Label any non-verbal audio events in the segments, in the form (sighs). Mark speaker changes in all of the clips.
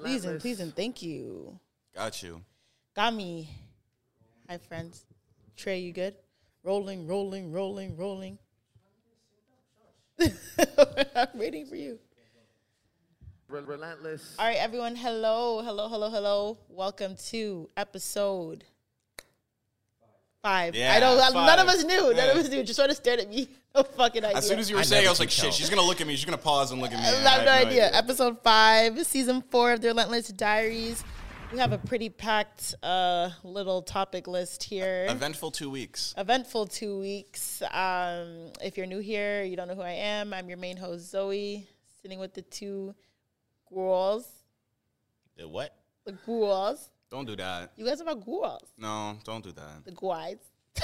Speaker 1: Please and please and thank you.
Speaker 2: Got you.
Speaker 1: Got me. Hi, friends. Trey, you good? Rolling, rolling, rolling, rolling. (laughs) I'm waiting for you.
Speaker 3: Relentless.
Speaker 1: All right, everyone. Hello, hello, hello, hello. Welcome to episode five. I
Speaker 2: Yeah,
Speaker 1: don't. I- None of
Speaker 2: five.
Speaker 1: us knew. None of
Speaker 2: Yeah.
Speaker 1: us knew. Just sort of stared at me. (laughs) No fucking idea.
Speaker 2: As soon as you were
Speaker 4: I
Speaker 2: saying,
Speaker 4: never
Speaker 2: I was like,
Speaker 4: can
Speaker 2: shit,
Speaker 4: tell.
Speaker 2: she's gonna look at me. She's gonna pause and look at me.
Speaker 1: I have no idea. Episode five, season four of the Relentless Diaries. We have a pretty packed uh, little topic list here.
Speaker 2: Eventful two weeks.
Speaker 1: Eventful two weeks. Um, if you're new here, you don't know who I am. I'm your main host, Zoe, sitting with the two ghouls.
Speaker 2: Did what?
Speaker 1: The ghouls.
Speaker 2: Don't do that.
Speaker 1: You guys are my ghouls.
Speaker 2: No, don't do that.
Speaker 1: The guys. (laughs)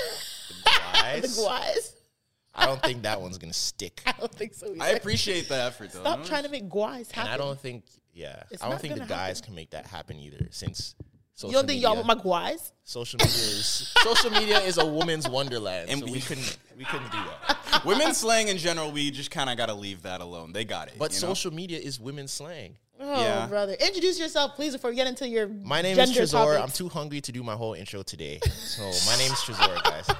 Speaker 1: The
Speaker 4: Guys,
Speaker 1: guys. (laughs)
Speaker 4: I don't think that one's gonna stick.
Speaker 1: I don't think so. Either.
Speaker 2: I appreciate the effort though.
Speaker 1: Stop trying to make guys
Speaker 4: And
Speaker 1: happy.
Speaker 4: I don't think, yeah,
Speaker 1: It's
Speaker 4: I don't
Speaker 1: not
Speaker 4: think the
Speaker 1: gonna
Speaker 4: guys
Speaker 1: happen.
Speaker 4: can make that happen either. Since social
Speaker 1: you don't think
Speaker 4: media,
Speaker 1: y'all want my guys?
Speaker 4: social media is (laughs) social media is a woman's wonderland,
Speaker 2: And
Speaker 4: so
Speaker 2: we-
Speaker 4: we couldn't we couldn't do
Speaker 2: (laughs)
Speaker 4: that.
Speaker 2: Women's slang in general, we just kind of gotta leave that alone. They got it.
Speaker 4: But
Speaker 2: you know?
Speaker 4: social media is women's slang.
Speaker 1: Oh,
Speaker 2: Yeah.
Speaker 1: brother. Introduce yourself, please, before we get into your
Speaker 4: My name
Speaker 1: gender
Speaker 4: is Trezor. I'm
Speaker 1: topics.
Speaker 4: too hungry to do my whole intro today, so my name's Trezor, guys.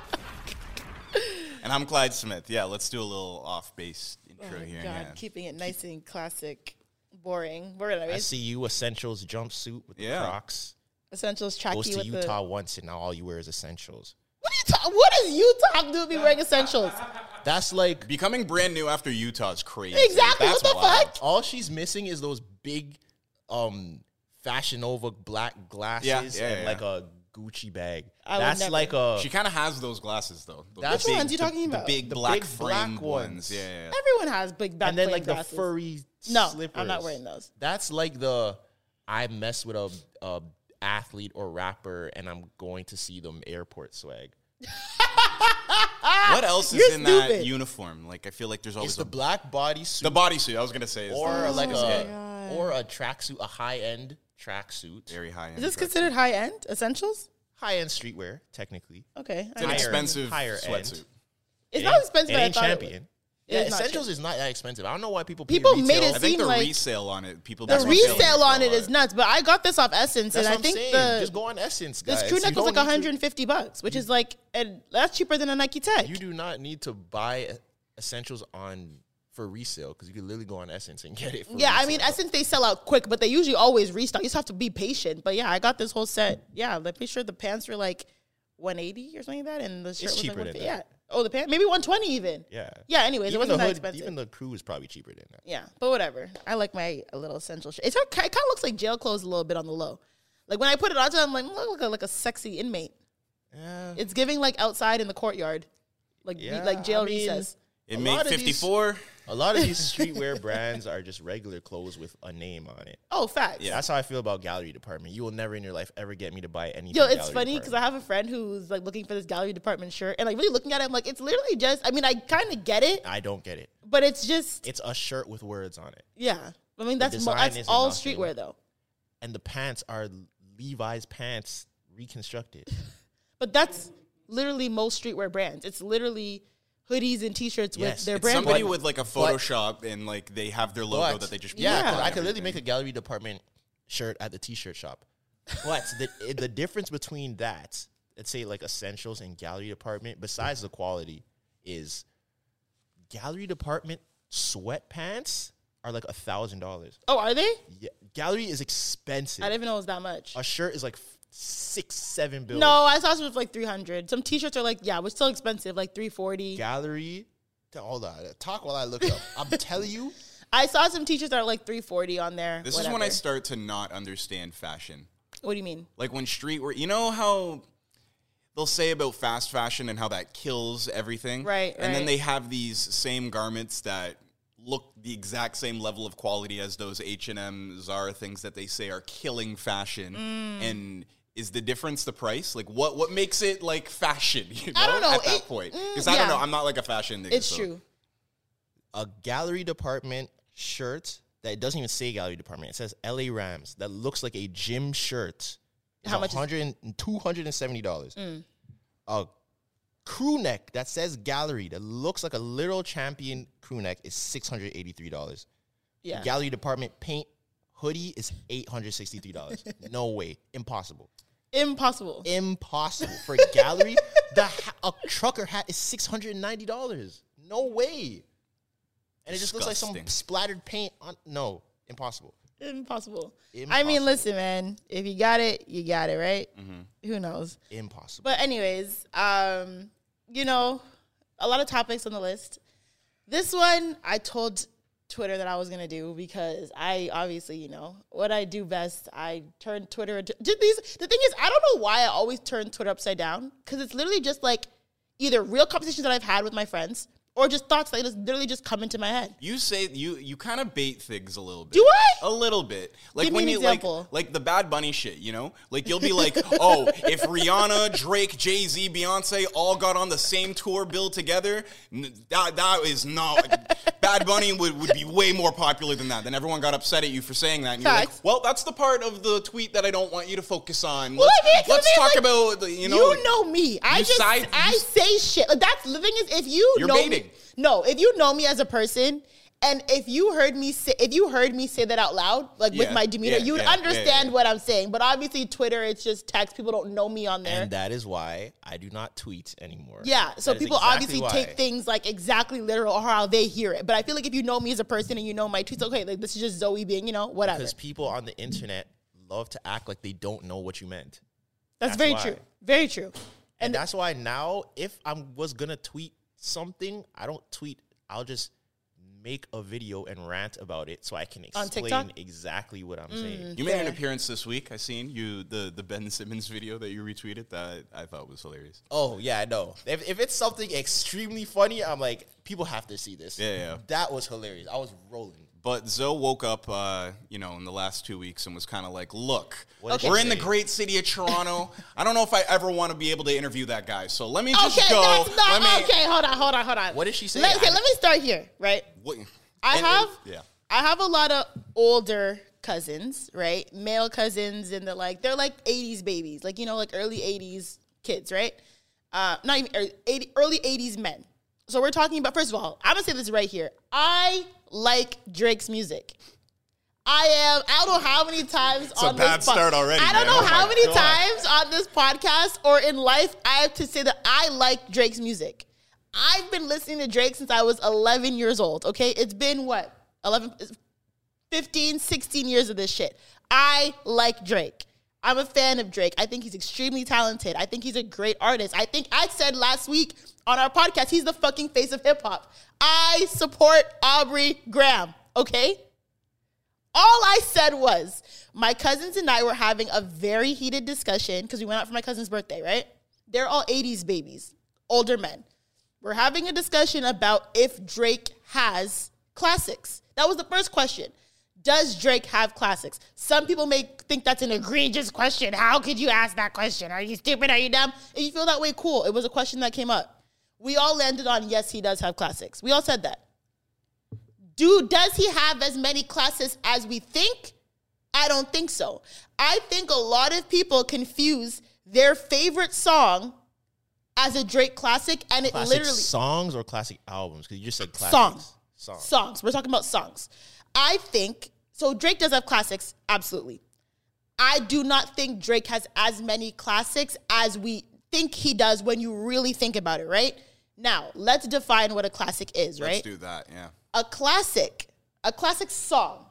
Speaker 2: And I'm Clyde Smith. Yeah, let's do a little off base intro
Speaker 1: Oh,
Speaker 2: here.
Speaker 1: God,
Speaker 2: yeah.
Speaker 1: keeping it nice and classic, boring. We're gonna
Speaker 4: I
Speaker 1: raise
Speaker 4: see you essentials jumpsuit with the
Speaker 2: Yeah.
Speaker 4: Crocs.
Speaker 1: essentials tracky
Speaker 4: Goes to
Speaker 1: with
Speaker 4: Utah
Speaker 1: the.
Speaker 4: once, and now all you wear is essentials.
Speaker 1: What are you talking? What is Utah doing? Be wearing essentials?
Speaker 4: That's like
Speaker 2: Becoming brand new after Utah is crazy.
Speaker 1: Exactly,
Speaker 2: That's
Speaker 1: what the
Speaker 2: wild.
Speaker 1: fuck?
Speaker 4: all she's missing is those big um fashion over black glasses
Speaker 2: yeah,
Speaker 4: and
Speaker 2: yeah.
Speaker 4: like a Gucci bag.
Speaker 1: I would
Speaker 4: That's
Speaker 1: never-
Speaker 4: like a
Speaker 2: She kind of has those glasses though. The
Speaker 4: That's-
Speaker 1: Which
Speaker 4: Big-
Speaker 1: ones you
Speaker 2: the-
Speaker 1: talking
Speaker 2: the
Speaker 1: about?
Speaker 2: big
Speaker 4: The
Speaker 2: black
Speaker 4: big
Speaker 2: framed
Speaker 4: black
Speaker 2: ones.
Speaker 4: ones.
Speaker 2: Yeah, yeah, yeah.
Speaker 1: Everyone has big back
Speaker 4: and then like
Speaker 1: glasses.
Speaker 4: the furry
Speaker 1: No, I'm
Speaker 4: slippers.
Speaker 1: not wearing those.
Speaker 4: That's like the I mess with a, a athlete or rapper and I'm going to see them airport swag.
Speaker 2: What else is
Speaker 1: Ah, You're
Speaker 2: in
Speaker 1: stupid.
Speaker 2: that uniform? Like, I feel like there's always
Speaker 4: It's the
Speaker 2: a
Speaker 4: black bodysuit
Speaker 2: the bodysuit. I was gonna say, is
Speaker 4: or
Speaker 2: the-
Speaker 4: like
Speaker 2: is it.
Speaker 1: Oh
Speaker 4: a or a tracksuit, a high end tracksuit,
Speaker 2: very high end.
Speaker 1: Is this considered high end essentials?
Speaker 4: high end streetwear technically.
Speaker 1: Okay, I
Speaker 2: It's an
Speaker 1: mean,
Speaker 4: higher-
Speaker 2: expensive
Speaker 4: higher
Speaker 2: sweatsuit.
Speaker 4: end.
Speaker 1: it's
Speaker 4: It
Speaker 1: not
Speaker 4: ain't-
Speaker 1: expensive.
Speaker 4: It
Speaker 1: but I
Speaker 4: ain't
Speaker 1: thought
Speaker 4: champion.
Speaker 1: It,
Speaker 4: Yeah,
Speaker 1: is not
Speaker 4: essentials
Speaker 1: cheap.
Speaker 4: is not that expensive. I don't know why people pay
Speaker 1: People made
Speaker 4: retail.
Speaker 1: it
Speaker 2: I
Speaker 1: seem
Speaker 2: think the
Speaker 1: like-
Speaker 2: resale on it, people.
Speaker 1: the
Speaker 2: that's what I'm saying,
Speaker 1: resale on it
Speaker 2: a
Speaker 1: is nuts, but I got this off Essence, and
Speaker 4: That's what
Speaker 1: I
Speaker 4: I'm
Speaker 1: think
Speaker 4: saying.
Speaker 1: the
Speaker 4: just go on Essence, guys.
Speaker 1: this crew
Speaker 4: You
Speaker 1: neck was
Speaker 4: don't
Speaker 1: like
Speaker 4: need to-
Speaker 1: 150 bucks, which is like and that's cheaper than a Nike Tech.
Speaker 4: You do not need to buy essentials on for resale because you can literally go on Essence and get it. For
Speaker 1: Yeah, I
Speaker 4: resale.
Speaker 1: mean, Essence they sell out quick, but they usually always restock. You just have to be patient. But yeah, I got this whole set. Yeah, I'm pretty sure the pants were like 180 or something like that, and the shirt was
Speaker 4: cheaper
Speaker 1: like
Speaker 4: than
Speaker 1: 150.
Speaker 4: that.
Speaker 1: Yeah. Oh, the pants maybe 120 even.
Speaker 4: yeah,
Speaker 1: Yeah. Anyways, it
Speaker 4: Even
Speaker 1: wasn't
Speaker 4: the
Speaker 1: that
Speaker 4: hood-
Speaker 1: expensive.
Speaker 4: Even the crew is probably cheaper than that.
Speaker 1: yeah, but whatever. I like my little essential shirt. It's it kind of looks like jail clothes a little bit on the low. Like when I put it on, I'm like look like a, like a sexy inmate.
Speaker 4: Yeah,
Speaker 1: It's giving like outside in the courtyard, like re-
Speaker 4: Yeah,
Speaker 1: like jail
Speaker 4: I mean,
Speaker 1: recess.
Speaker 2: It
Speaker 4: lot
Speaker 2: made
Speaker 4: of these-
Speaker 2: fifty four.
Speaker 4: A lot
Speaker 1: (laughs)
Speaker 4: of these streetwear brands are just regular clothes with a name on it.
Speaker 1: Oh, facts.
Speaker 2: Yeah.
Speaker 4: That's how I feel about gallery department. You will never in your life ever get me to buy anything.
Speaker 1: Yo, it's
Speaker 4: gallery
Speaker 1: funny because I
Speaker 4: department.
Speaker 1: have a friend who's like looking for this gallery department shirt and like really looking at it, I'm like, it's literally just, I mean, I kind of get it,
Speaker 4: I don't get it.
Speaker 1: but it's just,
Speaker 4: It's a shirt with words on it,
Speaker 1: yeah. I mean, that's, mo-
Speaker 4: design
Speaker 1: that's
Speaker 4: isn't
Speaker 1: all
Speaker 4: nothing.
Speaker 1: streetwear though.
Speaker 4: and the pants are Levi's pants reconstructed.
Speaker 1: But that's literally most streetwear brands. It's literally hoodies and t shirts
Speaker 4: Yes,
Speaker 1: with their
Speaker 4: it's
Speaker 1: brand.
Speaker 2: Somebody
Speaker 1: on it.
Speaker 2: with like a Photoshop and like they have their logo
Speaker 4: But-
Speaker 2: that they just
Speaker 4: yeah,
Speaker 2: put
Speaker 1: Yeah.
Speaker 2: on
Speaker 4: I could literally
Speaker 2: everything.
Speaker 4: make a gallery department shirt at the t-shirt shop. But the (laughs) the difference between that, let's say like essentials and gallery department, besides the quality, is gallery department sweatpants are like a thousand dollars.
Speaker 1: Oh, are they?
Speaker 4: Yeah, gallery is expensive.
Speaker 1: I didn't even know it was that much.
Speaker 4: a shirt is like f- six, seven bills.
Speaker 1: No, I saw some for like 300. Some t shirts are like, yeah, we're still expensive, like 340.
Speaker 4: gallery. Hold on, talk while I look it up. I'm telling you,
Speaker 1: I saw some t shirts that are like 340 on there.
Speaker 2: This is when I
Speaker 1: whatever.
Speaker 2: start to not understand fashion.
Speaker 1: What do you mean?
Speaker 2: Like when streetwear, you know how they'll say about fast fashion and how that kills everything?
Speaker 1: Right,
Speaker 2: And then
Speaker 1: right.
Speaker 2: they have these same garments that look the exact same level of quality as those H&M, Zara things that they say are killing fashion
Speaker 1: Mm.
Speaker 2: and is the difference the price? Like what what makes it like fashion, (laughs) you know,
Speaker 1: I don't know.
Speaker 2: at that
Speaker 1: It-
Speaker 2: point?
Speaker 1: mm,
Speaker 2: Cuz I don't
Speaker 1: yeah.
Speaker 2: know, I'm not like a fashion nigga.
Speaker 1: It's
Speaker 2: so-
Speaker 1: true.
Speaker 4: a gallery department shirt that doesn't even say gallery department. It says LA Rams that looks like a gym shirt.
Speaker 1: How much is- Mm.
Speaker 4: $100, $270. A crew neck that says gallery that looks like a literal champion crew neck is $683.
Speaker 1: Yeah.
Speaker 4: Gallery department paint hoodie is
Speaker 1: (laughs)
Speaker 4: $863. no way. Impossible.
Speaker 1: Impossible.
Speaker 4: Impossible. For gallery, (laughs) the ha- a trucker hat is $690. No way. And it just looks like some
Speaker 2: Disgusting.
Speaker 4: splattered paint on. No, impossible.
Speaker 1: Impossible. I mean,
Speaker 4: Impossible.
Speaker 1: listen, man. If you got it, you got it, right? Who knows?
Speaker 4: Impossible.
Speaker 1: But anyways, um, you know, a lot of topics on the list. This one I told Twitter that I was gonna do because I obviously, you know, what I do best, I turn Twitter into did these the thing is I don't know why I always turn Twitter upside down. Cause it's literally just like either real conversations that I've had with my friends or just thoughts that just literally just come into my head.
Speaker 2: You say you you kind of bait things a little bit.
Speaker 1: Do I?
Speaker 2: A little bit. Like
Speaker 1: Give me
Speaker 2: when
Speaker 1: an
Speaker 2: you
Speaker 1: example.
Speaker 2: like like the Bad Bunny shit, you know? Like you'll be like, (laughs) "Oh, if Rihanna, Drake, Jay-Z, Beyonce all got on the same tour bill together, n- that that is not Bad Bunny would, would be way more popular than that." Then everyone got upset at you for saying that. And you're like,
Speaker 1: Facts.
Speaker 2: "Well, that's the part of the tweet that I don't want you to focus on.
Speaker 1: Well, I mean,
Speaker 2: Let's,
Speaker 1: 'cause
Speaker 2: let's
Speaker 1: it's
Speaker 2: talk
Speaker 1: like-
Speaker 2: about the- you know like-
Speaker 1: me. I
Speaker 2: you
Speaker 1: just
Speaker 2: side-
Speaker 1: I
Speaker 2: you-
Speaker 1: say shit. Like that's the thing is if you
Speaker 2: You're
Speaker 1: know
Speaker 2: baiting.
Speaker 1: Me, no, if you know me as a person and if you heard me say if you heard me say that out loud, like
Speaker 2: Yeah,
Speaker 1: with my demeanor,
Speaker 2: yeah,
Speaker 1: you'd
Speaker 2: yeah, yeah,
Speaker 1: understand
Speaker 2: yeah.
Speaker 1: what I'm saying. But obviously Twitter, it's just text. People don't know me on there.
Speaker 4: and that is why I do not tweet anymore.
Speaker 1: yeah, so
Speaker 4: That is
Speaker 1: people
Speaker 4: exactly
Speaker 1: obviously
Speaker 4: why.
Speaker 1: take things like exactly literal or how they hear it. But I feel like if you know me as a person and you know my tweets, okay, like this is just Zoe being, you know, whatever.
Speaker 4: Because people on the internet love to act like they don't know what you meant.
Speaker 1: that's
Speaker 4: that's
Speaker 1: very
Speaker 4: why.
Speaker 1: true. Very true.
Speaker 4: And that's why now, if I was gonna tweet something, I don't tweet. I'll just make a video and rant about it so I can
Speaker 1: On
Speaker 4: explain
Speaker 1: TikTok? Mm,
Speaker 4: exactly what I'm saying.
Speaker 2: You made an
Speaker 1: Fair.
Speaker 2: appearance this week. I seen you the the Ben Simmons video that you retweeted that I thought was hilarious.
Speaker 4: Oh yeah, I know. If, if it's something extremely funny, I'm like, people have to see this.
Speaker 2: Yeah, yeah.
Speaker 4: That was hilarious. I was rolling.
Speaker 2: But Zoe woke up, uh, you know, in the last two weeks and was kind of like, look,
Speaker 4: did
Speaker 2: we're
Speaker 4: she
Speaker 2: in the
Speaker 4: say?
Speaker 2: great city of Toronto. I don't know if I ever want to be able to interview that guy. So let me just
Speaker 1: Okay,
Speaker 2: go.
Speaker 1: that's not
Speaker 2: let me,
Speaker 1: okay. Hold on, hold on, hold on.
Speaker 4: What did she say?
Speaker 1: Let, okay,
Speaker 4: I-
Speaker 1: let me start here, right?
Speaker 2: What-
Speaker 1: I
Speaker 2: and-
Speaker 1: have
Speaker 2: and- yeah.
Speaker 1: I have a lot of older cousins, right? Male cousins and the like they're like 80s babies, like you know like early 80s kids, right? Uh not even early, 80, early 80s men. So we're talking about first of all, I'm going to say this right here. I like Drake's music. I am. I don't know how many times
Speaker 2: a
Speaker 1: on
Speaker 2: bad
Speaker 1: this po-
Speaker 2: start already,
Speaker 1: I don't
Speaker 2: man.
Speaker 1: know
Speaker 2: Oh (laughs)
Speaker 1: how
Speaker 2: my
Speaker 1: many
Speaker 2: God.
Speaker 1: times on this podcast or in life I have to say that I like Drake's music. I've been listening to Drake since I was 11 years old. Okay, it's been what 11, 15, 16 years of this shit. I like Drake. I'm a fan of Drake. I think he's extremely talented. I think he's a great artist. I think I said last week on our podcast, he's the fucking face of hip hop. I support Aubrey Graham, okay? All I said was my cousins and I were having a very heated discussion because we went out for my cousin's birthday, right? They're all 80s babies, older men. We're having a discussion about if Drake has classics? That was the first question. Does Drake have classics? Some people may think that's an egregious question. How could you ask that question? Are you stupid? Are you dumb? If you feel that way, cool. It was a question that came up. We all landed on yes, he does have classics. We all said that. Do does he have as many classes as we think? I don't think so. I think a lot of people confuse their favorite song as a Drake classic, and it
Speaker 4: Classic
Speaker 1: literally
Speaker 4: songs or classic albums? Because you just said classics.
Speaker 1: songs.
Speaker 4: Songs.
Speaker 1: Songs. We're talking about songs. I think so. Drake does have classics, absolutely. I do not think Drake has as many classics as we think he does when you really think about it, right? Now, let's define what a classic is,
Speaker 2: Let's
Speaker 1: right?
Speaker 2: do that. Yeah.
Speaker 1: a classic, a classic song.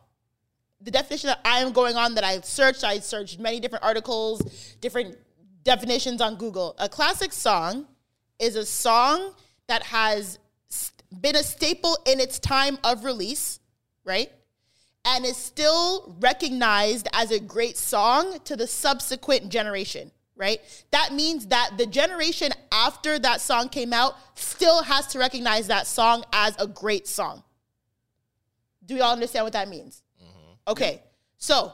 Speaker 1: The definition that I am going on that I searched, I searched many different articles, different definitions on Google. A classic song is a song that has st- been a staple in its time of release, right? And is still recognized as a great song to the subsequent generation, right? That means that the generation after that song came out still has to recognize that song as a great song. Do y'all understand what that means?
Speaker 4: Mm-hmm.
Speaker 1: Okay, so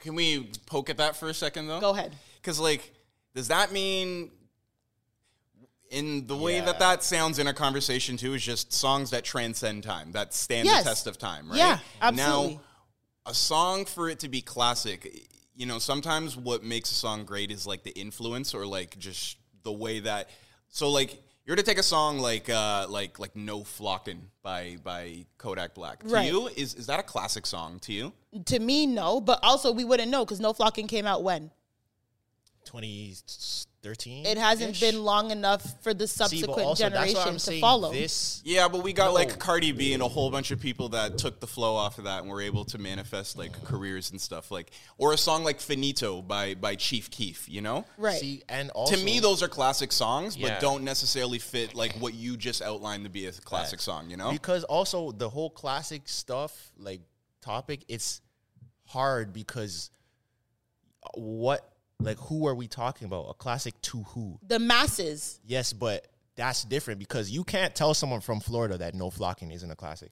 Speaker 2: Can we poke at that for a second though?
Speaker 1: go ahead.
Speaker 2: Because like, does that mean? In the way that that sounds in a conversation too is just songs that transcend time, that stand
Speaker 1: Yes.
Speaker 2: the test of time, right?
Speaker 1: Yeah, absolutely.
Speaker 2: Now, a song for it to be classic, you know, sometimes what makes a song great is like the influence or like just the way that. So like, you're to take a song like uh, like like No Flockin' by by Kodak Black. To
Speaker 1: Right.
Speaker 2: you, is is that a classic song to you?
Speaker 1: to me, no, but also we wouldn't know because No Flocking came out when?
Speaker 4: Mm, 2013.
Speaker 1: It hasn't been long enough for the subsequent generation to follow.
Speaker 4: This
Speaker 2: Yeah, but we got
Speaker 4: No.
Speaker 2: like Cardi B and a whole bunch of people that took the flow off of that and were able to manifest like careers and stuff. Like or a song like Finito by by Chief Keef, you know?
Speaker 1: right.
Speaker 4: see, and also
Speaker 2: to me those are classic songs,
Speaker 3: Yeah.
Speaker 2: but don't necessarily fit like what you just outlined to be a classic song, you know?
Speaker 4: because also the whole classic stuff like topic it's hard because what like who are we talking about? A classic to who?
Speaker 1: the masses.
Speaker 4: Yes, but that's different because you can't tell someone from Florida that no flocking isn't a classic.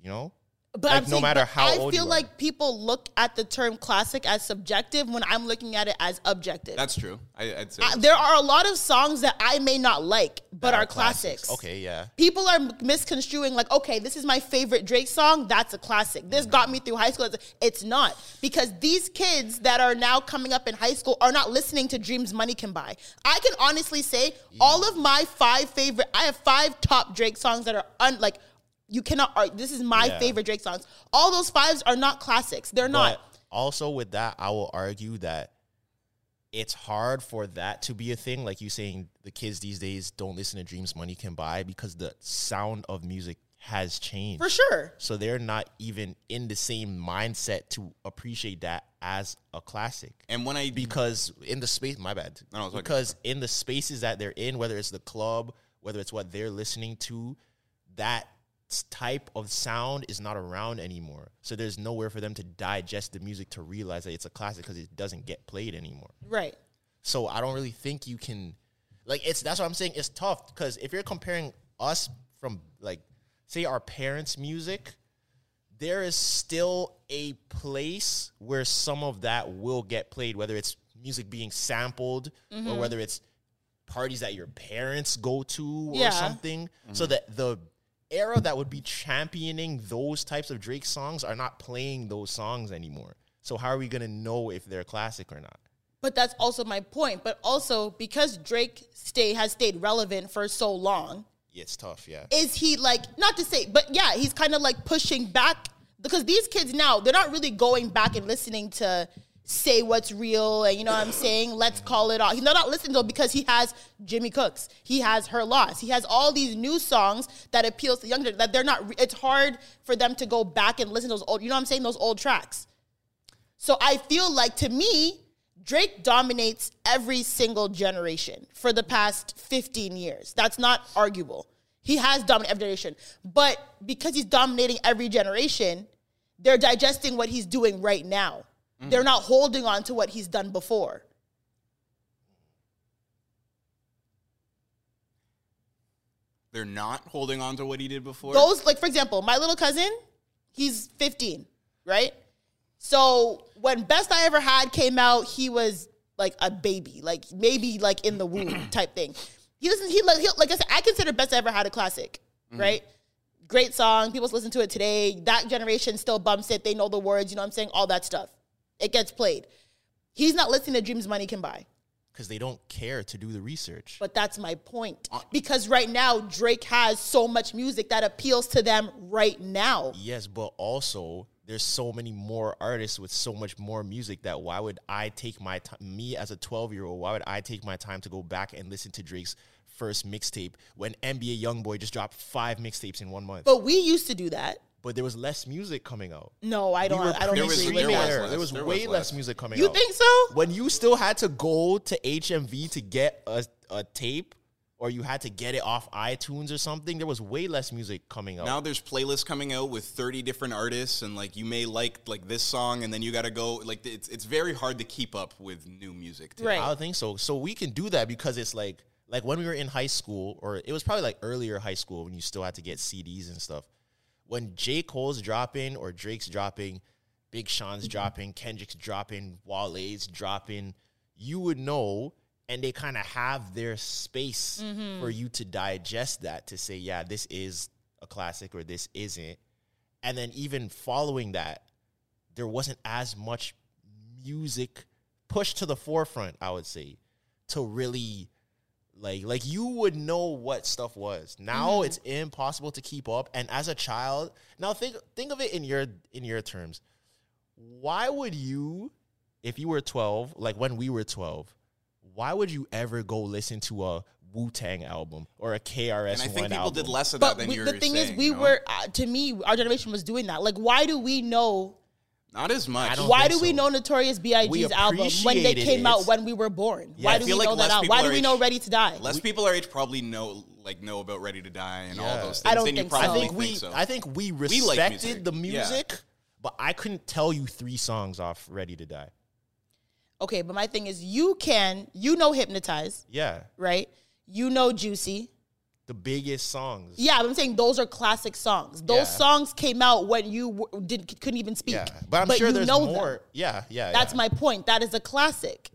Speaker 4: You know?
Speaker 1: But
Speaker 4: Like,
Speaker 1: I'm
Speaker 4: no
Speaker 1: saying,
Speaker 4: matter
Speaker 1: but
Speaker 4: how
Speaker 1: I
Speaker 4: old
Speaker 1: feel
Speaker 4: you are.
Speaker 1: like people look at the term classic as subjective when I'm looking at it as objective.
Speaker 2: That's true. I, I'd say
Speaker 1: I- there are a lot of songs that I may not like, but are,
Speaker 4: Are
Speaker 1: classics.
Speaker 4: Okay, yeah.
Speaker 1: People are m- misconstruing, like, okay, this is my favorite Drake song. That's a classic.
Speaker 4: Mm-hmm.
Speaker 1: This got me through high school. It's- It's not. Because these kids that are now coming up in high school are not listening to Dreams Money Can Buy. I can honestly say all of my five favorite, I have five top Drake songs that are un, like, you cannot argue. This is my favorite Drake songs. All those fives are not classics. They're not.
Speaker 4: But also with that, I will argue that it's hard for that to be a thing. Like you saying, the kids these days don't listen to Dreams Money Can Buy because the sound of music has changed.
Speaker 1: For sure.
Speaker 4: So they're not even in the same mindset to appreciate that as a classic.
Speaker 2: and when I
Speaker 4: because in the space, my bad.
Speaker 2: Mm-hmm. No, it's okay.
Speaker 4: because in the spaces that they're in, whether it's the club, whether it's what they're listening to, that s- type of sound is not around anymore. So there's nowhere for them to digest the music to realize that it's a classic because it doesn't get played anymore.
Speaker 1: Right.
Speaker 4: So I don't really think you can, like, it's that's what I'm saying. It's tough because if you're comparing us from like, say, our parents' music. There is still a place where some of that will get played, whether it's music being sampled or whether it's parties that your parents go to or
Speaker 1: Yeah.
Speaker 4: something. So that the era that would be championing those types of Drake songs are not playing those songs anymore. So how are we gonna know if they're classic or not?
Speaker 1: But that's also my point. But also because Drake stay has stayed relevant for so long,
Speaker 4: Yeah, it's tough, yeah.
Speaker 1: is he like not to say, but yeah, he's kind of like pushing back because these kids now they're not really going back and listening to say what's real and you know what I'm saying. Let's call it off. He's not listening though because he has Jimmy Cooks, he has Her Loss, he has all these new songs that appeals to younger that they're not. Re- it's hard for them to go back and listen to those old. You know what I'm saying? Those old tracks. So I feel like to me, Drake dominates every single generation for the past 15 years. That's not arguable. He has dominated every generation. But because he's dominating every generation, they're digesting what he's doing right now. They're not holding on to what he's done before.
Speaker 2: They're not holding on to what he did before.
Speaker 1: Those, like, for example, my little cousin, he's 15, right? So when Best I Ever Had came out, he was like a baby, like maybe like in the womb type thing. He doesn't, he, like- he like I said, I consider Best I Ever Had a classic, right? Great song. People listen to it today. That generation still bumps it. They know the words, you know what I'm saying? All that stuff. It gets played. He's not listening to Dreams Money Can Buy.
Speaker 4: because they don't care to do the research.
Speaker 1: But that's my point. Because right now, Drake has so much music that appeals to them right now.
Speaker 4: Yes, but also there's so many more artists with so much more music that why would I take my time, me as a 12 year old, why would I take my time to go back and listen to Drake's first mixtape when NBA YoungBoy just dropped five mixtapes in one month? But,
Speaker 1: But we used to do that.
Speaker 4: there was less music coming out.
Speaker 1: No, I don't.
Speaker 4: We were
Speaker 1: I don't
Speaker 2: There was-
Speaker 1: agree
Speaker 4: pre-streaming
Speaker 1: with
Speaker 2: there was
Speaker 1: that.
Speaker 4: era. There was
Speaker 2: There
Speaker 4: way
Speaker 2: was
Speaker 4: less
Speaker 2: less.
Speaker 4: music coming
Speaker 1: You
Speaker 4: out.
Speaker 1: think so?
Speaker 4: When you still had to go to HMV to get a, a tape or you had to get it off iTunes or something, there was way less music coming out.
Speaker 2: Now there's playlists coming out with 30 different artists, and like you may like like this song, and then you got to go like it's it's very hard to keep up with new music. Today.
Speaker 1: Right.
Speaker 4: I don't think so. So we can do that because it's like like when we were in high school, or it was probably like earlier high school when you still had to get CDs and stuff. When J. Cole's dropping or Drake's dropping, Big Sean's dropping, Kendrick's dropping, Wale's dropping, you would know and they kind of have their space for you to digest that to say, yeah, this is a classic or this isn't. And then even following that, there wasn't as much music pushed to the forefront, I would say, to really like like you would know what stuff was. Now
Speaker 2: Mm-hmm.
Speaker 4: it's impossible to keep up. And as a child, now think think of it in your in your terms. Why would you, if you were 12, like when we were 12, why would you ever go listen to a Wu Tang album or a KRS
Speaker 2: And I think
Speaker 4: One
Speaker 2: people
Speaker 4: album?
Speaker 2: did less of that
Speaker 1: But
Speaker 2: than
Speaker 1: we,
Speaker 2: you're
Speaker 1: the thing
Speaker 2: saying,
Speaker 1: is, we
Speaker 2: you know?
Speaker 1: were uh, to me, our generation was doing that. Like, why do we know?
Speaker 2: not as much.
Speaker 4: I don't
Speaker 1: Why do
Speaker 4: think
Speaker 1: we
Speaker 4: so.
Speaker 1: know Notorious B.I.G.'s
Speaker 4: We
Speaker 1: album when they
Speaker 4: appreciated
Speaker 1: came
Speaker 4: it.
Speaker 1: out when we were born?
Speaker 4: Yeah,
Speaker 1: why
Speaker 4: I
Speaker 1: do we
Speaker 2: feel like
Speaker 1: know that
Speaker 2: less
Speaker 1: out?
Speaker 2: people
Speaker 1: Why do
Speaker 2: are
Speaker 1: we know
Speaker 2: age-
Speaker 1: Ready to Die?
Speaker 2: Less people our age probably know like know about Ready to Die and all
Speaker 4: Yeah.
Speaker 2: those
Speaker 1: I
Speaker 2: things.
Speaker 1: don't
Speaker 2: Then you
Speaker 1: think so.
Speaker 2: probably
Speaker 4: I think we,
Speaker 2: so.
Speaker 4: I think we
Speaker 2: We
Speaker 4: respected
Speaker 2: like music.
Speaker 4: the
Speaker 2: Yeah.
Speaker 4: music, but I couldn't tell you three songs off "Ready to Die."
Speaker 1: okay, but my thing is, you can, you know, hypnotize,
Speaker 4: Yeah,
Speaker 1: right? You know, juicy.
Speaker 4: the biggest songs.
Speaker 1: Yeah, but I'm saying those are classic songs. Those
Speaker 4: Yeah.
Speaker 1: songs came out when you w- did, couldn't even speak.
Speaker 4: Yeah, but I'm sure
Speaker 1: you
Speaker 4: there's
Speaker 1: know them.
Speaker 4: more. Yeah, yeah.
Speaker 1: That's
Speaker 4: yeah.
Speaker 1: my point. That is a classic.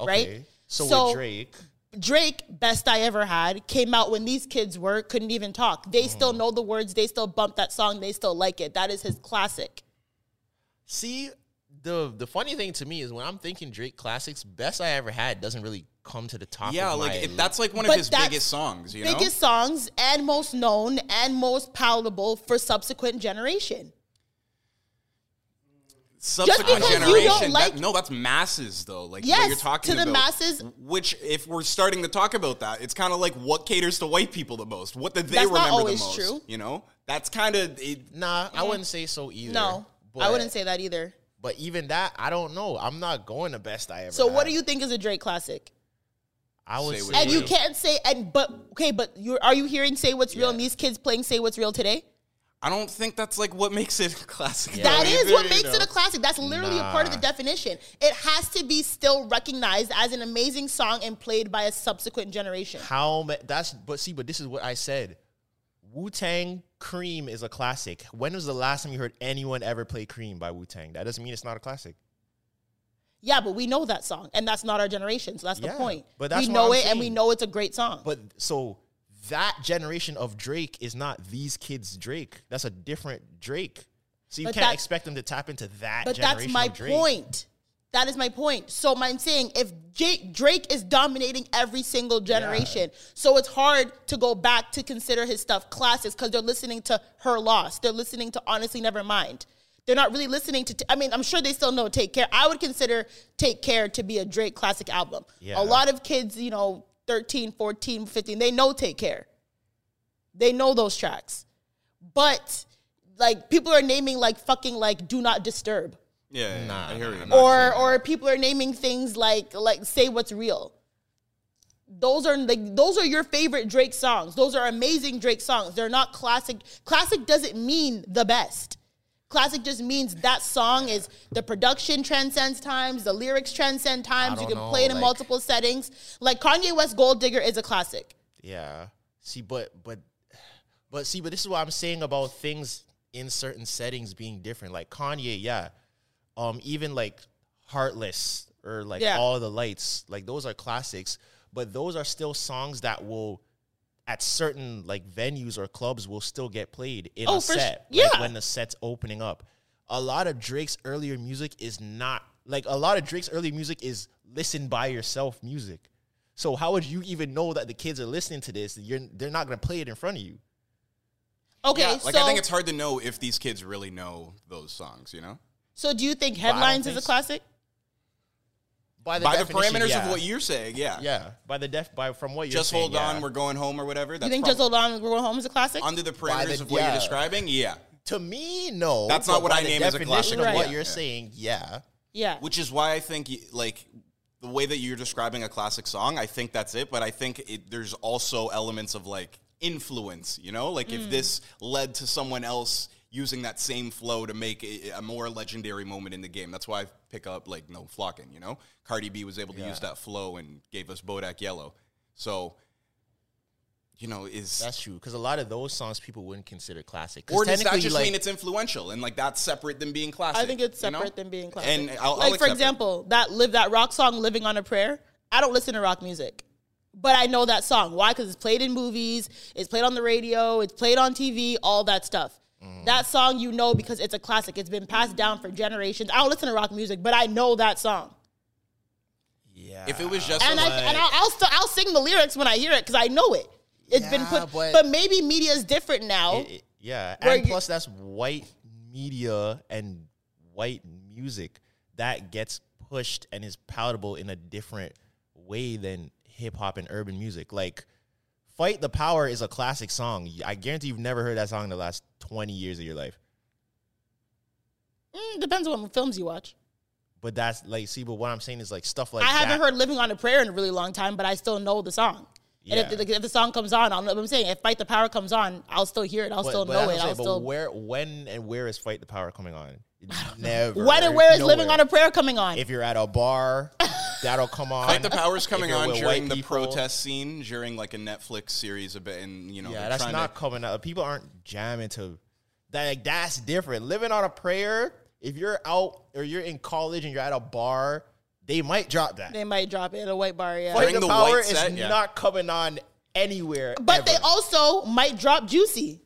Speaker 1: right?
Speaker 4: So,
Speaker 1: So-
Speaker 4: with Drake,
Speaker 1: Drake, best I ever had, came out when these kids were couldn't even talk. They still
Speaker 4: Mm.
Speaker 1: know the words. They still bump that song. They still like it. That is his classic.
Speaker 4: see the the funny thing to me is when I'm thinking Drake classics, best I ever had doesn't really come to the top.
Speaker 2: yeah,
Speaker 4: of
Speaker 2: like
Speaker 4: my-
Speaker 2: it, that's like one
Speaker 1: But
Speaker 2: of his
Speaker 1: that's
Speaker 2: biggest songs. You know,
Speaker 1: Biggest songs and most known and most palatable for subsequent generation.
Speaker 2: subsequent
Speaker 1: because you don't
Speaker 2: generation. that-
Speaker 1: like-
Speaker 2: no, that's masses though. Like
Speaker 1: Yes,
Speaker 2: what you're talking
Speaker 1: to the
Speaker 2: about,
Speaker 1: masses.
Speaker 2: Which, if we're starting to talk about that, it's kind of like what caters to white people the most. What did they
Speaker 1: That's not
Speaker 2: remember
Speaker 1: always
Speaker 2: the most?
Speaker 1: true.
Speaker 2: You know, that's kind of
Speaker 4: nah. I wouldn't say so either.
Speaker 1: Mm-hmm. No, I wouldn't say that either.
Speaker 4: But even that, I don't know. I'm not going to best I ever.
Speaker 1: So, what
Speaker 4: Had.
Speaker 1: do you think is a Drake classic?
Speaker 4: I would
Speaker 2: Say
Speaker 4: say,
Speaker 2: what
Speaker 1: And you
Speaker 2: Yeah.
Speaker 1: can't say and but okay, but you are you hearing "Say What's Real" and these kids playing "Say What's Real" today?
Speaker 2: I don't think that's like what makes it (laughs) a classic.
Speaker 1: That is what makes
Speaker 2: You
Speaker 1: it
Speaker 2: know?
Speaker 1: a classic. That's literally a part of the definition. It has to be still recognized as an amazing song and played by a subsequent generation.
Speaker 4: How ma- that's but see, but this is what I said. Wu Tang Cream is a classic. When was the last time you heard anyone ever play Cream by Wu Tang? That doesn't mean it's not a classic.
Speaker 1: Yeah, but we know that song, and that's not our generation. So that's the
Speaker 4: Yeah,
Speaker 1: point.
Speaker 4: but that's
Speaker 1: we
Speaker 4: what
Speaker 1: know
Speaker 4: I'm
Speaker 1: it, and we
Speaker 4: saying.
Speaker 1: know it's a great song.
Speaker 4: But so that generation of Drake is not these kids' Drake. That's a different Drake. So you
Speaker 1: But
Speaker 4: can't
Speaker 1: that-
Speaker 4: expect them to tap into that.
Speaker 1: but that's
Speaker 4: generation
Speaker 1: my
Speaker 4: of Drake.
Speaker 1: point. That is my point. So I'm saying if Jake, Drake is dominating every single generation, so it's hard to go back to consider his stuff classics because they're listening to Her Loss. They're listening to Honestly Nevermind. They're not really listening to. T- I mean, I'm sure they still know Take Care. I would consider Take Care to be a Drake classic album.
Speaker 4: Yeah.
Speaker 1: A lot of kids, you know, 13, 14, 15, they know Take Care. They know those tracks. But like people are naming like fucking like Do Not Disturb
Speaker 2: Yeah, yeah, I hear you.
Speaker 1: or or people are naming things like like say what's real. Those are like those are your favorite Drake songs. Those are amazing Drake songs. They're not classic. Classic doesn't mean the best. Classic just means that song is the production transcends times, the lyrics transcend times. You
Speaker 4: don't
Speaker 1: can
Speaker 4: know,
Speaker 1: play it in
Speaker 4: like-
Speaker 1: multiple settings. Like Kanye West Gold Digger is a classic.
Speaker 4: Yeah. See, but but but see, but this is what I'm saying about things in certain settings being different. Like Kanye, yeah. Um, even like Heartless or like
Speaker 1: Yeah.
Speaker 4: All the Lights, like those are classics, but those are still songs that will at certain like venues or clubs will still get played in
Speaker 1: Oh,
Speaker 4: a
Speaker 1: for sh-
Speaker 4: set.
Speaker 1: yeah.
Speaker 4: Like when the set's opening up. A lot of Drake's earlier music is not like a lot of Drake's early music is listen by yourself music. So how would you even know that the kids are listening to this? You're they're not gonna play it in front of you.
Speaker 1: Okay,
Speaker 2: Yeah, like
Speaker 1: so
Speaker 2: I think it's hard to know if these kids really know those songs. You know,
Speaker 1: so do you think headlines is
Speaker 4: think
Speaker 1: a
Speaker 4: so.
Speaker 1: classic?
Speaker 2: by the
Speaker 4: definition,
Speaker 2: parameters
Speaker 4: yeah.
Speaker 2: of what you're saying, yeah,
Speaker 4: Yeah, by the def by from what you're
Speaker 2: Just
Speaker 4: saying,
Speaker 2: hold
Speaker 4: yeah.
Speaker 2: on, we're going home or whatever. That's
Speaker 1: you think
Speaker 2: prob-
Speaker 1: just hold on, we're going home is a classic?
Speaker 2: under the
Speaker 4: By
Speaker 2: parameters
Speaker 4: the-
Speaker 2: of what
Speaker 4: yeah.
Speaker 2: you're describing? Yeah,
Speaker 4: to me, no.
Speaker 2: That's not
Speaker 4: but
Speaker 2: what
Speaker 4: by
Speaker 2: I
Speaker 4: the
Speaker 2: name as a classic.
Speaker 4: definition of what
Speaker 1: Right.
Speaker 4: you're
Speaker 2: Yeah.
Speaker 4: saying. Yeah,
Speaker 1: yeah.
Speaker 2: which is why I think y- like the way that you're describing a classic song, I think that's it. But I think it, there's also elements of like influence. You know, like
Speaker 1: Mm.
Speaker 2: if this led to someone else using that same flow to make a, a more legendary moment in the game. That's why I pick up like no flocking. You know, Cardi B was able to use that flow and gave us Bodak Yellow. So. You know, is
Speaker 4: that's true. Because a lot of those songs people wouldn't consider classic. 'Cause
Speaker 2: Or does that
Speaker 4: technically,
Speaker 2: just
Speaker 4: like-
Speaker 2: mean it's influential and like that's separate than being classic?
Speaker 1: I think it's
Speaker 2: you know?
Speaker 1: separate than being classic.
Speaker 2: And I'll, I'll
Speaker 1: like for
Speaker 2: accept it.
Speaker 1: example, that live that rock song "Living on a Prayer." I don't listen to rock music, but I know that song. Why? Because it's played in movies, it's played on the radio, it's played on TV, all that stuff.
Speaker 2: Mm-hmm.
Speaker 1: That song you know because it's a classic. It's been passed down for generations. I don't listen to rock music, but I know that song,
Speaker 2: if it was just
Speaker 1: and I and I'll I'll, st- I'll sing the lyrics when I hear it because I know it. It's been
Speaker 4: Yeah,
Speaker 1: put,
Speaker 4: but-
Speaker 1: but, maybe media is different now.
Speaker 4: It- it- yeah,
Speaker 1: Where
Speaker 4: and
Speaker 1: you-
Speaker 4: plus that's white media and white music that gets pushed and is palatable in a different way than hip hop and urban music. Like "Fight the Power" is a classic song. I guarantee you've never heard that song in the last twenty years of your life.
Speaker 1: Mm, depends on what films you watch.
Speaker 4: But that's like, see, but what I'm saying is like stuff like
Speaker 1: I haven't
Speaker 4: that-
Speaker 1: heard "Living on a Prayer" in a really long time, but I still know the song. And
Speaker 4: Yeah.
Speaker 1: if the, if the song comes on, I'll know what I'm saying. If "Fight the Power" comes on, I'll still hear it. I'll
Speaker 4: But-
Speaker 1: still
Speaker 4: but
Speaker 1: know
Speaker 4: that's what
Speaker 1: it.
Speaker 4: I'm
Speaker 1: I'll
Speaker 4: saying, but
Speaker 1: still.
Speaker 4: where, when, and where is "Fight the Power" coming on? Never.
Speaker 1: When and where is "Living
Speaker 4: Nowhere.
Speaker 1: on a Prayer" coming on?
Speaker 4: If you're at
Speaker 1: (laughs)
Speaker 4: a bar, that'll come on.
Speaker 2: Fight the Power's
Speaker 4: If
Speaker 2: coming
Speaker 4: you're
Speaker 2: on
Speaker 4: with
Speaker 2: during
Speaker 4: white
Speaker 2: the
Speaker 4: people-
Speaker 2: protest scene, during like a Netflix series a bit, and you know,
Speaker 4: Yeah,
Speaker 2: they're
Speaker 4: that's
Speaker 2: trying
Speaker 4: not
Speaker 2: to,
Speaker 4: coming out. People aren't jamming to that. Like, that's different. Living on a prayer. If you're out or you're in college and you're at a bar, they might drop that.
Speaker 1: they might drop it at a white bar, yeah.
Speaker 4: Fight
Speaker 2: During
Speaker 4: the,
Speaker 2: the
Speaker 4: power
Speaker 2: white
Speaker 4: is
Speaker 2: set, yeah.
Speaker 4: not coming on anywhere.
Speaker 1: But they
Speaker 4: ever.
Speaker 1: also might drop "Juicy"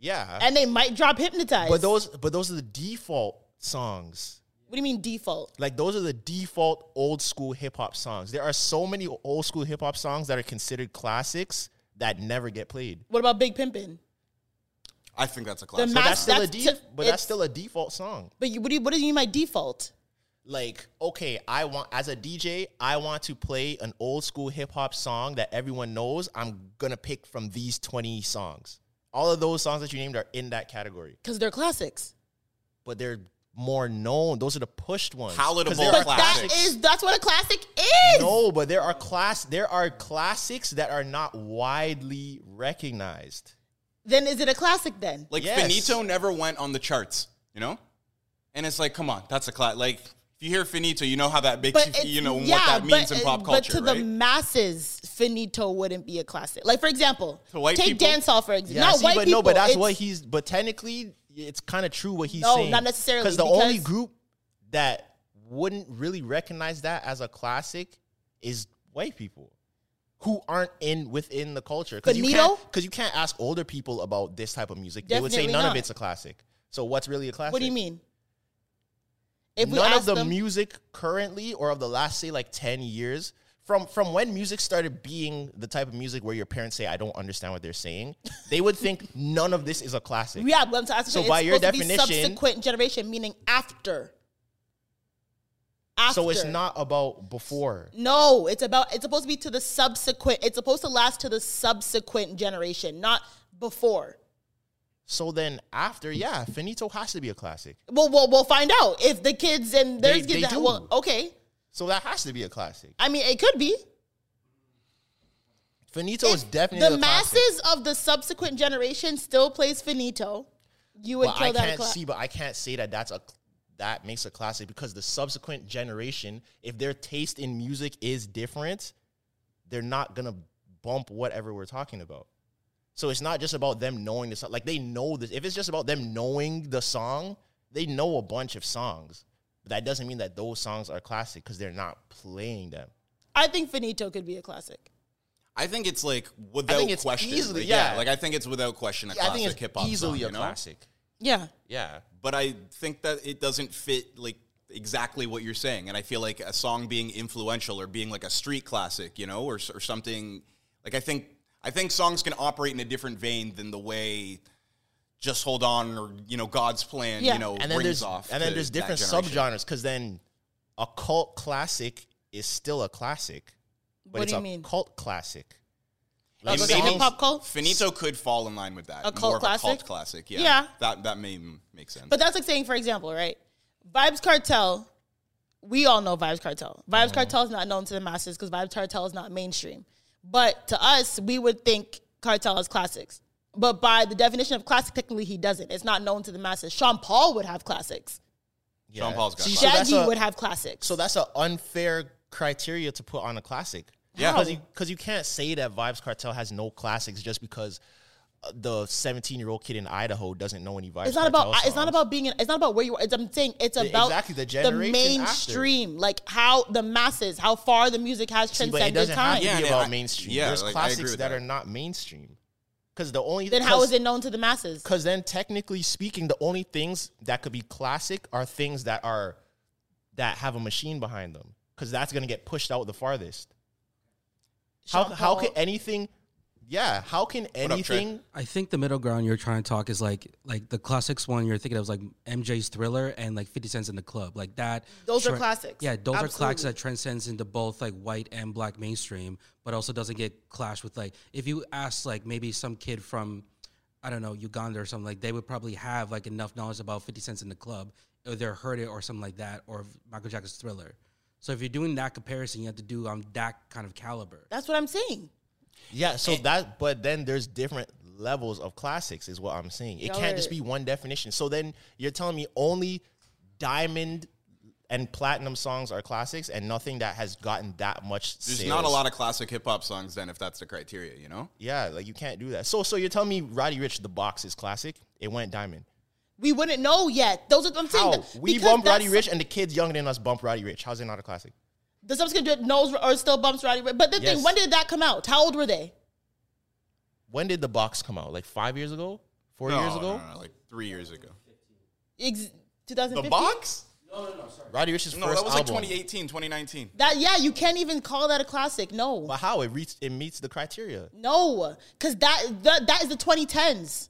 Speaker 4: yeah.
Speaker 1: and they might drop "Hypnotize."
Speaker 4: but those but those are the default songs.
Speaker 1: What do you mean default?
Speaker 4: Like those are the default old school hip hop songs. There are so many old school hip hop songs that are considered classics that never get played.
Speaker 1: What about "Big Pimpin'?
Speaker 2: I think that's a classic.
Speaker 1: But
Speaker 4: That's,
Speaker 1: That's-
Speaker 4: still a
Speaker 1: that's
Speaker 4: de-
Speaker 1: to-
Speaker 4: but that's
Speaker 1: it's-
Speaker 4: still a default song.
Speaker 1: But you, what do you, what do you mean by default?
Speaker 4: Like, okay, I want as a DJ, I want to play an old school hip hop song that everyone knows. I'm gonna pick from these 20 songs. All of those songs that you named are in that category,
Speaker 1: Because they're classics.
Speaker 4: but they're more known. Those are the pushed ones. 'Cause
Speaker 2: Palatable
Speaker 4: there
Speaker 1: But
Speaker 4: are
Speaker 2: classics.
Speaker 1: that is that's what a classic is.
Speaker 4: No, but there are class there are classics that are not widely recognized.
Speaker 1: Then is it a classic then?
Speaker 2: like
Speaker 4: Yes.
Speaker 2: Finito never went on the charts, you know, and it's like, come on, that's a class. Like if you hear Finito, you know how that makes you, f-
Speaker 1: it's-
Speaker 2: you know
Speaker 1: yeah,
Speaker 2: what that means in
Speaker 1: but-
Speaker 2: pop culture,
Speaker 1: But to
Speaker 2: right?
Speaker 1: the masses, Finito wouldn't be a classic. Like for example,
Speaker 2: To white
Speaker 1: take
Speaker 2: people?
Speaker 1: dancehall for example.
Speaker 4: Yeah,
Speaker 1: not
Speaker 4: see,
Speaker 1: white
Speaker 4: but
Speaker 1: people.
Speaker 4: no, but that's
Speaker 1: it's-
Speaker 4: what he's. But technically, it's kind of true what he's
Speaker 1: No,
Speaker 4: saying.
Speaker 1: not necessarily,
Speaker 4: Because the only
Speaker 1: because-
Speaker 4: group that wouldn't really recognize that as a classic is white people who aren't in within the culture. Because you
Speaker 1: Benito?
Speaker 4: can't because you can't ask older people about this type of music. they would say
Speaker 1: Definitely
Speaker 4: none of
Speaker 1: not.
Speaker 4: it's a classic. So what's really a classic?
Speaker 1: What do you mean? If
Speaker 4: none of
Speaker 1: ask
Speaker 4: the
Speaker 1: them-
Speaker 4: music currently or of the last say like 10 years from from when music started being the type of music where your parents say i don't understand what they're saying they
Speaker 1: (laughs)
Speaker 4: would think none of this is a classic
Speaker 1: yeah, but I'm t- asking.
Speaker 4: So
Speaker 1: it's
Speaker 4: by your
Speaker 1: supposed to be
Speaker 4: definition-
Speaker 1: subsequent generation meaning after. After.
Speaker 4: so it's not about before
Speaker 1: No, it's about. It's supposed to be to the subsequent. It's supposed to last to the subsequent generation, not before.
Speaker 4: so then after yeah finito has to be a classic
Speaker 1: Well, we'll, we'll find out if the kids and their
Speaker 4: They-
Speaker 1: kids.
Speaker 4: they
Speaker 1: that,
Speaker 4: do.
Speaker 1: Well, okay.
Speaker 4: so that has to be a classic
Speaker 1: I mean, it could be.
Speaker 4: finito is
Speaker 1: If
Speaker 4: definitely
Speaker 1: the
Speaker 4: a classic.
Speaker 1: masses of the subsequent generation still plays finito. You would
Speaker 4: But
Speaker 1: kill
Speaker 4: I
Speaker 1: that.
Speaker 4: can't
Speaker 1: cla-
Speaker 4: see, but I can't say that that's a that makes a classic because the subsequent generation, if their taste in music is different, they're not gonna bump whatever we're talking about. So it's not just about them knowing the song. Like they know this. If it's just about them knowing the song, they know a bunch of songs. But that doesn't mean that those songs are classic because they're not playing them.
Speaker 1: I think Finito could be a classic.
Speaker 2: I think it's like without
Speaker 4: it's
Speaker 2: question.
Speaker 4: easily-
Speaker 2: like,
Speaker 4: yeah.
Speaker 2: Like I think it's without question a
Speaker 4: Yeah, I think
Speaker 2: classic hip
Speaker 4: it's
Speaker 2: hop.
Speaker 4: easily
Speaker 2: song,
Speaker 4: a
Speaker 2: you know?
Speaker 4: classic.
Speaker 1: Yeah.
Speaker 4: Yeah.
Speaker 2: But I think that it doesn't fit like exactly what you're saying, and I feel like a song being influential or being like a street classic, you know, or s- or something. Like I think I think songs can operate in a different vein than the way. Just hold on, or you know, God's plan.
Speaker 1: Yeah.
Speaker 2: You know,
Speaker 4: and then
Speaker 2: rings
Speaker 4: there's
Speaker 2: off.
Speaker 4: and then
Speaker 2: to
Speaker 4: there's
Speaker 2: that
Speaker 4: different
Speaker 2: generation.
Speaker 4: subgenres because then a cult classic is still a classic, but
Speaker 1: What
Speaker 4: it's
Speaker 1: do you
Speaker 4: a
Speaker 1: mean?
Speaker 4: cult classic.
Speaker 1: Oh,
Speaker 4: Like
Speaker 1: so it's
Speaker 4: songs-
Speaker 1: a hip hop cult?
Speaker 2: Finito could fall in line with that.
Speaker 1: A cult
Speaker 2: More of
Speaker 1: classic?
Speaker 2: a cult classic. Yeah.
Speaker 1: Yeah.
Speaker 2: That that may m- make sense.
Speaker 1: But that's like saying, for example, right? Vibes Cartel. We all know Vibes Cartel. Vibes
Speaker 4: Mm-hmm.
Speaker 1: Cartel is not known to the masses because Vibes Cartel is not mainstream. But to us, we would think Cartel is classics. But by the definition of classic, technically he doesn't. It's not known to the masses. Sean Paul would have classics.
Speaker 4: yeah.
Speaker 2: Sean Paul's got
Speaker 4: See,
Speaker 2: classics.
Speaker 4: so that's
Speaker 1: Shaggy
Speaker 4: a-
Speaker 1: would have classics.
Speaker 4: So that's an unfair criteria to put on a classic.
Speaker 2: Yeah.
Speaker 4: because you, 'cause you can't say that Vibes Cartel has no classics just because uh, the 17 year old kid in Idaho doesn't know any Vibes.
Speaker 1: it's not
Speaker 4: Cartel
Speaker 1: about. It's not
Speaker 4: songs.
Speaker 1: about being. In, it's not about where you are. It's, I'm saying it's about
Speaker 4: exactly, the generation
Speaker 1: mainstream, like how the masses, how far the music has
Speaker 4: See, but it
Speaker 1: transcended
Speaker 4: doesn't
Speaker 1: time.
Speaker 4: have to
Speaker 2: Yeah,
Speaker 4: be
Speaker 2: no,
Speaker 4: about
Speaker 2: I-
Speaker 4: mainstream.
Speaker 2: yeah,
Speaker 4: There's
Speaker 2: like, I agree
Speaker 4: classics
Speaker 2: with
Speaker 4: that,
Speaker 2: that.
Speaker 4: are not mainstream. Because the only
Speaker 1: Then how
Speaker 4: 'cause-
Speaker 1: is it known to the masses?
Speaker 4: Because then, technically speaking, the only things that could be classic are things that are that have a machine behind them. Because that's gonna get pushed out the farthest. How
Speaker 1: Sean
Speaker 4: how
Speaker 1: Paul.
Speaker 4: can anything? Yeah, how can
Speaker 2: up, Trey?
Speaker 4: anything?
Speaker 3: I think the middle ground you're trying to talk is like like the classics one you're thinking of is like MJ's Thriller and like Fifty Cent's in the Club like that.
Speaker 1: Those are classics.
Speaker 3: Yeah, those are classics
Speaker 1: Absolutely.
Speaker 3: that transcends into both like white and black mainstream, but also doesn't get clashed with like if you ask like maybe some kid from I don't know Uganda or something like they would probably have like enough knowledge about Fifty Cent's in the Club, or they heard it or something like that, or Michael Jackson's Thriller. So if you're doing that comparison, you have to do on that kind of caliber.
Speaker 1: That's what I'm saying.
Speaker 4: Yeah, so that but then there's different levels of classics is what I'm saying. It
Speaker 1: Y'all
Speaker 4: can't just
Speaker 1: are-
Speaker 4: be one definition. So then you're telling me only diamond and platinum songs are classics and nothing that has gotten that much
Speaker 2: There's
Speaker 4: sales.
Speaker 2: not a lot of classic hip hop songs then, if that's the criteria, you know.
Speaker 4: Yeah, like you can't do that. So so you're telling me Roddy Rich the box is classic? It went diamond.
Speaker 1: We wouldn't know yet. Those are I'm saying.
Speaker 4: How?
Speaker 1: that-
Speaker 4: We
Speaker 1: because
Speaker 4: bump Roddy
Speaker 1: that's-
Speaker 4: Rich and the kids younger than us bump Roddy Rich. How's it not a classic?
Speaker 1: The subsequent dude knows or still bumps Roddy Rich. But the
Speaker 4: Yes.
Speaker 1: thing, when did that come out? How old were they?
Speaker 4: When did the box come out? Like five years ago? Four
Speaker 2: No,
Speaker 4: years
Speaker 2: no,
Speaker 4: ago?
Speaker 2: no, no, like three years ago.
Speaker 1: Ex- 2015.
Speaker 2: The box?
Speaker 4: Roddy Rich's
Speaker 2: No,
Speaker 4: first
Speaker 2: that was like
Speaker 4: album.
Speaker 2: 2018, 2019.
Speaker 1: That yeah, you can't even call that a classic. No,
Speaker 4: But how? It reached it meets the criteria.
Speaker 1: no, because that, that that is the 2010s.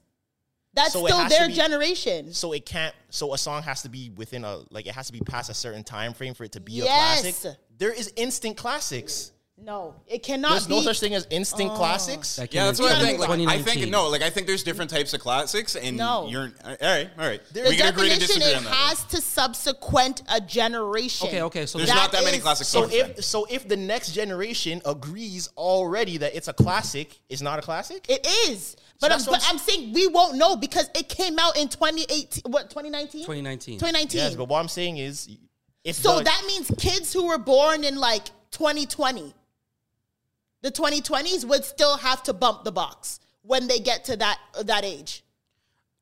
Speaker 1: That's
Speaker 4: So it
Speaker 1: still
Speaker 4: has to
Speaker 1: their
Speaker 4: be-
Speaker 1: generation.
Speaker 4: So it can't. So a song has to be within a like it has to be past a certain time frame for it to be
Speaker 1: Yes.
Speaker 4: a classic. There is instant classics.
Speaker 1: No, it cannot
Speaker 4: There's
Speaker 1: be.
Speaker 4: no such thing as
Speaker 1: Oh.
Speaker 4: instant classics.
Speaker 3: That
Speaker 2: Yeah,
Speaker 3: came
Speaker 2: that's
Speaker 3: in
Speaker 2: what I
Speaker 1: Yeah,
Speaker 2: think. Like, I think
Speaker 3: 2019.
Speaker 2: no, like I think there's different types of classics, and
Speaker 1: No.
Speaker 2: you're all right, all right.
Speaker 1: the
Speaker 2: we can agree to
Speaker 1: definition
Speaker 2: disagree
Speaker 1: it
Speaker 2: on that.
Speaker 1: has to subsequent a generation.
Speaker 3: Okay, okay, so
Speaker 2: there's
Speaker 3: that
Speaker 2: not that many
Speaker 1: is-
Speaker 2: classic
Speaker 4: so
Speaker 2: songs. then.
Speaker 4: if so if the next generation agrees already that it's a classic, it's not a classic.
Speaker 1: It is. But, I'm,
Speaker 4: that's
Speaker 1: but
Speaker 4: what I'm
Speaker 1: I'm saying we won't know because it came out in 2018, what, 2019?
Speaker 3: 2019.
Speaker 1: 2019.
Speaker 4: yes, but what I'm saying is, if
Speaker 1: so
Speaker 4: the-
Speaker 1: that means kids who were born in like 2020, the 2020s would still have to bump the box when they get to that uh, that age.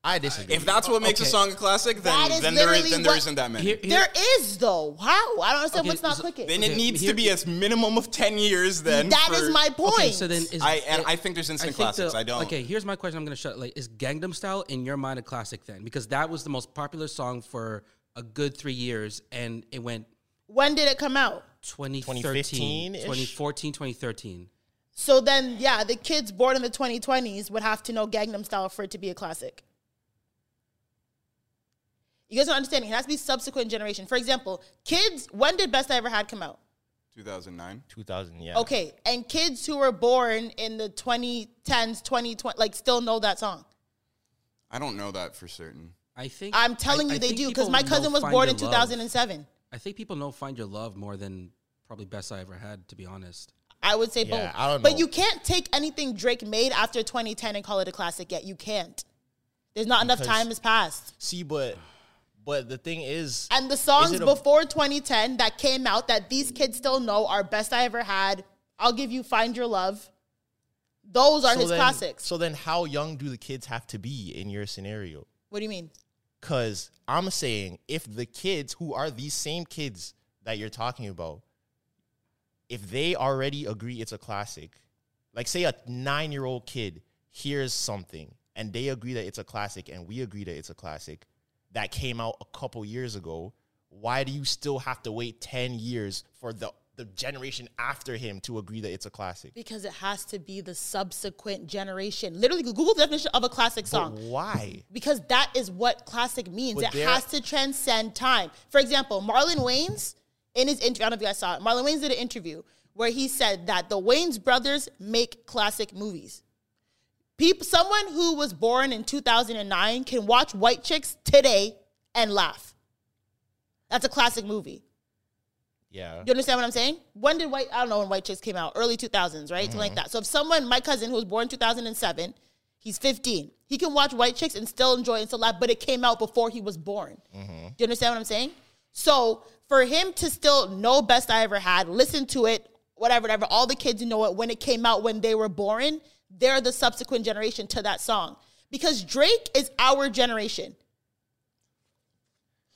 Speaker 4: I disagree.
Speaker 2: if that's what makes a
Speaker 3: Okay.
Speaker 2: song a classic,
Speaker 1: That
Speaker 2: then
Speaker 1: is
Speaker 2: then there is
Speaker 1: literally
Speaker 2: then there
Speaker 1: what-
Speaker 2: isn't that many.
Speaker 3: Here- here-
Speaker 1: There is though. How? I don't understand
Speaker 3: Okay,
Speaker 1: what's not
Speaker 3: so-
Speaker 1: clicking.
Speaker 2: then
Speaker 3: Okay,
Speaker 2: it needs
Speaker 3: here-
Speaker 2: to be a minimum of ten years. Then
Speaker 1: that
Speaker 2: for-
Speaker 1: is my point.
Speaker 3: Okay, so then is,
Speaker 2: I- and I think there's instant
Speaker 3: think the-
Speaker 2: classics. I don't.
Speaker 3: Okay, here's my question. I'm gonna shut. Like, is Gangnam Style in your mind a classic then? Because that was the most popular song for a good three years, and it went
Speaker 1: when did it come out?
Speaker 3: 2013,
Speaker 4: 2015-ish?
Speaker 3: 2014, 2013.
Speaker 1: So then, yeah, the kids born in the 2020s would have to know Gangnam Style for it to be a classic. You guys are understanding. It has to be subsequent generation. For example, kids. When did Best I Ever Had come out?
Speaker 2: 2009.
Speaker 4: 2000, yeah.
Speaker 1: Okay, and kids who were born in the 2010s, 2020, like still know that song.
Speaker 2: I don't know that for certain.
Speaker 3: I think
Speaker 1: I'm telling
Speaker 3: I-
Speaker 1: you,
Speaker 3: I
Speaker 1: they
Speaker 3: think
Speaker 1: do because
Speaker 3: people
Speaker 1: my
Speaker 3: know
Speaker 1: cousin was
Speaker 3: Find
Speaker 1: born
Speaker 3: Your
Speaker 1: in
Speaker 3: Love.
Speaker 1: 2007.
Speaker 3: I think people know "Find Your Love" more than probably "Best I Ever Had." To be honest,
Speaker 1: I would say
Speaker 4: Yeah,
Speaker 1: both.
Speaker 4: I don't know.
Speaker 1: But you can't take anything Drake made after 2010 and call it a classic yet. You can't. There's not enough
Speaker 4: Because-
Speaker 1: time has passed.
Speaker 4: See, but but the thing is,
Speaker 1: And the songs
Speaker 4: it a-
Speaker 1: before 2010 that came out that these kids still know are Best I Ever Had, I'll Give You Find Your Love. Those are
Speaker 4: So
Speaker 1: his
Speaker 4: then-
Speaker 1: classics.
Speaker 4: So then, how young do the kids have to be in your scenario?
Speaker 1: what do you mean?
Speaker 4: Because I'm saying if the kids who are these same kids that you're talking about, if they already agree it's a classic, like say a nine year old kid hears something and they agree that it's a classic and we agree that it's a classic that came out a couple years ago, why do you still have to wait 10 years for the, the generation after him to agree that it's a classic?
Speaker 1: Because it has to be the subsequent generation. Literally, Google the definition of a classic
Speaker 4: But
Speaker 1: song.
Speaker 4: why?
Speaker 1: because that is what classic means.
Speaker 4: But
Speaker 1: it
Speaker 4: there-
Speaker 1: has to transcend time. For example, Marlon Wayne's in his interview, I don't know if you guys saw it. Marlon Wayne's did an interview where he said that the Wayne's brothers make classic movies. People, someone who was born in 2009 can watch White Chicks today and laugh. That's a classic movie.
Speaker 4: Yeah.
Speaker 1: Do you understand what I'm saying? When did White? I don't know when White Chicks came out. Early 2000s, right? Something like that. So if someone, my cousin who was born 2007, he's 15. He can watch White Chicks and still enjoy and still laugh, but it came out before he was born. Do you understand what I'm saying? So for him to still know Best I Ever Had, listen to it, whatever, whatever. All the kids know it when it came out when they were born. They're the subsequent generation to that song because Drake is our generation.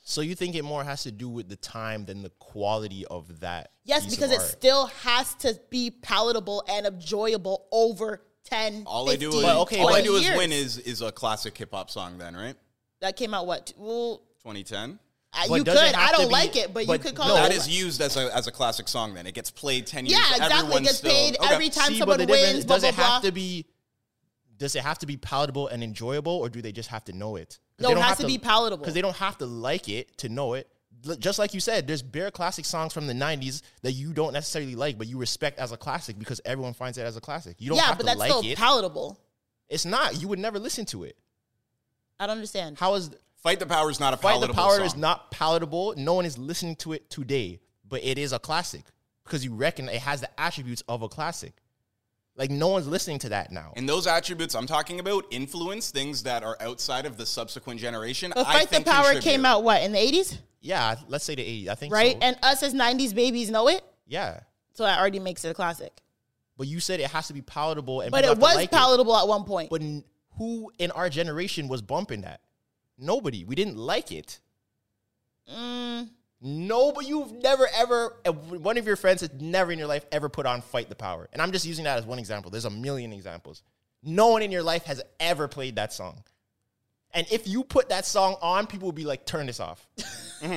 Speaker 4: So you think it more has to do with the time than the quality of that?
Speaker 1: Yes,
Speaker 4: piece of
Speaker 1: because it
Speaker 4: art?
Speaker 1: still has to be palatable and enjoyable over 10,
Speaker 2: All I do is
Speaker 1: 15,
Speaker 4: But okay,
Speaker 2: all I
Speaker 1: 20
Speaker 2: do is
Speaker 1: years.
Speaker 2: win is is a classic hip hop song then, right?
Speaker 1: That came out what? Well,
Speaker 2: 2010.
Speaker 1: I-
Speaker 4: But
Speaker 1: you could.
Speaker 4: does it have
Speaker 1: I
Speaker 4: to
Speaker 1: don't
Speaker 4: be-
Speaker 1: like it, but,
Speaker 4: but
Speaker 1: you could call
Speaker 4: no,
Speaker 1: it.
Speaker 2: That is used as a as a classic song then. It gets played 10
Speaker 1: Oh,
Speaker 2: years.
Speaker 1: Yeah, exactly. It
Speaker 2: Everyone's
Speaker 1: gets
Speaker 2: still-
Speaker 1: played
Speaker 2: okay.
Speaker 1: every time
Speaker 4: See,
Speaker 1: someone
Speaker 4: but the
Speaker 1: wins,
Speaker 4: difference-
Speaker 1: blah,
Speaker 4: does
Speaker 1: blah,
Speaker 4: it have
Speaker 1: blah.
Speaker 4: to be? Does it have to be palatable and enjoyable, or do they just have to know it?
Speaker 1: No, it has to be palatable.
Speaker 4: because they don't have to like it to know it. L- Just like you said, there's bare classic songs from the '90s that you don't necessarily like, but you respect as a classic because everyone finds it as a classic. You don't
Speaker 1: yeah,
Speaker 4: have
Speaker 1: but
Speaker 4: to
Speaker 1: that's
Speaker 4: like
Speaker 1: still
Speaker 4: it.
Speaker 1: palatable.
Speaker 4: it's not. You would never listen to it.
Speaker 1: I don't understand.
Speaker 4: How is
Speaker 2: Fight the Power is not a
Speaker 4: Fight the
Speaker 2: palatable
Speaker 4: Power is
Speaker 2: song.
Speaker 4: not palatable. No one is listening to it today, but it is a classic because you reckon it has the attributes of a classic. Like no one's listening to that now.
Speaker 2: And those attributes I'm talking about influence things that are outside of the subsequent generation.
Speaker 1: But
Speaker 2: I
Speaker 1: Fight the
Speaker 2: think
Speaker 1: Power
Speaker 2: contribute.
Speaker 1: came out what in the 80s,
Speaker 4: yeah, let's say the 80. I think
Speaker 1: right?
Speaker 4: so.
Speaker 1: And us as 90s babies know it,
Speaker 4: yeah,
Speaker 1: so that already makes it a classic.
Speaker 4: but you said it has to be palatable, and
Speaker 1: But
Speaker 4: people
Speaker 1: it
Speaker 4: have to
Speaker 1: was
Speaker 4: like
Speaker 1: palatable at one point.
Speaker 4: But n- who in our generation was bumping that? Nobody. We didn't like it. No, but you've never ever uh, one of your friends has never in your life ever put on Fight the Power. And I'm just using that as one example. There's a million examples. No one in your life has ever played that song. And if you put that song on, people will be like, turn this off. (laughs)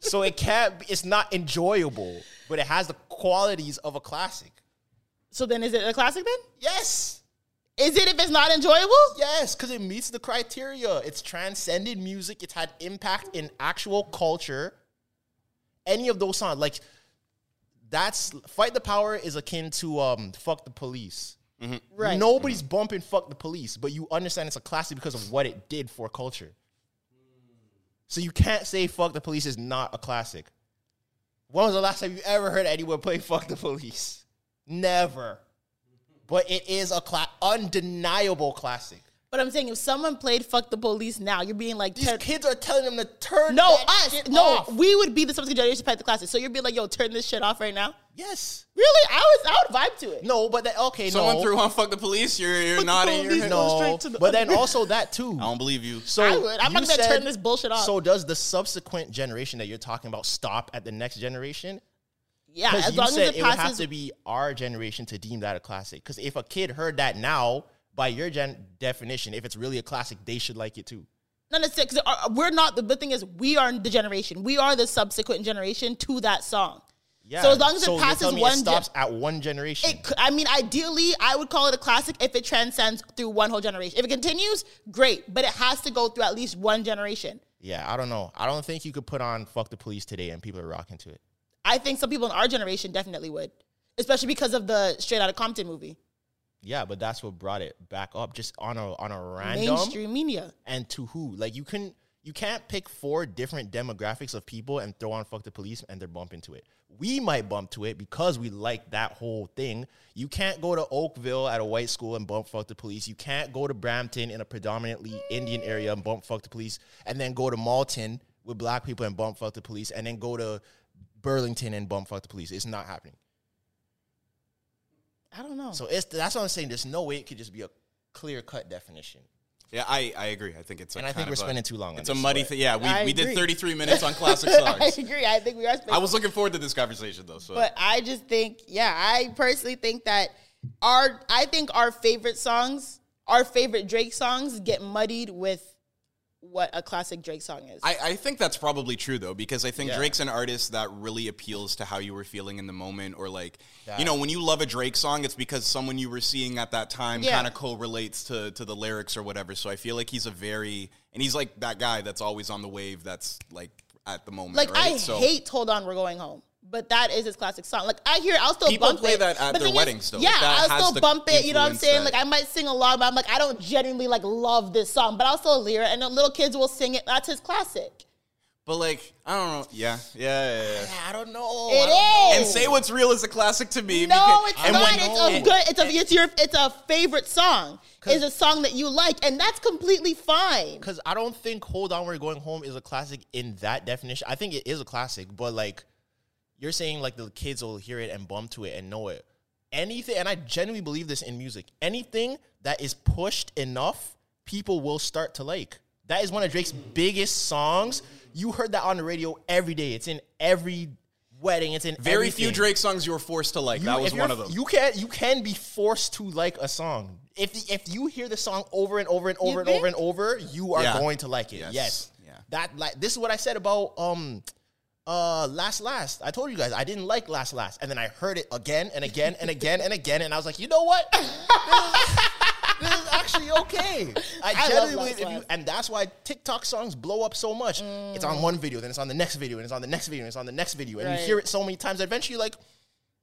Speaker 4: so it can't be- it's not enjoyable, but it has the qualities of a classic.
Speaker 1: so then, is it a classic then?
Speaker 4: Yes.
Speaker 1: Is it if it's not enjoyable?
Speaker 4: Yes, because it meets the criteria. It's transcended music. It's had impact in actual culture. Any of those songs, like that's "Fight the Power" is akin to um "Fuck the Police."
Speaker 1: Right.
Speaker 4: Nobody's bumping "Fuck the Police," but you understand it's a classic because of what it did for culture. So you can't say "Fuck the Police" is not a classic. When was the last time you ever heard anyone play "Fuck the Police"? Never. But it is a cla- undeniable classic.
Speaker 1: But I'm saying if someone played "Fuck the Police" now, you're being like,
Speaker 4: These
Speaker 1: turn-
Speaker 4: kids are telling them to turn
Speaker 1: no,
Speaker 4: that
Speaker 1: us,
Speaker 4: shit
Speaker 1: no,
Speaker 4: off.
Speaker 1: we would be the subsequent generation to pay the classes. So you're being like, yo, turn this shit off right now.
Speaker 4: yes,
Speaker 1: Really, I was, I would vibe to it.
Speaker 4: no, but that okay,
Speaker 2: Someone
Speaker 4: no,
Speaker 2: threw on Fuck the Police. You're, you're
Speaker 1: Fuck the
Speaker 2: nodding your
Speaker 1: Police,
Speaker 2: head.
Speaker 1: no.
Speaker 2: I
Speaker 1: Going
Speaker 4: no,
Speaker 1: straight to the-
Speaker 4: but then
Speaker 1: (laughs)
Speaker 4: also that too.
Speaker 2: don't believe you.
Speaker 4: So
Speaker 1: I would. I'm
Speaker 4: you
Speaker 1: not gonna
Speaker 4: said-
Speaker 1: turn this bullshit off.
Speaker 4: So does the subsequent generation that you're talking about stop at the next generation?
Speaker 1: yeah,
Speaker 4: Because
Speaker 1: as
Speaker 4: you
Speaker 1: long as
Speaker 4: said
Speaker 1: it
Speaker 4: it would have
Speaker 1: passes.
Speaker 4: to be our generation to deem that a classic. Because if a kid heard that now, by your gen- definition, if it's really a classic, they should like it too.
Speaker 1: No, no, because uh, we're not. The good thing is, we are the generation. We are the subsequent generation to that song.
Speaker 4: Yeah.
Speaker 1: So as long as it
Speaker 4: you're
Speaker 1: passes
Speaker 4: telling me
Speaker 1: one
Speaker 4: it
Speaker 1: gen-
Speaker 4: stops at one generation.
Speaker 1: It, c- I mean, ideally, I would call it a classic if it transcends through one whole generation. If it continues, great, but it has to go through at least one generation.
Speaker 4: yeah, I don't know. I don't think you could put on "Fuck the Police" today and people are rocking to it.
Speaker 1: I think some people in our generation definitely would, especially because of the Straight Outta Compton movie,
Speaker 4: Yeah, but that's what brought it back up, just on a on a random
Speaker 1: mainstream media.
Speaker 4: and to who. Like you couldn't you can't pick four different demographics of people and throw on fuck the police and they're bumping to it. We might bump to it because we like that whole thing. You can't go to Oakville at a white school and bump fuck the police. You can't go to Brampton in a predominantly Indian area and bump fuck the police, and then go to Malton with black people and bump fuck the police, and then go to Burlington and bump fuck the police. It's not happening.
Speaker 1: I don't
Speaker 2: Oh.
Speaker 1: know.
Speaker 4: So it's that's what I'm saying. There's no way it could just be a clear cut definition.
Speaker 2: Yeah, I, I agree. I think it's a
Speaker 4: And I
Speaker 2: kind
Speaker 4: think we're
Speaker 2: of a-
Speaker 4: spending too long on
Speaker 2: It's a
Speaker 4: this,
Speaker 2: muddy
Speaker 4: but-
Speaker 2: thing. Yeah, we,
Speaker 1: I
Speaker 2: we did
Speaker 1: agree. (laughs)
Speaker 2: 33 minutes
Speaker 4: (laughs)
Speaker 2: on classic
Speaker 1: I
Speaker 2: songs.
Speaker 1: agree. I think we are. Spending
Speaker 2: I was looking forward to this conversation though. So
Speaker 1: But I just think, yeah, I personally think that our I think our favorite songs, our favorite Drake songs get muddied with what a classic Drake song is.
Speaker 2: I, I think that's probably true though, because I think
Speaker 4: Yeah.
Speaker 2: Drake's an artist that really appeals to how you were feeling in the moment, or like, you know, when you love a Drake song, it's because someone you were seeing at that time
Speaker 1: Yeah.
Speaker 2: kind of correlates to to the lyrics or whatever. So I feel like he's a very and he's like that guy that's always on the wave, that's like at the moment.
Speaker 1: like
Speaker 2: right?
Speaker 1: I
Speaker 2: so
Speaker 1: hate Hold On We're Going Home. But that is his classic song. Like I hear, I'll still
Speaker 2: People
Speaker 1: bump
Speaker 2: play
Speaker 1: it.
Speaker 2: that at
Speaker 1: But
Speaker 2: their
Speaker 1: thing is,
Speaker 2: weddings, though. Like,
Speaker 1: Yeah,
Speaker 2: that has
Speaker 1: I'll still
Speaker 2: the
Speaker 1: bump it. You know what I'm
Speaker 2: influence
Speaker 1: saying?
Speaker 2: that-
Speaker 1: Like I might sing along, but I'm like, I don't genuinely like love this song. But I'll still hear it, and the little kids will sing it. That's his classic.
Speaker 2: but like I don't know. Yeah, yeah, yeah. yeah.
Speaker 4: I don't know.
Speaker 1: It is.
Speaker 2: And say what's real is a classic to me.
Speaker 1: No,
Speaker 2: because-
Speaker 1: it's
Speaker 2: and
Speaker 1: not.
Speaker 2: when-
Speaker 1: It's a
Speaker 2: and-
Speaker 1: good. It's a. It's your. It's a favorite song. It's a song that you like, and that's completely fine.
Speaker 4: Because I don't think "Hold On, We're Going Home" is a classic in that definition. I think it is a classic, but like you're saying, like the kids will hear it and bump to it and know it. Anything, and I genuinely believe this in music. Anything that is pushed enough, people will start to like. That is one of Drake's biggest songs. You heard that on the radio every day. It's in every wedding. It's in
Speaker 2: very
Speaker 4: everything.
Speaker 2: few Drake songs you were forced to like.
Speaker 4: You-
Speaker 2: that
Speaker 4: if
Speaker 2: was
Speaker 4: you're-
Speaker 2: one of them.
Speaker 4: You can you can be forced to like a song. If the, if you hear the song over and over and over and over and over, you are
Speaker 2: Yeah.
Speaker 4: going to like it.
Speaker 2: Yes.
Speaker 4: Yes.
Speaker 2: Yeah.
Speaker 4: That like this is what I said about um uh last last. I told you guys I didn't like last last, and then I heard it again and again and again and again, and I was like, you know what? (laughs) This is- This is
Speaker 1: (laughs)
Speaker 4: actually okay. I,
Speaker 1: love
Speaker 4: genuinely
Speaker 1: Last
Speaker 4: believe if you,
Speaker 1: Last.
Speaker 4: and that's why TikTok songs blow up so much. It's on one video, then it's on the next video, and it's on the next video, and it's on the next video, and
Speaker 1: Right.
Speaker 4: you hear it so many times. Eventually, you're like,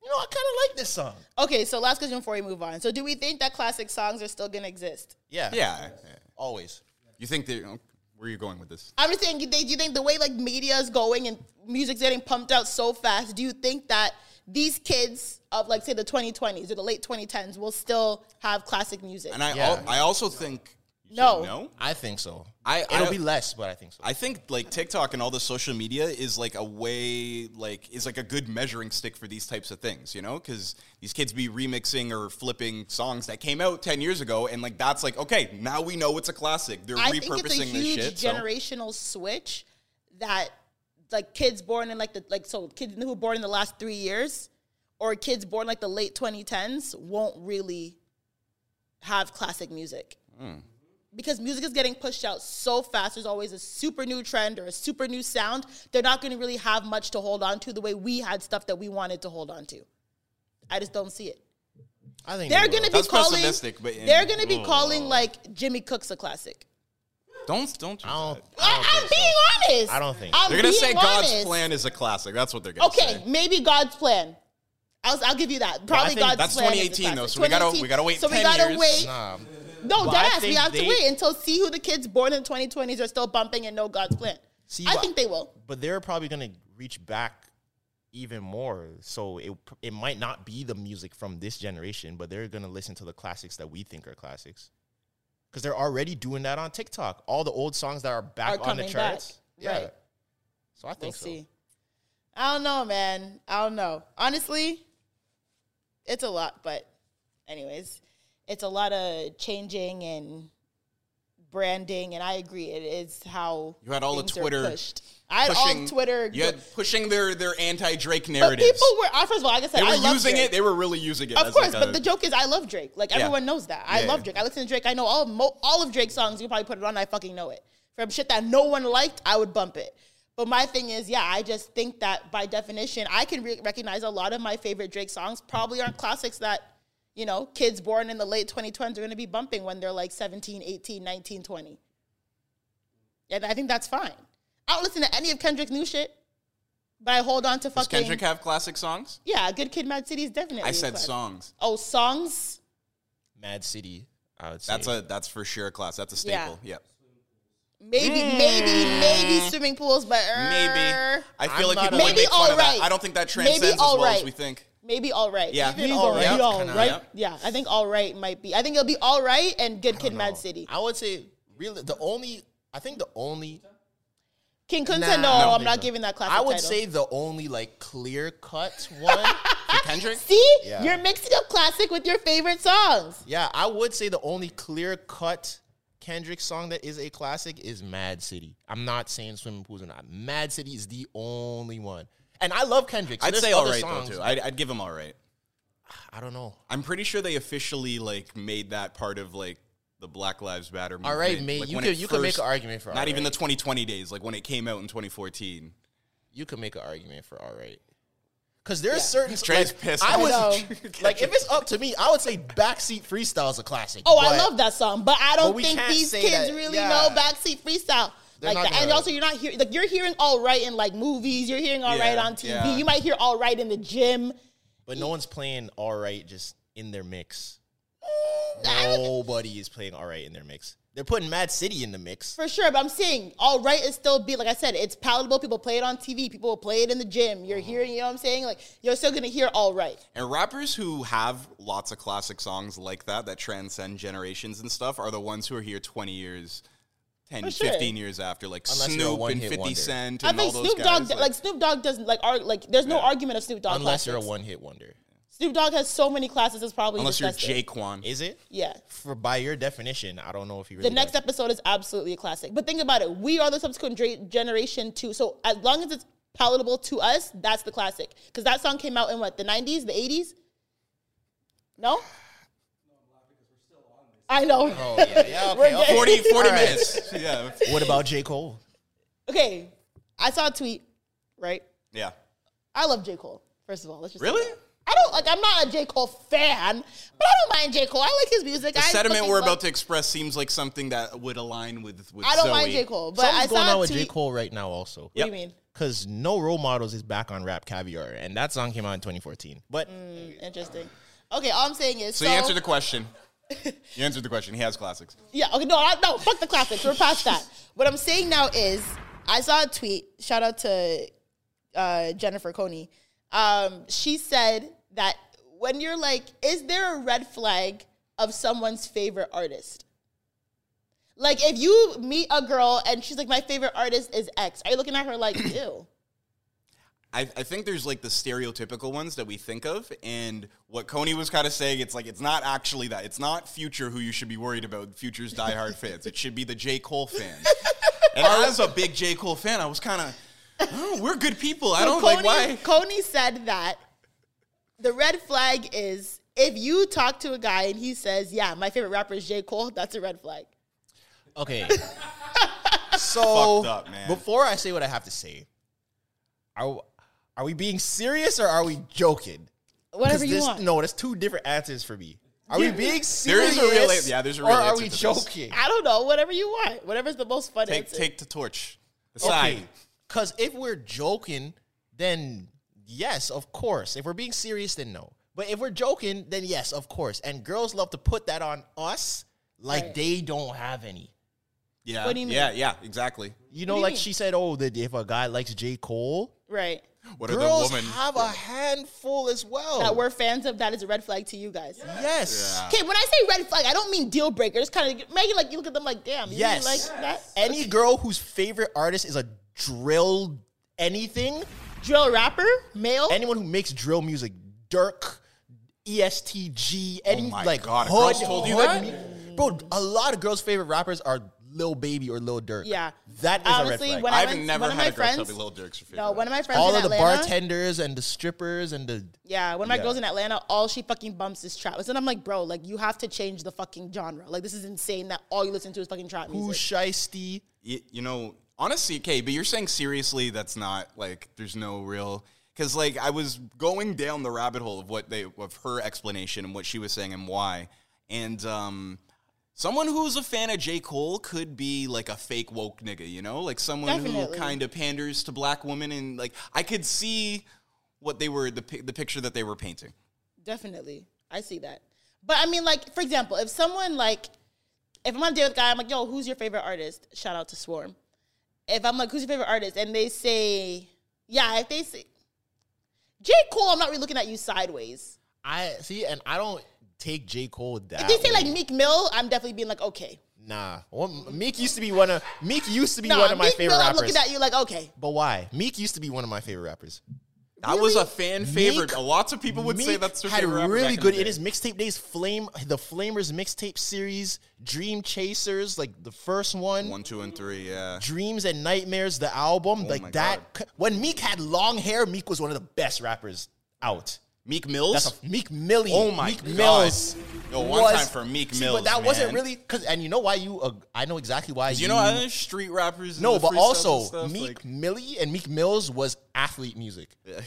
Speaker 4: you know, I kind of like this song.
Speaker 1: Okay, so last question before we move on. So, do we think that classic songs are still gonna exist?
Speaker 4: Yeah.
Speaker 2: yeah.
Speaker 4: Always.
Speaker 2: You think that? oh, Where are you going with this?
Speaker 1: I'm just saying. Do you think- do you think the way like media is going and music's getting pumped out so fast? Do you think that these kids of like say the 2020s or the late 2010s will still have classic music?
Speaker 2: And I,
Speaker 4: Yeah.
Speaker 2: al- I also think
Speaker 1: No.
Speaker 2: no.
Speaker 4: I think so.
Speaker 2: I-
Speaker 4: it'll
Speaker 2: I-
Speaker 4: be less, but I think so.
Speaker 2: I think like TikTok and all the social media is like a way, like is like a good measuring stick for these types of things, you know? Because these kids be remixing or flipping songs that came out ten years ago, and like that's like okay, now we know it's a classic. They're
Speaker 1: I think
Speaker 2: repurposing
Speaker 1: it's a
Speaker 2: this
Speaker 1: huge
Speaker 2: shit. so-
Speaker 1: generational switch that like kids born in like the like so kids who were born in the last three years or kids born like the late 2010s won't really have classic music
Speaker 2: Hmm.
Speaker 1: because music is getting pushed out so fast there's always a super new trend or a super new sound they're not going to really have much to hold on to the way we had stuff that we wanted to hold on to i just don't see it
Speaker 4: I think
Speaker 1: they're
Speaker 4: they will.
Speaker 1: going to be
Speaker 2: That's
Speaker 1: calling
Speaker 2: pessimistic, but-
Speaker 1: they're going to be calling like jimmy cook's a classic
Speaker 2: don't don't.
Speaker 4: I don't.
Speaker 1: I,
Speaker 4: I
Speaker 1: am
Speaker 4: don't think so.
Speaker 1: being honest.
Speaker 4: I don't think so.
Speaker 1: I'm
Speaker 2: They're gonna
Speaker 1: being
Speaker 2: say God's
Speaker 1: honest.
Speaker 2: plan is a classic. That's what they're gonna say.
Speaker 1: Okay, maybe God's plan. I'll, I'll give you that. Probably
Speaker 4: think
Speaker 1: God's
Speaker 2: that's
Speaker 1: plan.
Speaker 2: 2018 though,
Speaker 1: is a classic.
Speaker 2: so we gotta- we gotta wait
Speaker 1: So we
Speaker 2: 10
Speaker 1: gotta
Speaker 2: years.
Speaker 1: wait.
Speaker 4: Nah,
Speaker 1: No,
Speaker 4: But I
Speaker 1: deadass. We
Speaker 4: think
Speaker 1: have to
Speaker 4: they-
Speaker 1: wait until see who the kids born in 2020s are still bumping and know God's plan.
Speaker 4: See,
Speaker 1: I
Speaker 4: but-
Speaker 1: think they will.
Speaker 4: but they're probably gonna reach back even more. So it it might not be the music from this generation, but they're gonna listen to the classics that we think are classics. Because they're already doing that on TikTok. All the old songs that are
Speaker 1: Are
Speaker 4: back on the
Speaker 1: coming back,
Speaker 4: charts.
Speaker 1: right.
Speaker 4: So I think
Speaker 1: We'll
Speaker 4: so.
Speaker 1: see. I don't know, man. I don't know. Honestly, it's a lot, but anyways, it's a lot of changing and branding, and I agree. It is how
Speaker 2: You had all the
Speaker 1: things are
Speaker 2: Twitter
Speaker 1: pushed. I had all Twitter.
Speaker 2: You had pushing their their anti Drake
Speaker 1: but
Speaker 2: narratives.
Speaker 1: people were. I- First of all, like I said,
Speaker 2: they
Speaker 1: I
Speaker 2: were
Speaker 1: love
Speaker 2: using
Speaker 1: Drake.
Speaker 2: it. They were really using it.
Speaker 1: Of
Speaker 2: as,
Speaker 1: course,
Speaker 2: like,
Speaker 1: but
Speaker 2: a-
Speaker 1: the joke is I love Drake. Like everyone knows that. I
Speaker 2: Yeah,
Speaker 1: love
Speaker 2: yeah.
Speaker 1: Drake. I listen to Drake. I know all mo- all of Drake's songs. You probably put it on. I fucking know it. From shit that no one liked, I would bump it. But my thing is, yeah, I just think that by definition, I can re- recognize a lot of my favorite Drake songs probably aren't classics that, you know, kids born in the late 2020s are going to be bumping when they're like 17, 18, 19, 20. And I think that's fine. I don't listen to any of Kendrick's new shit, but I hold on to
Speaker 2: Does
Speaker 1: fucking
Speaker 2: Kendrick have classic songs?
Speaker 1: yeah, Good Kid, Mad City is definitely.
Speaker 2: I
Speaker 1: a
Speaker 2: said
Speaker 1: classic.
Speaker 2: songs.
Speaker 1: Oh, songs.
Speaker 4: Mad City. I would say
Speaker 2: That's a that's for sure a class. That's a
Speaker 1: Yeah.
Speaker 2: staple. Yeah.
Speaker 1: Maybe, maybe, maybe
Speaker 4: Mm.
Speaker 1: swimming pools, but
Speaker 2: Maybe.
Speaker 1: er,
Speaker 2: I feel like
Speaker 4: I'm not
Speaker 2: people
Speaker 4: a-
Speaker 2: would
Speaker 1: Maybe
Speaker 2: make fun of that.
Speaker 1: alright.
Speaker 2: I don't think that
Speaker 1: Maybe
Speaker 2: transcends as well as
Speaker 1: alright.
Speaker 2: we think.
Speaker 1: maybe all right.
Speaker 2: Yeah.
Speaker 1: even
Speaker 2: Even
Speaker 1: all
Speaker 4: alright.
Speaker 1: right,
Speaker 4: Yeah,
Speaker 1: all
Speaker 4: kinda,
Speaker 1: right.
Speaker 2: yep.
Speaker 1: Yeah, I think all right might be. I think it'll be all right and good kid, Mad City.
Speaker 4: I would say really the only I think the only
Speaker 1: King Kunta, no,
Speaker 4: Nah, I don't
Speaker 1: I'm
Speaker 4: think
Speaker 1: not
Speaker 4: so.
Speaker 1: giving that classic.
Speaker 4: I would
Speaker 1: title.
Speaker 4: say the only like clear cut (laughs) one
Speaker 2: For Kendrick?
Speaker 1: (laughs) See,
Speaker 4: Yeah.
Speaker 1: you're mixing up classic with your favorite songs.
Speaker 4: Yeah, I would say the only clear cut Kendrick song that is a classic is Mad City. I'm not saying Swimming Pools or not. Mad City is the only one. And I love Kendrick. so
Speaker 2: I'd
Speaker 4: there's
Speaker 2: say all
Speaker 4: other
Speaker 2: right
Speaker 4: songs.
Speaker 2: though too. I'd, I'd give him all right.
Speaker 4: I don't know.
Speaker 2: I'm pretty sure they officially like made that part of like the Black Lives Matter. Movement.
Speaker 4: All right, mate.
Speaker 2: Like,
Speaker 4: you
Speaker 2: when
Speaker 4: can
Speaker 2: it
Speaker 4: you can make
Speaker 2: first-
Speaker 4: an argument for
Speaker 2: Not
Speaker 4: all
Speaker 2: even the
Speaker 4: right.
Speaker 2: 2020 days, like when it came out in 2014.
Speaker 4: you can make an argument for all right. Cause there's certain
Speaker 2: Drake's
Speaker 4: like,
Speaker 2: pissed.
Speaker 4: I
Speaker 2: I
Speaker 4: would
Speaker 2: (laughs) know.
Speaker 4: like if it's up to me, I would say backseat freestyle is a classic.
Speaker 1: Oh, I
Speaker 4: but-
Speaker 1: love that song, but I
Speaker 4: But
Speaker 1: don't
Speaker 4: we
Speaker 1: think
Speaker 4: can't
Speaker 1: these
Speaker 4: say
Speaker 1: kids
Speaker 4: that-
Speaker 1: really
Speaker 4: yeah.
Speaker 1: know backseat freestyle
Speaker 4: They're
Speaker 1: like
Speaker 4: not
Speaker 1: that. And
Speaker 4: gonna-
Speaker 1: also, you're not hearing like you're hearing all right in like movies. You're hearing all right
Speaker 2: Yeah,
Speaker 1: on TV.
Speaker 2: yeah.
Speaker 1: You might hear all right in the gym.
Speaker 4: But no one's playing all right just in their mix.
Speaker 1: I would-
Speaker 4: Nobody is playing all right in their mix. They're putting Mad City in the mix.
Speaker 1: For sure, but I'm saying all right is still beat. Like I said, it's palatable. People play it on TV. People will play it in the gym. You're hearing, you know what I'm saying? Like you're still gonna hear all right.
Speaker 2: And rappers who have lots of classic songs like that that transcend generations and stuff are the ones who are here 20 years, 10,
Speaker 1: For sure.
Speaker 2: 15 years after, like
Speaker 4: Unless you're a
Speaker 2: Snoop and
Speaker 4: one-hit
Speaker 2: 50
Speaker 4: wonder.
Speaker 2: Cent
Speaker 1: I
Speaker 2: and all
Speaker 1: think
Speaker 2: those
Speaker 1: Snoop
Speaker 2: guys.
Speaker 1: Dogg, like, Snoop Dogg doesn't like are like. There's no argument of Snoop Dogg.
Speaker 4: Unless you're a
Speaker 1: classics.
Speaker 4: one hit wonder.
Speaker 1: Snoop Dogg has so many classes. It's probably
Speaker 2: unless you're
Speaker 1: disgusting.
Speaker 2: Jaquan.
Speaker 1: (laughs)
Speaker 4: Is it?
Speaker 1: Yeah.
Speaker 4: For by your definition, I don't know if you really
Speaker 1: The next
Speaker 4: does.
Speaker 1: episode is absolutely a classic. But think about it. We are the subsequent dra- generation too. So as long as it's palatable to us, that's the classic. Because that song came out in what, the 90s, the 80s? No? I know.
Speaker 2: Oh,
Speaker 4: yeah, okay,
Speaker 1: (laughs) We're
Speaker 4: okay.
Speaker 1: getting-
Speaker 2: 40, 40
Speaker 4: All right.
Speaker 2: minutes. (laughs) Yeah.
Speaker 4: What about J. Cole?
Speaker 1: Okay. I saw a tweet, right?
Speaker 2: Yeah.
Speaker 1: I love J. Cole, first of all. Let's just say
Speaker 2: Really?
Speaker 1: that. I don't like I'm not a J. Cole fan, but I don't mind J. Cole. I like his music.
Speaker 2: The
Speaker 1: I
Speaker 2: sentiment
Speaker 1: fucking
Speaker 2: we're
Speaker 1: love-
Speaker 2: about to express seems like something that would align with, with
Speaker 1: I don't
Speaker 2: Zoe.
Speaker 1: mind J. Cole, but
Speaker 4: Something's
Speaker 1: I saw
Speaker 4: going
Speaker 1: a
Speaker 4: on with
Speaker 1: tweet.
Speaker 4: J. Cole right now also.
Speaker 1: What do you mean?
Speaker 4: Because No Role Models is back on Rap Caviar, and that song came out in 2014. But
Speaker 1: Mm. Interesting. Okay, all I'm saying is
Speaker 2: So, you answered the question. you answered the question. He has classics.
Speaker 1: (laughs) Yeah, okay, no, I, no, fuck the classics. We're past that. What I'm saying now is, I saw a tweet. Shout out to uh, Jennifer Coney. Um, she said that when you're like, is there a red flag of someone's favorite artist? Like, if you meet a girl and she's like, my favorite artist is X, are you looking at her like, (clears throat) ew?
Speaker 2: I, I think there's like the stereotypical ones that we think of, and what Coney was kind of saying, it's like it's not actually that. It's not Future who you should be worried about.
Speaker 1: (laughs)
Speaker 2: Future's diehard fans. It should be the J Cole fans. and I was a big J Cole fan. I was kind of, oh, we're good people. I don't
Speaker 1: Coney, (laughs)
Speaker 2: like why.
Speaker 1: Coney said that the red flag is if you talk to a guy and he says, yeah, my favorite rapper is J. Cole, that's a red flag.
Speaker 4: Okay. so
Speaker 2: Fucked up, man.
Speaker 4: before I say what I have to say, are are we being serious or are we joking? 'Cause
Speaker 1: Whatever you
Speaker 4: this-
Speaker 1: want.
Speaker 4: No, that's two different answers for me. Are we being
Speaker 2: There
Speaker 4: serious?
Speaker 2: is a real an- yeah, there's a real
Speaker 4: Or are
Speaker 2: answer to
Speaker 4: we
Speaker 2: this.
Speaker 4: joking?
Speaker 1: I don't know. Whatever you want. Whatever's the most fun
Speaker 2: Take
Speaker 1: answer.
Speaker 2: take the torch. Aside.
Speaker 4: Because if we're joking, then yes, of course. If we're being serious, then no. But if we're joking, then yes, of course. And girls love to put that on us like they don't have any.
Speaker 2: Yeah.
Speaker 1: What do you mean?
Speaker 2: Yeah. Yeah. Exactly.
Speaker 4: You know,
Speaker 1: do you
Speaker 4: like
Speaker 1: mean?
Speaker 4: she said, oh, that if a guy likes J. Cole,
Speaker 1: Right.
Speaker 2: What
Speaker 4: girls
Speaker 2: are the woman?
Speaker 4: have a handful as well.
Speaker 1: That we're fans of, that is a red flag to you guys.
Speaker 4: yes.
Speaker 1: Okay, when I say red flag, I don't mean deal breaker. It's kind of maybe like you look at them like, damn, you
Speaker 4: Yes.
Speaker 1: really like that
Speaker 4: Any girl whose favorite artist is a drill anything,
Speaker 1: drill rapper, male.
Speaker 4: anyone who makes drill music, Dirk, E ESTG, any
Speaker 2: Oh my
Speaker 4: like
Speaker 2: God, a
Speaker 4: hood,
Speaker 2: girl's told you
Speaker 4: hood
Speaker 2: that?
Speaker 4: mu- bro. A lot of girls' favorite rappers are Lil Baby or Lil Dirk.
Speaker 1: Yeah.
Speaker 4: that is
Speaker 1: Honestly,
Speaker 4: a red flag.
Speaker 1: when
Speaker 2: I
Speaker 1: I
Speaker 2: have
Speaker 1: went-
Speaker 2: never
Speaker 1: one of
Speaker 2: had
Speaker 1: my
Speaker 2: a girl tell
Speaker 1: friends-
Speaker 2: me Lil Dirk's your favorite.
Speaker 1: no, one of my friends
Speaker 4: All
Speaker 1: in
Speaker 4: of the
Speaker 1: Atlanta.
Speaker 4: bartenders and the strippers and the
Speaker 1: yeah, one of my
Speaker 4: Yeah.
Speaker 1: girls in Atlanta, all she fucking bumps is trap. And I'm like, bro, like you have to change the fucking genre. Like this is insane that all you listen to is fucking trap
Speaker 4: who
Speaker 1: music.
Speaker 4: shiesty.
Speaker 2: you, you know, honestly, okay, but you're saying seriously that's not like there's no real because like I was going down the rabbit hole of what they of her explanation and what she was saying and why, and um, someone who's a fan of J Cole could be like a fake woke nigga, you know, like someone who
Speaker 1: Definitely.
Speaker 2: kind of panders to black women and like I could see what they were the pi- the picture that they were painting.
Speaker 1: Definitely. I see that. But I mean, like, for example, if someone like if I'm on a date with a guy, I'm like, yo, who's your favorite artist? Shout out to Swarm. If I'm like, who's your favorite artist? And they say, yeah, if they say J. Cole, I'm not really looking at you sideways.
Speaker 4: I see, and I don't take J Cole that.
Speaker 1: If they say
Speaker 4: way.
Speaker 1: like Meek Mill, I'm definitely being like, okay.
Speaker 4: nah, well, Meek used to be one of Meek used to be
Speaker 1: Nah,
Speaker 4: one of my
Speaker 1: Meek
Speaker 4: favorite
Speaker 1: Mill,
Speaker 4: rappers.
Speaker 1: I'm looking at you like, okay.
Speaker 4: But why? Meek used to be one of my favorite rappers.
Speaker 2: That was a fan favorite.
Speaker 4: Meek-
Speaker 2: Lots of people would say
Speaker 4: Meek
Speaker 2: that's their
Speaker 4: had
Speaker 2: favorite rapper
Speaker 4: really
Speaker 2: back in
Speaker 4: good
Speaker 2: the
Speaker 4: in
Speaker 2: day.
Speaker 4: his mixtape days. Flame, the Flamers mixtape series, Dream Chasers, like the first one,
Speaker 2: One, two, and three. Yeah.
Speaker 4: Dreams and Nightmares, the album,
Speaker 2: my
Speaker 4: like that. c- When Meek had long hair, Meek was one of the best rappers out.
Speaker 2: Meek Mills.
Speaker 4: That's a Meek Millie.
Speaker 2: Oh my
Speaker 4: Meek
Speaker 2: God.
Speaker 4: Mills.
Speaker 2: Yo, one
Speaker 4: was-
Speaker 2: time for Meek
Speaker 4: See,
Speaker 2: Mills,
Speaker 4: but that wasn't
Speaker 2: man.
Speaker 4: really because, and you know why you? Uh, I know exactly why
Speaker 2: Do you know other street rappers? and
Speaker 4: no,
Speaker 2: the
Speaker 4: but
Speaker 2: free stuff
Speaker 4: also
Speaker 2: and stuff?
Speaker 4: Meek
Speaker 2: Like,
Speaker 4: Millie and Meek Mills was athlete music.
Speaker 1: (laughs)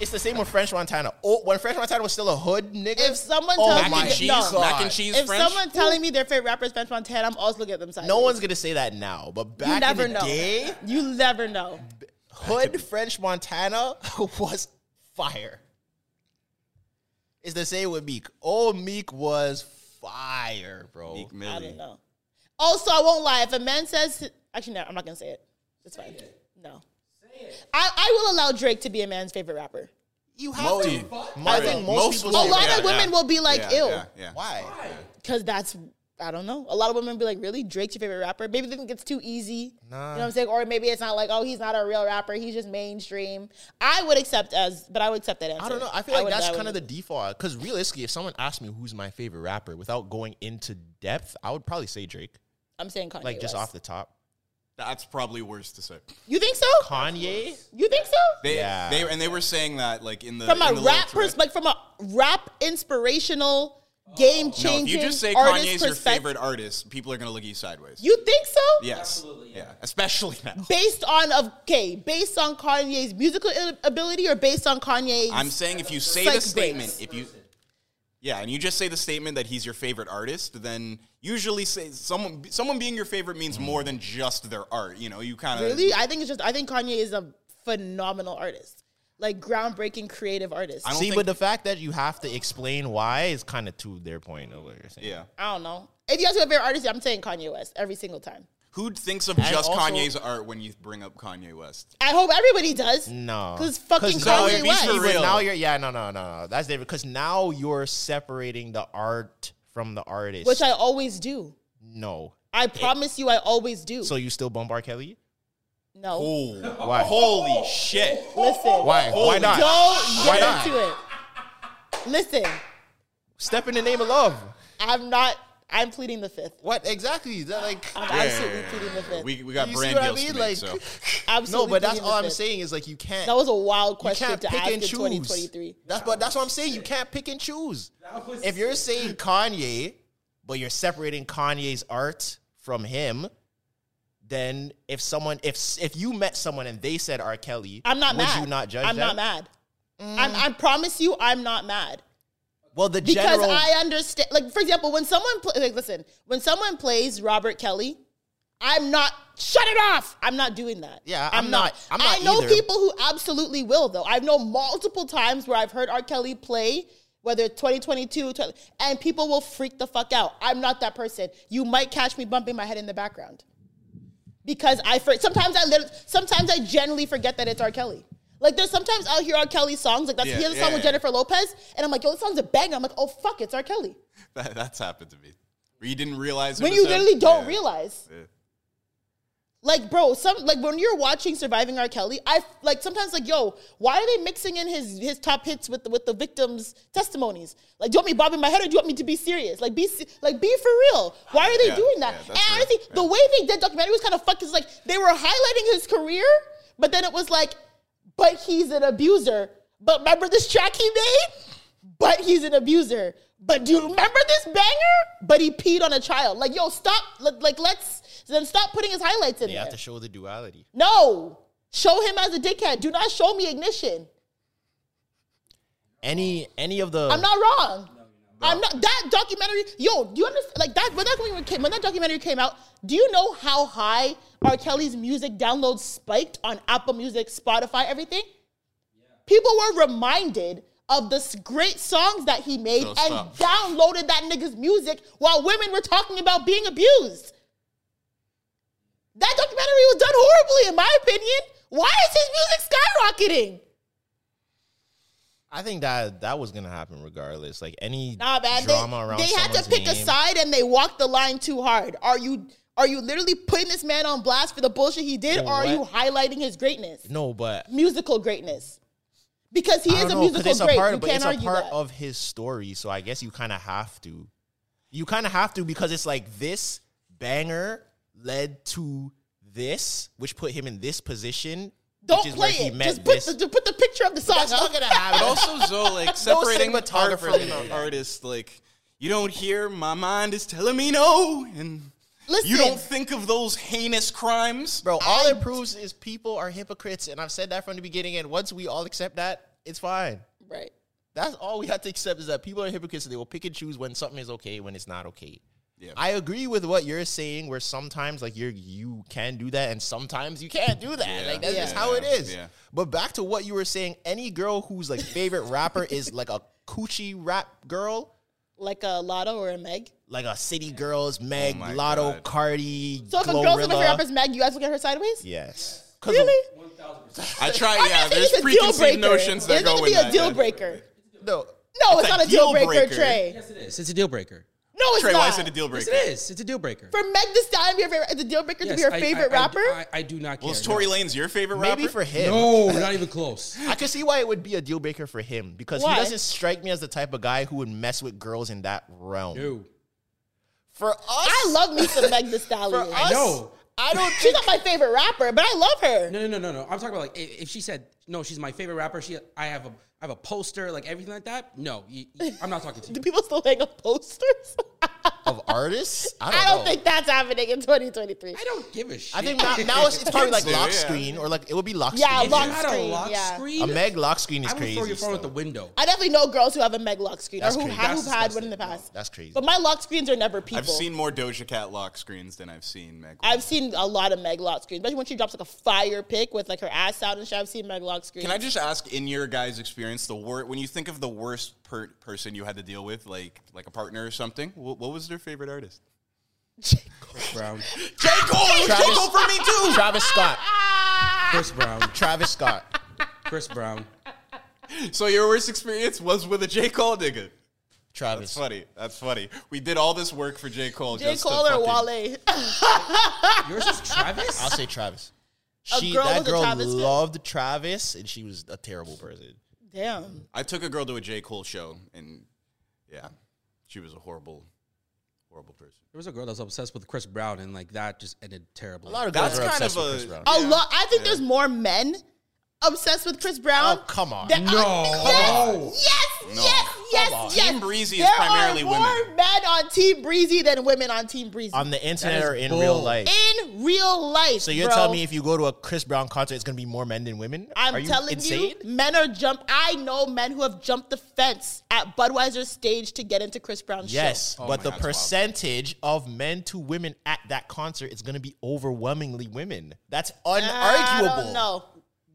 Speaker 4: It's the same with French Montana. Oh, when French Montana was still a hood nigga.
Speaker 1: If someone
Speaker 4: oh
Speaker 1: tells
Speaker 2: mac
Speaker 1: me
Speaker 4: my
Speaker 2: and
Speaker 1: that-
Speaker 2: cheese.
Speaker 1: no.
Speaker 2: Mac and cheese.
Speaker 1: If
Speaker 2: French.
Speaker 1: someone telling me their favorite rapper is French Montana, I'm always looking at them sideways.
Speaker 4: no one's gonna say that now, but back
Speaker 1: You never
Speaker 4: in the
Speaker 1: know. (laughs)
Speaker 4: day,
Speaker 1: You never know.
Speaker 4: hood French Montana (laughs) was fire. It's the same with Meek. Oh, Meek was fire, bro.
Speaker 2: Meek
Speaker 1: I
Speaker 2: Millie.
Speaker 1: don't know. Also, I won't lie. If a man says, actually, no, I'm not gonna say it. It's fine. No. I, I will allow Drake to be a man's favorite rapper.
Speaker 4: You have
Speaker 2: Mo-
Speaker 4: to.
Speaker 2: Mo-
Speaker 4: I think
Speaker 2: most
Speaker 4: most, people.
Speaker 1: A
Speaker 2: women-
Speaker 4: say
Speaker 1: lot
Speaker 4: that.
Speaker 1: of women will be like,
Speaker 2: yeah,
Speaker 1: ill.
Speaker 2: Yeah, yeah.
Speaker 4: Why?
Speaker 1: because that's I don't know. A lot of women be like, "Really, Drake's your favorite rapper?" Maybe they think it's too easy. You know what I'm saying? Or maybe it's not like, "Oh, he's not a real rapper. He's just mainstream." I would accept as, but I would accept that answer.
Speaker 4: I don't know. I feel like
Speaker 1: would-
Speaker 4: that's
Speaker 1: would-
Speaker 4: kind of the default. Because realistically, if someone asked me who's my favorite rapper without going into depth, I would probably say Drake.
Speaker 1: I'm saying Kanye.
Speaker 4: Like just
Speaker 1: West.
Speaker 4: off the top,
Speaker 2: That's probably worse to say.
Speaker 1: You think so?
Speaker 4: Kanye.
Speaker 1: You think so?
Speaker 2: They,
Speaker 4: Yeah.
Speaker 2: they and they were saying that like in the
Speaker 1: from
Speaker 2: in
Speaker 1: a
Speaker 2: the little
Speaker 1: rap
Speaker 2: thread.
Speaker 1: pers- like from a rap inspirational, game
Speaker 2: Oh. No, if
Speaker 1: changing.
Speaker 2: you just say
Speaker 1: artist
Speaker 2: Kanye's your
Speaker 1: perspec-
Speaker 2: favorite artist, people are gonna look at you sideways.
Speaker 1: You think so?
Speaker 2: yes, yeah. especially now.
Speaker 1: Based on of okay, based on Kanye's musical il- ability or based on Kanye's
Speaker 2: I'm saying if you say
Speaker 1: Psych
Speaker 2: the statement,
Speaker 1: breaks.
Speaker 2: if you yeah, and you just say the statement that he's your favorite artist, then usually say someone someone being your favorite means more than just their art. You know, you kind of
Speaker 1: Really? I think it's just I think Kanye is a phenomenal artist. Like groundbreaking creative artist. I
Speaker 2: don't
Speaker 1: don't,
Speaker 4: See,
Speaker 2: think-
Speaker 4: but the fact that you have to explain why is kind of to their point of what you're saying.
Speaker 2: yeah.
Speaker 1: know. If you guys have a favorite artist, I'm saying Kanye West every single time.
Speaker 2: Who thinks of
Speaker 4: And
Speaker 2: just
Speaker 4: also-
Speaker 2: Kanye's art when you bring up Kanye West?
Speaker 1: I hope everybody does.
Speaker 4: No,
Speaker 1: Because fucking
Speaker 4: 'Cause now
Speaker 2: Kanye
Speaker 4: you're-
Speaker 2: West.
Speaker 4: even
Speaker 2: Real.
Speaker 4: now you're yeah no no no no that's different because now you're separating the art from the artist.
Speaker 1: Which I always do.
Speaker 4: no.
Speaker 1: I promise you I always do.
Speaker 4: So you still bump R. Kelly?
Speaker 1: no.
Speaker 2: (laughs)
Speaker 4: Why?
Speaker 2: Holy shit!
Speaker 1: Listen.
Speaker 4: Why? Why not?
Speaker 1: Don't
Speaker 4: Why
Speaker 1: get
Speaker 4: not?
Speaker 1: into it. Listen,
Speaker 4: Step in the name of love.
Speaker 1: I'm not I'm pleading the fifth.
Speaker 4: What exactly? Is that like
Speaker 1: I'm absolutely pleading the fifth.
Speaker 2: We, we got
Speaker 4: You see
Speaker 2: brand
Speaker 4: what I
Speaker 2: deals
Speaker 4: mean?
Speaker 2: to make,
Speaker 4: Like-
Speaker 2: so (laughs)
Speaker 1: absolutely
Speaker 4: no, but that's
Speaker 1: pleading
Speaker 4: all
Speaker 1: the
Speaker 4: I'm
Speaker 1: fifth.
Speaker 4: saying is like you can't.
Speaker 1: That was a wild
Speaker 4: you
Speaker 1: question
Speaker 4: can't
Speaker 1: to
Speaker 4: pick
Speaker 1: ask in
Speaker 4: and choose.
Speaker 1: 2023.
Speaker 4: That's but that's what I'm saying. You can't pick and choose. If you're saying Kanye, but you're separating Kanye's art from him, then if someone if if you met someone and they said R. Kelly,
Speaker 1: I'm not
Speaker 4: would
Speaker 1: mad.
Speaker 4: you not judge Mm.
Speaker 1: I'm
Speaker 4: them?
Speaker 1: not mad. I'm, I promise you, I'm not mad
Speaker 4: Well, the
Speaker 1: because
Speaker 4: general
Speaker 1: I understand. Like for example, when someone pl- like listen, when someone plays Robert Kelly, I'm not shut it off. I'm not doing that.
Speaker 4: Yeah, I'm not- I'm not
Speaker 1: I know
Speaker 4: either.
Speaker 1: people who absolutely will though. I've known multiple times where I've heard R. Kelly play. Whether it's 2022, 20, and people will freak the fuck out. I'm not that person. You might catch me bumping my head in the background because I for, sometimes I lit- sometimes I generally forget that it's R. Kelly. Like there's sometimes I'll hear R. Kelly songs like that's
Speaker 2: Yeah,
Speaker 1: he has a song
Speaker 2: yeah,
Speaker 1: with
Speaker 2: yeah.
Speaker 1: Jennifer Lopez and I'm like yo this song's a banger. I'm like oh fuck it's R. Kelly
Speaker 2: that, that's happened to me. Where you didn't realize it
Speaker 1: when
Speaker 2: was
Speaker 1: you
Speaker 2: him?
Speaker 1: literally don't
Speaker 2: Yeah.
Speaker 1: realize.
Speaker 2: Yeah.
Speaker 1: Like bro, some like when you're watching Surviving R. Kelly, I like sometimes like yo, why are they mixing in his his top hits with the, with the victims' testimonies? Like, do you want me bobbing my head or do you want me to be serious? Like, be se- like be for real. Why are they
Speaker 2: Yeah,
Speaker 1: doing that?
Speaker 2: yeah,
Speaker 1: and
Speaker 2: that's real.
Speaker 1: honestly, the way they did documentary was kind of fucked. Cause like they were highlighting his career, but then it was like, but he's an abuser. But remember this track he made? But he's an abuser. But do you remember this banger? But he peed on a child. Like yo, stop. Like, like, let's then stop putting his highlights in
Speaker 4: you
Speaker 1: there.
Speaker 4: have to show the duality.
Speaker 1: no, show him as a dickhead. Do not show me ignition.
Speaker 4: Any any of the
Speaker 1: I'm not wrong. I'm not that documentary. Yo, do you understand? Like that when that documentary came, when that documentary came out, do you know how high R. Kelly's music downloads spiked on Apple Music, Spotify, everything? People were reminded of the s- great songs that he made
Speaker 2: No,
Speaker 1: and
Speaker 2: stop.
Speaker 1: downloaded that nigga's music while women were talking about being abused. That documentary was done horribly, in my opinion. Why is his music skyrocketing?
Speaker 4: I think that that was gonna happen regardless. Like any
Speaker 1: Nah, man.
Speaker 4: drama
Speaker 1: they,
Speaker 4: around
Speaker 1: they had to
Speaker 4: someone's
Speaker 1: pick a
Speaker 4: name-
Speaker 1: side and they walked the line too hard. Are you Are you literally putting this man on blast for the bullshit he did,
Speaker 4: For
Speaker 1: or are you
Speaker 4: what?
Speaker 1: highlighting his greatness,
Speaker 4: No, but
Speaker 1: musical greatness? Because he
Speaker 4: I
Speaker 1: is
Speaker 4: don't
Speaker 1: a
Speaker 4: know, 'cause
Speaker 1: musical
Speaker 4: it's a
Speaker 1: great.
Speaker 4: part,
Speaker 1: you
Speaker 4: but
Speaker 1: can't
Speaker 4: it's a
Speaker 1: argue
Speaker 4: part
Speaker 1: that.
Speaker 4: of his story, so I guess you kind of have to. You kind of have to because it's like this banger led to this, which put him in this position.
Speaker 1: Don't
Speaker 4: which is
Speaker 1: play
Speaker 4: where he
Speaker 1: it.
Speaker 4: met
Speaker 1: Just put,
Speaker 4: this. (laughs)
Speaker 1: the, just put the picture of the song.
Speaker 5: That's
Speaker 1: up.
Speaker 5: not gonna happen.
Speaker 2: But
Speaker 1: (laughs)
Speaker 2: also, Zoe, like separating the art
Speaker 5: cinematographers
Speaker 2: from
Speaker 5: do
Speaker 2: the
Speaker 5: that.
Speaker 2: artist, like you don't hear "My mind is telling me no," and
Speaker 1: Listen.
Speaker 2: you don't think of those heinous crimes.
Speaker 4: Bro, all it proves is people are hypocrites, and I've said that from the beginning. And once we all accept that, it's fine.
Speaker 1: right.
Speaker 4: That's all we have to accept is that people are hypocrites and they will pick and choose when something is okay when it's not okay. I agree with what you're saying where sometimes like you're you can do that and sometimes you can't do that. Like that's just how it is.
Speaker 2: yeah.
Speaker 4: But back to what you were saying, any girl who's like favorite rapper is like a coochie rap girl,
Speaker 1: Like a Lotto or a Meg.
Speaker 4: like a city girls, Meg,
Speaker 2: Oh my
Speaker 4: Lotto,
Speaker 2: God.
Speaker 4: Cardi,
Speaker 1: So if a girl's in the rapper's Meg, you guys look at her sideways.
Speaker 4: Yes. 'Cause of-
Speaker 1: Really?
Speaker 2: I try.
Speaker 1: I'm
Speaker 2: Oh, Yeah,
Speaker 1: not saying
Speaker 2: there's
Speaker 1: it's a deal breaker.
Speaker 2: preconceived notions that
Speaker 1: It's not
Speaker 2: go
Speaker 1: gonna
Speaker 2: in
Speaker 1: be a
Speaker 2: that.
Speaker 1: deal breaker.
Speaker 4: No.
Speaker 1: No, it's,
Speaker 2: a
Speaker 1: not a deal,
Speaker 2: deal
Speaker 1: breaker,
Speaker 2: breaker.
Speaker 1: Trey.
Speaker 3: Yes, it is. It's a deal breaker.
Speaker 1: No, it's
Speaker 2: Trey,
Speaker 1: not.
Speaker 2: why is it a deal
Speaker 3: Yes,
Speaker 2: breaker?
Speaker 3: it is. It's a deal breaker.
Speaker 1: For Meg Thee Stallion, your favorite, it's a deal breaker to
Speaker 3: Yes,
Speaker 1: be your
Speaker 3: I- I-
Speaker 1: favorite
Speaker 3: I-
Speaker 1: rapper.
Speaker 3: I, I do not care.
Speaker 2: Well, is Tory
Speaker 3: no.
Speaker 2: Lane's your favorite
Speaker 4: Maybe
Speaker 2: rapper?
Speaker 4: for him.
Speaker 3: No, not even close.
Speaker 4: I can see why it would be a deal breaker for him because
Speaker 1: Why?
Speaker 4: he doesn't strike me as the type of guy who would mess with girls in that realm.
Speaker 3: No.
Speaker 4: For us,
Speaker 1: I love me some
Speaker 3: (laughs)
Speaker 1: Meg Thee Stallion.
Speaker 4: For
Speaker 3: I know.
Speaker 1: I don't. She's not my favorite rapper, but I love her.
Speaker 3: No, no, no, no, no. I'm talking about like i- if she said no, she's my favorite rapper. She, I have a, I have a poster, like everything like that. No, you, you- I'm not talking to
Speaker 1: Do
Speaker 3: you.
Speaker 1: people still hang up posters?
Speaker 4: of artists. I
Speaker 1: (laughs)
Speaker 4: don't,
Speaker 1: I don't
Speaker 4: know.
Speaker 1: think that's happening in 2023.
Speaker 3: I don't give a shit.
Speaker 4: I think now, now
Speaker 3: (laughs)
Speaker 4: it's, it's probably like
Speaker 2: Yeah,
Speaker 4: lock
Speaker 2: yeah.
Speaker 4: screen or like it would be lock
Speaker 1: Yeah,
Speaker 4: screen.
Speaker 3: if
Speaker 1: lock
Speaker 3: you had a
Speaker 1: screen,
Speaker 3: lock
Speaker 1: yeah.
Speaker 3: screen.
Speaker 4: a Meg lock screen is
Speaker 3: I would
Speaker 4: crazy.
Speaker 3: throw your phone
Speaker 4: still.
Speaker 3: out the window.
Speaker 1: I definitely know girls who have a Meg lock screen
Speaker 4: That's
Speaker 1: or who
Speaker 4: crazy.
Speaker 1: have
Speaker 3: That's
Speaker 1: who've had one in the
Speaker 3: disgusting.
Speaker 1: past.
Speaker 4: That's crazy.
Speaker 1: But my lock screens are never people.
Speaker 2: I've seen more Doja Cat lock screens than I've seen Meg.
Speaker 1: I've seen a lot of Meg lock screens, especially when she drops like a fire pick with like her ass out and shit. I've seen Meg lock screens.
Speaker 2: Can I just ask, in your guys' experience, the wor- when you think of the worst per- person you had to deal with, like like a partner or something, wh- what was their favorite artist?
Speaker 3: Brown,
Speaker 2: J. Cole. it was J.
Speaker 4: Travis-
Speaker 2: Cole for me too.
Speaker 4: Travis Scott.
Speaker 3: Chris Brown,
Speaker 4: Travis Scott.
Speaker 3: Chris Brown.
Speaker 2: (laughs) So your worst experience was with a J. Cole nigga. That's
Speaker 4: Travis.
Speaker 2: funny. That's funny. We did all this work for J. Cole.
Speaker 1: J.
Speaker 2: just to
Speaker 1: Cole or
Speaker 2: fucking-
Speaker 1: Wale? (laughs)
Speaker 3: Yours is Travis.
Speaker 4: I'll say Travis. She
Speaker 1: girl
Speaker 4: that
Speaker 1: was a
Speaker 4: girl
Speaker 1: Travis fan?
Speaker 4: loved Travis and she was a terrible person.
Speaker 1: Damn.
Speaker 2: I took a girl to a J. Cole show, and yeah, she was a horrible, horrible person.
Speaker 3: There was a girl that was obsessed with Chris Brown, and like that just ended terribly.
Speaker 4: A lot of
Speaker 2: That's
Speaker 4: girls are
Speaker 2: kind
Speaker 4: obsessed
Speaker 2: of
Speaker 4: with
Speaker 2: a-
Speaker 4: Chris Brown.
Speaker 1: A lot. I think there's more men obsessed with Chris Brown.
Speaker 4: Oh, come on.
Speaker 1: than-
Speaker 3: No. Come on.
Speaker 1: Yes. Yes. Yes.
Speaker 4: Come on.
Speaker 1: Yes. yes.
Speaker 2: Team Breezy is
Speaker 1: there
Speaker 2: primarily
Speaker 1: are more
Speaker 2: women.
Speaker 1: men on Team Breezy than women on Team Breezy
Speaker 4: On the internet
Speaker 3: is
Speaker 4: or in
Speaker 3: bull.
Speaker 4: real life.
Speaker 1: in real life.
Speaker 4: So you're
Speaker 1: bro.
Speaker 4: telling me if you go to a Chris Brown concert, it's gonna be more men than women?
Speaker 1: I'm
Speaker 4: Are you
Speaker 1: telling
Speaker 4: insane?
Speaker 1: you, men are jump. I know men who have jumped the fence at Budweiser stage to get into Chris Brown's
Speaker 4: Yes,
Speaker 1: show.
Speaker 4: but
Speaker 2: oh my
Speaker 4: the
Speaker 2: God, it's wild.
Speaker 4: percentage of men to women at that concert is going to be overwhelmingly women. That's unarguable.
Speaker 1: I don't know.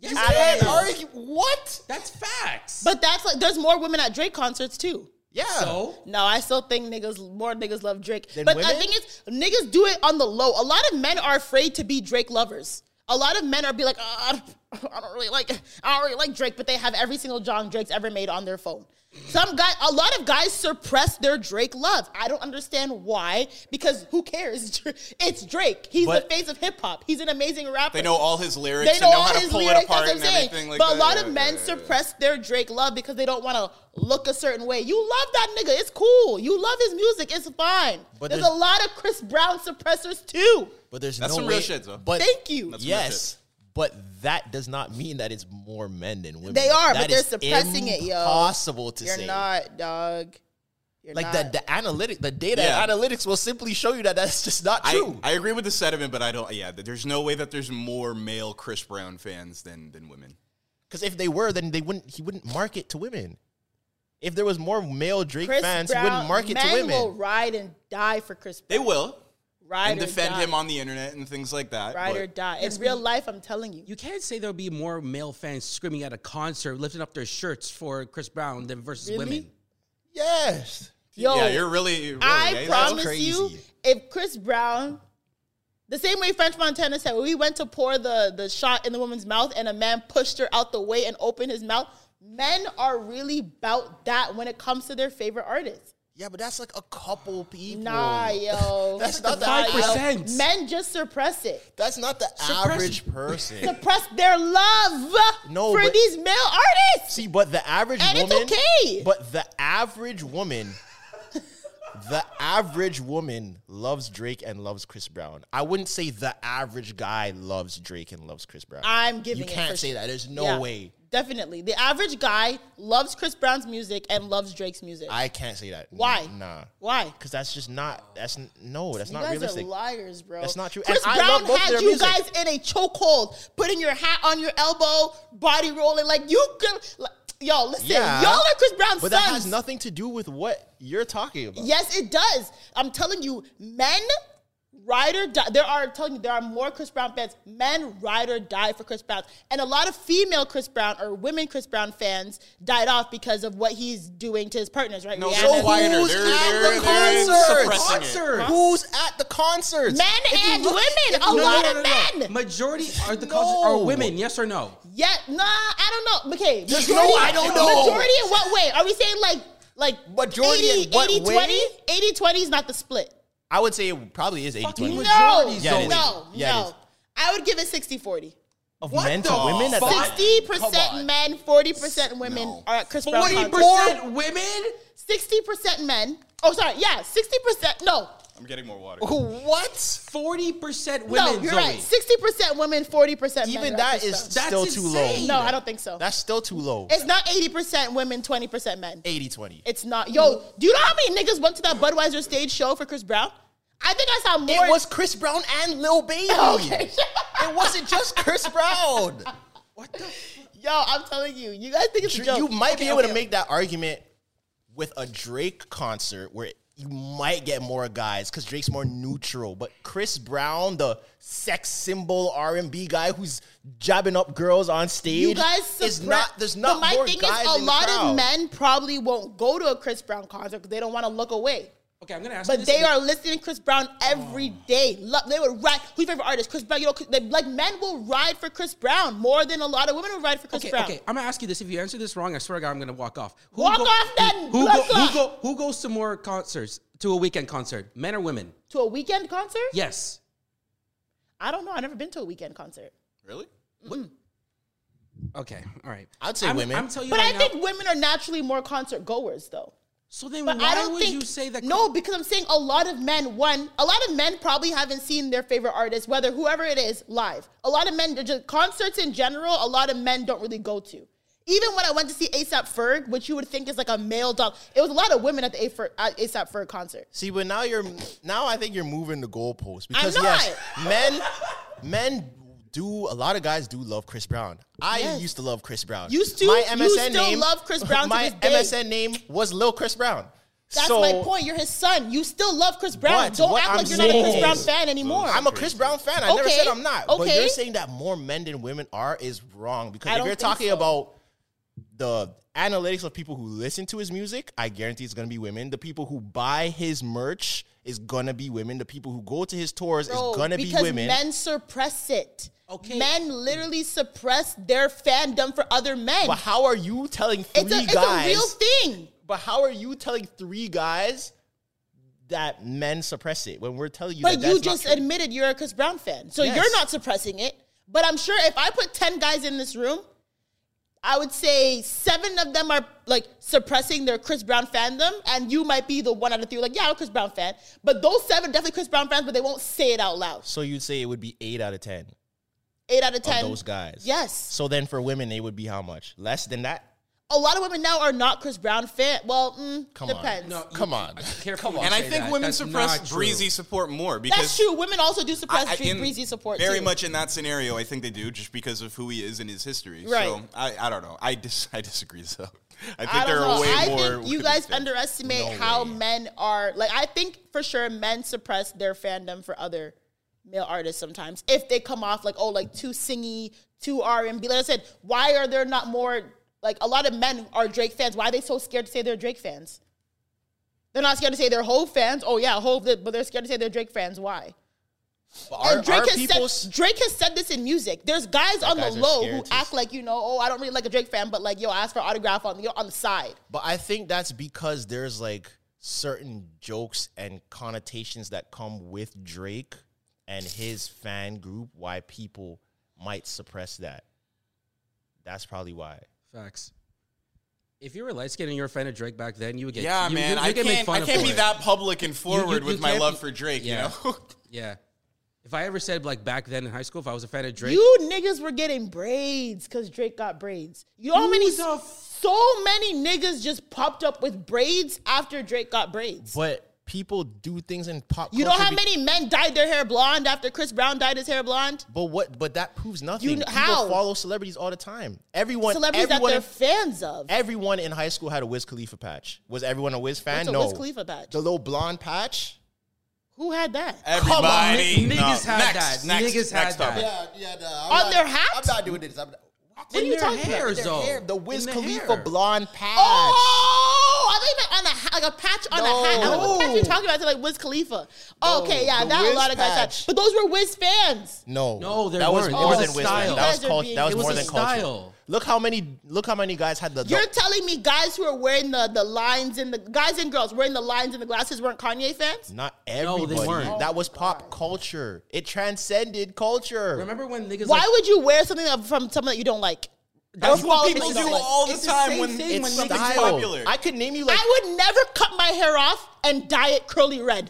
Speaker 3: Yes,
Speaker 4: You
Speaker 3: it
Speaker 4: can't
Speaker 3: is.
Speaker 4: argue. What?
Speaker 3: That's facts.
Speaker 1: But that's like there's more women at Drake concerts too.
Speaker 4: Yeah.
Speaker 3: so
Speaker 1: No, I still think niggas more niggas love Drake.
Speaker 4: Than
Speaker 1: but
Speaker 4: women?
Speaker 1: the thing is, niggas do it on the low. A lot of men are afraid to be Drake lovers. A lot of men are be like, "Ah, I don't- (laughs) I don't really like, I don't really like Drake, but they have every single John Drake's ever made on their phone. Some guy, a lot of guys suppress their Drake love. I don't understand why, because who cares? (laughs) It's Drake. He's
Speaker 4: But-
Speaker 1: the face of hip hop. He's an amazing rapper
Speaker 2: They know all his lyrics.
Speaker 1: they know,
Speaker 2: and know
Speaker 1: all
Speaker 2: how to
Speaker 1: his
Speaker 2: pull
Speaker 1: lyrics.
Speaker 2: it apart
Speaker 1: That's what I'm
Speaker 2: and
Speaker 1: saying.
Speaker 2: everything like
Speaker 1: but
Speaker 2: that.
Speaker 1: a lot
Speaker 2: Yeah,
Speaker 1: of
Speaker 2: yeah,
Speaker 1: men
Speaker 2: yeah, yeah.
Speaker 1: suppress their Drake love because they don't want to look a certain way. You love that nigga. It's cool. You love his music. It's fine.
Speaker 4: But
Speaker 1: there's,
Speaker 4: there's-
Speaker 1: a lot of Chris Brown suppressors too.
Speaker 4: But there's
Speaker 2: That's
Speaker 4: no
Speaker 2: some
Speaker 4: way,
Speaker 2: real shit, though.
Speaker 4: But
Speaker 1: Thank you.
Speaker 2: That's some real
Speaker 4: yes, but that does not mean that it's more men than women.
Speaker 1: They are,
Speaker 4: That
Speaker 1: but they're
Speaker 4: is
Speaker 1: suppressing it, yo.
Speaker 4: Impossible to
Speaker 1: You're
Speaker 4: say.
Speaker 1: not, dog. You're
Speaker 4: like
Speaker 1: not.
Speaker 4: the the analytic, the data
Speaker 2: Yeah.
Speaker 4: analytics will simply show you that that's just not
Speaker 2: I,
Speaker 4: true.
Speaker 2: I agree with the sentiment, but I don't. Yeah, th- there's no way that there's more male Chris Brown fans than than women.
Speaker 4: Because if they were, then they wouldn't. He wouldn't market to women. If there was more male Drake
Speaker 1: Chris
Speaker 4: fans,
Speaker 1: Brown,
Speaker 4: he wouldn't market
Speaker 1: men
Speaker 4: to women.
Speaker 1: will ride and die for Chris. Brown.
Speaker 2: They will
Speaker 1: ride
Speaker 2: and
Speaker 1: or
Speaker 2: defend
Speaker 1: die.
Speaker 2: him on the internet and things like that.
Speaker 1: ride or
Speaker 2: but-
Speaker 1: die. In real life, I'm telling you.
Speaker 3: you can't say there'll be more male fans screaming at a concert, lifting up their shirts for Chris Brown than versus women.
Speaker 4: Yes.
Speaker 1: Yo,
Speaker 2: yeah, you're really. really
Speaker 1: I
Speaker 2: eh?
Speaker 1: promise
Speaker 4: crazy.
Speaker 1: you, if Chris Brown, the same way French Montana said, when we went to pour the, the shot in the woman's mouth and a man pushed her out the way and opened his mouth, men are really about that when it comes to their favorite artists.
Speaker 4: Yeah, but that's like a couple people.
Speaker 1: Nah, yo.
Speaker 4: That's not the
Speaker 1: Nah, yo.
Speaker 3: 5%.
Speaker 1: Men just suppress it.
Speaker 4: That's not the
Speaker 3: Suppress-
Speaker 4: average person.
Speaker 1: Suppress their love
Speaker 4: No,
Speaker 1: for
Speaker 4: but-
Speaker 1: these male artists.
Speaker 4: See, but the average
Speaker 1: And it's
Speaker 4: woman.
Speaker 1: okay.
Speaker 4: But the average woman. the average woman loves Drake and loves Chris Brown. I wouldn't say the average guy loves Drake and loves Chris Brown.
Speaker 1: I'm giving
Speaker 4: You
Speaker 1: it
Speaker 4: can't
Speaker 1: for
Speaker 4: say
Speaker 1: sure.
Speaker 4: that. There's no
Speaker 1: Yeah,
Speaker 4: way.
Speaker 1: Definitely. The average guy loves Chris Brown's music and loves Drake's music.
Speaker 4: I can't say that.
Speaker 1: Why?
Speaker 4: Nah.
Speaker 1: Why?
Speaker 4: Because that's just not. That's n- no. That's
Speaker 1: You
Speaker 4: not
Speaker 1: guys
Speaker 4: realistic.
Speaker 1: are liars, bro.
Speaker 4: That's not true.
Speaker 1: Chris
Speaker 4: And I love
Speaker 1: Brown
Speaker 4: both of
Speaker 1: had
Speaker 4: their
Speaker 1: you
Speaker 4: music.
Speaker 1: guys in a chokehold, putting your hat on your elbow, body rolling like you could. Like, yo, listen,
Speaker 4: Yeah.
Speaker 1: y'all are Chris Brown's
Speaker 4: But
Speaker 1: sons.
Speaker 4: that has nothing to do with what you're talking about.
Speaker 1: Yes, it does. I'm telling you, men ride or die. There are I'm telling you there are more Chris Brown fans. Men ride or die for Chris Brown, and a lot of female Chris Brown or women Chris Brown fans died off because of what he's doing to his partners. Right?
Speaker 2: No,
Speaker 1: Rihanna.
Speaker 2: so quieter.
Speaker 4: Who's
Speaker 2: They're,
Speaker 4: at
Speaker 2: they're,
Speaker 4: the
Speaker 2: they're
Speaker 4: concerts?
Speaker 2: suppressing it.
Speaker 4: Who's at the concerts?
Speaker 1: Men
Speaker 4: If you
Speaker 1: and
Speaker 4: look-
Speaker 1: women, a
Speaker 4: if you-
Speaker 1: lot of men.
Speaker 3: Majority are the causes are
Speaker 4: No.
Speaker 3: women. Yes or no?
Speaker 1: Yeah, nah, I don't know. Okay,
Speaker 4: Just
Speaker 1: majority-
Speaker 4: no, I don't know.
Speaker 1: Majority in what way? Are we saying like like
Speaker 4: Majority in what
Speaker 1: 80,
Speaker 4: way?
Speaker 1: 20? 80 20 is not the split.
Speaker 4: I would say it probably is 80 20.
Speaker 3: Fucking
Speaker 1: No,
Speaker 3: Majority's
Speaker 4: Yeah, it is.
Speaker 1: no,
Speaker 4: Yeah, it is.
Speaker 1: no. I would give it 60 40.
Speaker 4: Of
Speaker 3: What
Speaker 4: men to
Speaker 3: the
Speaker 4: women? That's
Speaker 3: fuck?
Speaker 4: not-
Speaker 1: Sixty
Speaker 2: Come on.
Speaker 1: percent men, forty percent women
Speaker 2: No.
Speaker 1: are at Chris Brown
Speaker 3: Forty
Speaker 1: concerts.
Speaker 3: percent women.
Speaker 1: Sixty percent men. Oh, sorry. Yeah, sixty percent. No,
Speaker 2: I'm getting more water.
Speaker 4: What?
Speaker 3: Forty percent women.
Speaker 1: no, you're
Speaker 3: Zoe.
Speaker 1: right. Sixty percent women, forty percent men.
Speaker 4: Even
Speaker 1: are at
Speaker 4: that
Speaker 1: Chris
Speaker 4: is
Speaker 1: Brown.
Speaker 3: That's
Speaker 4: still too low.
Speaker 3: insane.
Speaker 1: no. I don't think so.
Speaker 4: That's still too low.
Speaker 1: it's not eighty percent women, twenty percent men.
Speaker 4: 80 20.
Speaker 1: It's not. Yo, do you know how many niggas went to that Budweiser stage show for Chris Brown? I think I saw more.
Speaker 4: It was Chris Brown and Lil Baby.
Speaker 1: Okay.
Speaker 4: it wasn't just Chris Brown.
Speaker 3: What the? F-
Speaker 1: Yo, I'm telling you, you guys think it's a joke.
Speaker 4: You might be
Speaker 1: Okay,
Speaker 4: able
Speaker 1: okay.
Speaker 4: to make that argument with a Drake concert where you might get more guys because Drake's more neutral. But Chris Brown, the sex symbol R and B guy who's jabbing up girls on stage,
Speaker 1: You guys
Speaker 4: is
Speaker 1: suppre-
Speaker 4: not. There's not
Speaker 1: But my
Speaker 4: more
Speaker 1: thing
Speaker 4: guys
Speaker 1: is, a
Speaker 4: in the
Speaker 1: lot
Speaker 4: crowd.
Speaker 1: of men probably won't go to a Chris Brown concert because they don't want to look away.
Speaker 3: okay, I'm gonna ask. you
Speaker 1: But
Speaker 3: this
Speaker 1: they are listening to Chris Brown every
Speaker 4: Oh.
Speaker 1: day. Love, they would ride. Who's your favorite artist? Chris Brown. You know, they, like men will ride for Chris Brown more than a lot of women will ride for Chris
Speaker 3: Okay,
Speaker 1: Brown.
Speaker 3: okay. I'm gonna ask you this. If you answer this wrong, I swear to God, I'm gonna walk off. Who
Speaker 1: Walk off then,
Speaker 3: Who, who, go,
Speaker 1: blood
Speaker 3: who,
Speaker 1: clot.
Speaker 3: go, who goes to more concerts? To a weekend concert, men or women?
Speaker 1: To a weekend concert?
Speaker 3: Yes.
Speaker 1: I don't know. I've never been to a weekend concert.
Speaker 2: Really?
Speaker 3: Okay. All right.
Speaker 4: I'd say
Speaker 3: I'm,
Speaker 4: women.
Speaker 3: I'm telling you
Speaker 1: But
Speaker 3: right
Speaker 1: I
Speaker 3: now.
Speaker 1: think women are naturally more concert goers, though.
Speaker 3: so then,
Speaker 1: But
Speaker 3: why
Speaker 1: I don't
Speaker 3: would
Speaker 1: think
Speaker 3: you say that?
Speaker 1: No, because I'm saying a lot of men. One, a lot of men probably haven't seen their favorite artist, whether whoever it is, live. A lot of men just concerts in general. A lot of men don't really go to. Even when I went to see ASAP Ferg, which you would think is like a male dog, it was a lot of women at the ASAP Ferg concert.
Speaker 4: See, but now you're now I think you're moving the goalpost because
Speaker 1: I'm
Speaker 4: yes, men men do a lot of guys do love Chris Brown. I
Speaker 1: Yes.
Speaker 4: used to love Chris Brown.
Speaker 1: Used to?
Speaker 4: my
Speaker 1: You
Speaker 4: MSN
Speaker 1: still
Speaker 4: name.
Speaker 1: love Chris Brown to
Speaker 4: My
Speaker 1: this day.
Speaker 4: MSN name was Lil Chris Brown.
Speaker 1: That's
Speaker 4: So,
Speaker 1: my point. You're his son. You still love Chris Brown.
Speaker 4: But
Speaker 1: Don't
Speaker 4: what
Speaker 1: act
Speaker 4: I'm
Speaker 1: like you're not a Chris
Speaker 4: saying
Speaker 1: Brown
Speaker 4: is-
Speaker 1: fan anymore.
Speaker 4: I'm a Chris Brown fan. I never
Speaker 1: Okay,
Speaker 4: said I'm not. But
Speaker 1: okay.
Speaker 4: you're saying that more men than women are is wrong because
Speaker 1: I
Speaker 4: if
Speaker 1: don't
Speaker 4: you're
Speaker 1: think
Speaker 4: talking
Speaker 1: so.
Speaker 4: about the analytics of people who listen to his music, I guarantee it's gonna be women. The people who buy his merch is gonna be women. The people who go to his tours
Speaker 1: Bro,
Speaker 4: is gonna be
Speaker 1: because
Speaker 4: women.
Speaker 1: men suppress it.
Speaker 3: Okay.
Speaker 1: Men literally suppress their fandom for other men.
Speaker 4: But how are you telling three
Speaker 1: It's a, it's
Speaker 4: guys?
Speaker 1: a real thing.
Speaker 4: But how are you telling three guys that men suppress it when we're telling you?
Speaker 1: But
Speaker 4: that
Speaker 1: you
Speaker 4: that's not
Speaker 1: just
Speaker 4: true?
Speaker 1: admitted you're a Chris Brown fan. So
Speaker 4: Yes.
Speaker 1: you're not suppressing it. But I'm sure if I put 10 guys in this room, I would say seven of them are like suppressing their Chris Brown fandom, and you might be the one out of three, like, yeah, I'm a Chris Brown fan. But those seven definitely Chris Brown fans, but they won't say it out loud.
Speaker 4: So you'd say it would be eight out of ten
Speaker 1: Eight out of
Speaker 4: of
Speaker 1: 10.
Speaker 4: those guys.
Speaker 1: Yes.
Speaker 4: So then for women, they would be how much less than that?
Speaker 1: a lot of women now are not Chris Brown fan. Well, mm,
Speaker 4: Come on.
Speaker 1: depends.
Speaker 3: No, you-
Speaker 4: Come on.
Speaker 3: Careful you
Speaker 2: And I
Speaker 3: say
Speaker 2: think
Speaker 3: that.
Speaker 2: women
Speaker 3: That's not
Speaker 2: suppress
Speaker 3: true.
Speaker 2: breezy support more because
Speaker 1: That's true. Women also do suppress
Speaker 2: I- I-
Speaker 1: Bree-
Speaker 2: in-
Speaker 1: breezy support.
Speaker 2: Very
Speaker 1: too.
Speaker 2: much in that scenario, I think they do, just because of who he is and his history. So
Speaker 1: Right.
Speaker 2: I, I don't know. I dis, (laughs) I disagree. So I think
Speaker 1: I
Speaker 2: there
Speaker 1: don't
Speaker 2: are
Speaker 1: know.
Speaker 2: way
Speaker 1: I
Speaker 2: more.
Speaker 1: think you
Speaker 2: women
Speaker 1: guys
Speaker 2: than-
Speaker 1: underestimate how men are. Like, I think for sure men suppress their fandom for other male artists sometimes if they come off like oh like too singy, too R and B. Like I said, why are there not more? Like a lot of men are Drake fans. Why are they so scared to say they're Drake fans? They're not scared to say they're Hove fans. Oh yeah, Hove, but they're scared to say they're Drake fans. Why?
Speaker 4: But Are,
Speaker 1: and Drake
Speaker 4: are
Speaker 1: has
Speaker 4: people? s-
Speaker 1: said Drake has said this in music. There's guys on
Speaker 4: guys
Speaker 1: the
Speaker 4: are
Speaker 1: low
Speaker 4: scared
Speaker 1: who
Speaker 4: to-
Speaker 1: act like you know, oh, I don't really like a Drake fan, but like yo, I ask for autograph on the on the side.
Speaker 4: But I think that's because there's like certain jokes and connotations that come with Drake and his fan group, why people might suppress that. That's probably why.
Speaker 3: Facacts. If you were light skinned and you're a fan of Drake back then, you would get
Speaker 2: yeah,
Speaker 3: you-
Speaker 2: man.
Speaker 3: You, you
Speaker 2: I
Speaker 3: could make
Speaker 2: can't.
Speaker 3: fun
Speaker 2: I
Speaker 3: of
Speaker 2: can't
Speaker 3: for
Speaker 2: be
Speaker 3: it.
Speaker 2: that public and forward
Speaker 3: you
Speaker 2: with my
Speaker 3: can't
Speaker 2: love
Speaker 3: be-
Speaker 2: for Drake.
Speaker 3: Yeah.
Speaker 2: You know. (laughs)
Speaker 3: Yeah. If I ever said like back then in high school, if I was a fan of Drake,
Speaker 1: You niggas were getting braids because Drake got braids. You know how many, so many niggas just popped up with braids after Drake got braids.
Speaker 4: But people do things in pop
Speaker 1: You know
Speaker 4: culture
Speaker 1: how
Speaker 4: be-
Speaker 1: many men dyed their hair blonde after Chris Brown dyed his hair blonde?
Speaker 4: But what? But that proves nothing.
Speaker 1: kn-
Speaker 4: People
Speaker 1: how?
Speaker 4: follow celebrities all the time. Everyone,
Speaker 1: Celebrities that
Speaker 4: everyone,
Speaker 1: they're fans of.
Speaker 4: everyone in high school had a Wiz Khalifa patch. Was everyone a Wiz fan?
Speaker 1: What's a
Speaker 4: no.
Speaker 1: Wiz Khalifa patch?
Speaker 4: The little blonde patch.
Speaker 1: Who had that?
Speaker 2: Everybody.
Speaker 3: Come on,
Speaker 2: no.
Speaker 3: niggas had
Speaker 2: next, Next,
Speaker 3: that. Niggas had
Speaker 2: next
Speaker 3: that.
Speaker 2: topic.
Speaker 5: Yeah, yeah, nah, I'm
Speaker 1: On
Speaker 5: not-
Speaker 1: their hat?
Speaker 5: I'm not doing this. I'm not,
Speaker 3: what
Speaker 1: are you talking about?
Speaker 3: Hairs,
Speaker 4: Their
Speaker 3: though.
Speaker 4: hair, the Wiz
Speaker 3: In
Speaker 4: Khalifa
Speaker 3: hair.
Speaker 4: blonde patch.
Speaker 1: Oh, I thought you meant on a ha- like a patch on a hat. I was like, what patch are you
Speaker 4: No.
Speaker 1: talking about? I said, like Wiz Khalifa. Oh, okay, yeah,
Speaker 4: the
Speaker 1: that a
Speaker 4: Wiz
Speaker 1: lot of guys had.
Speaker 4: patch.
Speaker 1: But those were Wiz fans.
Speaker 4: No,
Speaker 3: No, there
Speaker 4: that was
Speaker 3: weren't. It
Speaker 4: more
Speaker 3: was a
Speaker 4: than Wiz fan.
Speaker 3: style.
Speaker 4: That
Speaker 1: You
Speaker 4: was
Speaker 1: guys are
Speaker 4: cult.
Speaker 1: being
Speaker 4: That was
Speaker 1: It was
Speaker 4: more
Speaker 1: a
Speaker 4: than culture.
Speaker 3: style.
Speaker 4: Look how many. Look how many guys had the. the-
Speaker 1: You're telling me guys who are wearing the, the lines and the guys and girls wearing the lines and the glasses weren't Kanye fans?
Speaker 4: not
Speaker 3: No, they
Speaker 4: everybody.
Speaker 3: weren't.
Speaker 4: That was pop culture. It transcended culture.
Speaker 3: Remember when niggas
Speaker 1: Why
Speaker 3: like,
Speaker 1: would you wear something that- from someone that you don't like?
Speaker 2: That's
Speaker 1: Or
Speaker 2: what
Speaker 1: follow
Speaker 2: people
Speaker 1: someone you
Speaker 2: do
Speaker 1: don't like.
Speaker 2: all the
Speaker 3: It's the
Speaker 2: time
Speaker 3: same
Speaker 2: when
Speaker 3: thing
Speaker 2: it's
Speaker 3: when
Speaker 2: something
Speaker 3: niggas-
Speaker 2: popular.
Speaker 4: I could name you like
Speaker 1: I would never cut my hair off and dye it curly red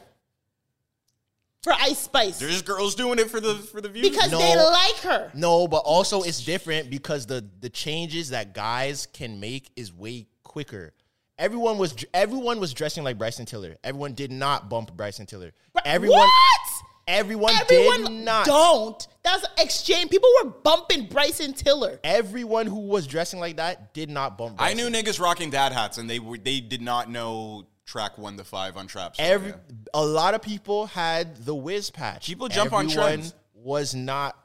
Speaker 1: for Ice Spice
Speaker 2: There's girls doing it for the for the view.
Speaker 1: because
Speaker 4: No.
Speaker 1: they like her.
Speaker 4: No, but also it's different because the the changes that guys can make is way quicker. Everyone was everyone was dressing like Bryson Tiller. Everyone did not bump Bryson Tiller.
Speaker 1: Bri-
Speaker 4: Everyone
Speaker 1: What?
Speaker 4: everyone, did
Speaker 1: Everyone
Speaker 4: not.
Speaker 1: don't. That's exchange. People were bumping Bryson Tiller.
Speaker 4: Everyone who was dressing like that did not bump.
Speaker 2: I
Speaker 4: Bryson.
Speaker 2: knew niggas rocking dad hats, and they were they did not know track one to five on traps.
Speaker 4: every a lot of people had the Wiz patch.
Speaker 2: People jump on
Speaker 4: everyone
Speaker 2: trends.
Speaker 4: Was not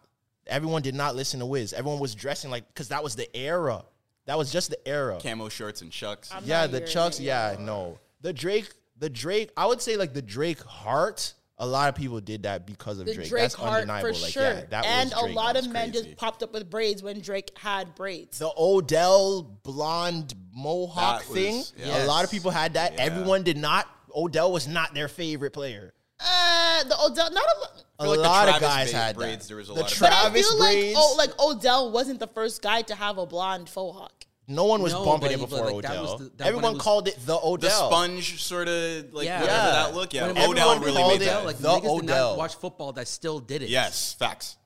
Speaker 4: everyone did not listen to Wiz. Everyone was dressing like because that was the era. That was just the era.
Speaker 2: camo shorts and chucks.
Speaker 4: yeah, the Chucks. Yeah, no. The Drake, the Drake. I would say like the Drake heart. A lot of people did that because of
Speaker 1: The
Speaker 4: Drake.
Speaker 1: Drake,
Speaker 4: That's
Speaker 1: heart
Speaker 4: undeniable.
Speaker 1: for
Speaker 4: like,
Speaker 1: sure.
Speaker 4: yeah, that
Speaker 1: and
Speaker 4: was Drake.
Speaker 1: a lot
Speaker 4: That
Speaker 1: of
Speaker 4: was
Speaker 1: men
Speaker 4: crazy.
Speaker 1: just popped up with braids when Drake had braids.
Speaker 4: the Odell blonde mohawk
Speaker 2: That was-
Speaker 4: thing.
Speaker 2: yeah.
Speaker 4: A lot of people had that. Everyone did not. Odell was not their favorite player.
Speaker 1: uh, the Odell, not a. lo-
Speaker 4: A
Speaker 2: like the
Speaker 4: lot of
Speaker 2: Travis
Speaker 4: guys
Speaker 2: ba-
Speaker 4: had
Speaker 2: braids,
Speaker 4: that.
Speaker 2: there was a
Speaker 4: the
Speaker 2: lot of- But
Speaker 1: But I
Speaker 4: Travis
Speaker 1: feel like
Speaker 4: braids.
Speaker 1: oh, like Odell wasn't the first guy to have a blonde faux hawk.
Speaker 4: no one was
Speaker 3: No,
Speaker 4: bumping
Speaker 3: but
Speaker 4: it
Speaker 3: he- but,
Speaker 4: before
Speaker 3: like, that was
Speaker 4: Odell.
Speaker 3: the- that- but it
Speaker 4: Everyone
Speaker 3: was-
Speaker 4: called it the Odell.
Speaker 2: The sponge sort of like
Speaker 3: Yeah.
Speaker 2: whatever
Speaker 3: Yeah.
Speaker 2: that look. Yeah,
Speaker 3: But
Speaker 4: everyone
Speaker 2: Odell really
Speaker 4: called
Speaker 2: made
Speaker 4: it
Speaker 2: that.
Speaker 3: Like
Speaker 4: the
Speaker 3: niggas did
Speaker 4: Odell.
Speaker 3: not watch football that still did it.
Speaker 2: yes, facts.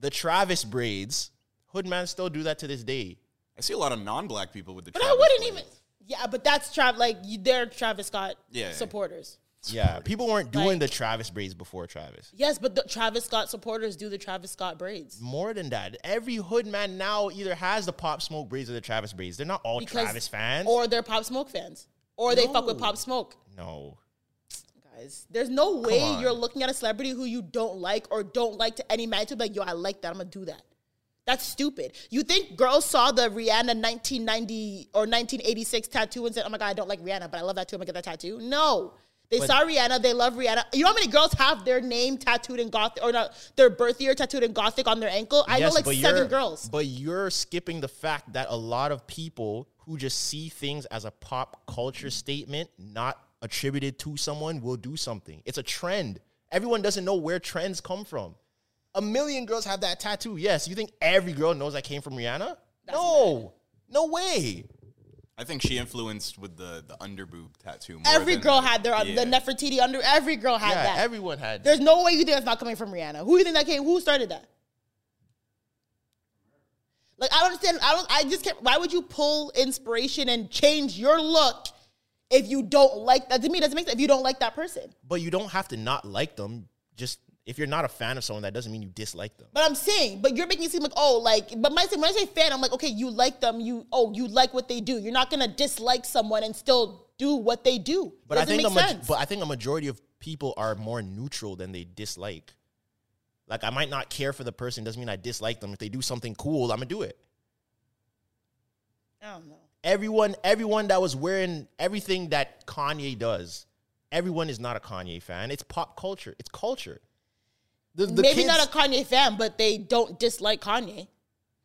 Speaker 4: The Travis braids. Hoodman still do that to this day.
Speaker 2: I see a lot of non-black people with the.
Speaker 1: But I
Speaker 2: Travis
Speaker 1: wouldn't
Speaker 2: braids.
Speaker 1: even. Yeah, but that's Trav. Like you, they're Travis Scott
Speaker 2: Yeah.
Speaker 1: supporters.
Speaker 4: Yeah, people weren't doing
Speaker 1: Like-
Speaker 4: the Travis braids before Travis.
Speaker 1: Yes, but the Travis Scott supporters do the Travis Scott braids
Speaker 4: More than that, every hood man now either has the Pop Smoke braids or the Travis braids. They're not all Travis fans.
Speaker 1: or they're Pop Smoke fans, or they fuck with
Speaker 3: No.
Speaker 1: Pop Smoke.
Speaker 4: no,
Speaker 1: Guys, there's no way
Speaker 4: on.
Speaker 1: you're looking at a celebrity who you don't like or don't like to any man to be like, yo, I like that. I'm gonna do that. That's stupid. You think girls saw the Rihanna 1990 or 1986 tattoo and said, oh my God, I don't like Rihanna, but I love that too. I'm gonna get that tattoo. No. They saw Rihanna. They love Rihanna. You know how many girls have their name tattooed in gothic or not their birth year tattooed in gothic on their ankle? I
Speaker 4: Yes,
Speaker 1: know
Speaker 4: but
Speaker 1: like seven
Speaker 4: you're-
Speaker 1: girls.
Speaker 4: But you're skipping the fact that a lot of people who just see things as a pop culture statement, not attributed to someone, will do something. It's a trend. Everyone doesn't know where trends come from. A million girls have that tattoo. Yes, you think every girl knows that came from Rihanna? no, no way.
Speaker 2: I think she influenced with the the underboob tattoo. More
Speaker 1: every
Speaker 2: than
Speaker 1: girl had their uh,
Speaker 2: yeah.
Speaker 1: the Nefertiti under. Every girl had
Speaker 4: Yeah,
Speaker 1: that.
Speaker 4: everyone had.
Speaker 1: There's no way you think that's not coming from Rihanna. Who you think that came? Who started that? Like I don't understand. I don't. I just can't. Why would you pull inspiration and change your look if you don't like that? To me, it doesn't make sense. If you don't like that person,
Speaker 4: but you don't have to not like them. Just if you're not a fan of someone, that doesn't mean you dislike them.
Speaker 1: but I'm saying, but you're making it seem like oh, like. But my when I say fan, I'm like okay, you like them. You oh, you like what they do. You're not gonna dislike someone and still do what they do.
Speaker 4: But I
Speaker 1: doesn't
Speaker 4: think a
Speaker 1: make
Speaker 4: ma-
Speaker 1: sense.
Speaker 4: but I think a majority of people are more neutral than they dislike. Like I might not care for the person doesn't mean I dislike them. If they do something cool, I'm gonna do it.
Speaker 1: I don't know.
Speaker 4: Everyone, everyone that was wearing everything that Kanye does, everyone is not a Kanye fan. It's pop culture. It's culture. The, the
Speaker 1: Maybe
Speaker 4: kids-
Speaker 1: not a Kanye fan, but they don't dislike Kanye.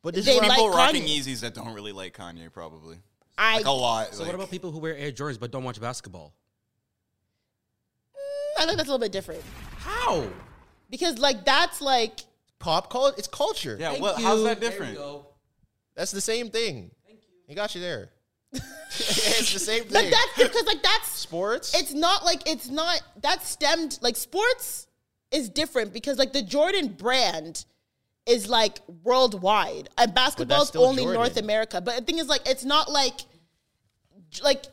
Speaker 4: but this
Speaker 1: they
Speaker 4: is what I'm-
Speaker 1: like
Speaker 2: people rocking
Speaker 1: Kanye.
Speaker 2: Yeezys that don't really like Kanye probably.
Speaker 1: I
Speaker 2: Like a lot.
Speaker 3: So what about people who wear Air Jordans but don't watch basketball?
Speaker 1: I think that's a little bit different
Speaker 3: How?
Speaker 1: because like that's like
Speaker 4: Pop call it's culture.
Speaker 2: Yeah,
Speaker 3: Thank
Speaker 2: well, how's
Speaker 3: you.
Speaker 2: that
Speaker 3: There we
Speaker 2: different?
Speaker 3: go.
Speaker 4: That's the same thing. Thank you. He got
Speaker 1: (laughs)
Speaker 4: you there. (laughs) it's the same
Speaker 1: but
Speaker 4: thing.
Speaker 1: that's because like that's
Speaker 4: (laughs) Sports.
Speaker 1: it's not like it's not that stemmed like sports is different because like the Jordan brand is like worldwide and basketball's
Speaker 4: still
Speaker 1: only
Speaker 4: Jordan.
Speaker 1: North America. But the thing is like it's not like j- like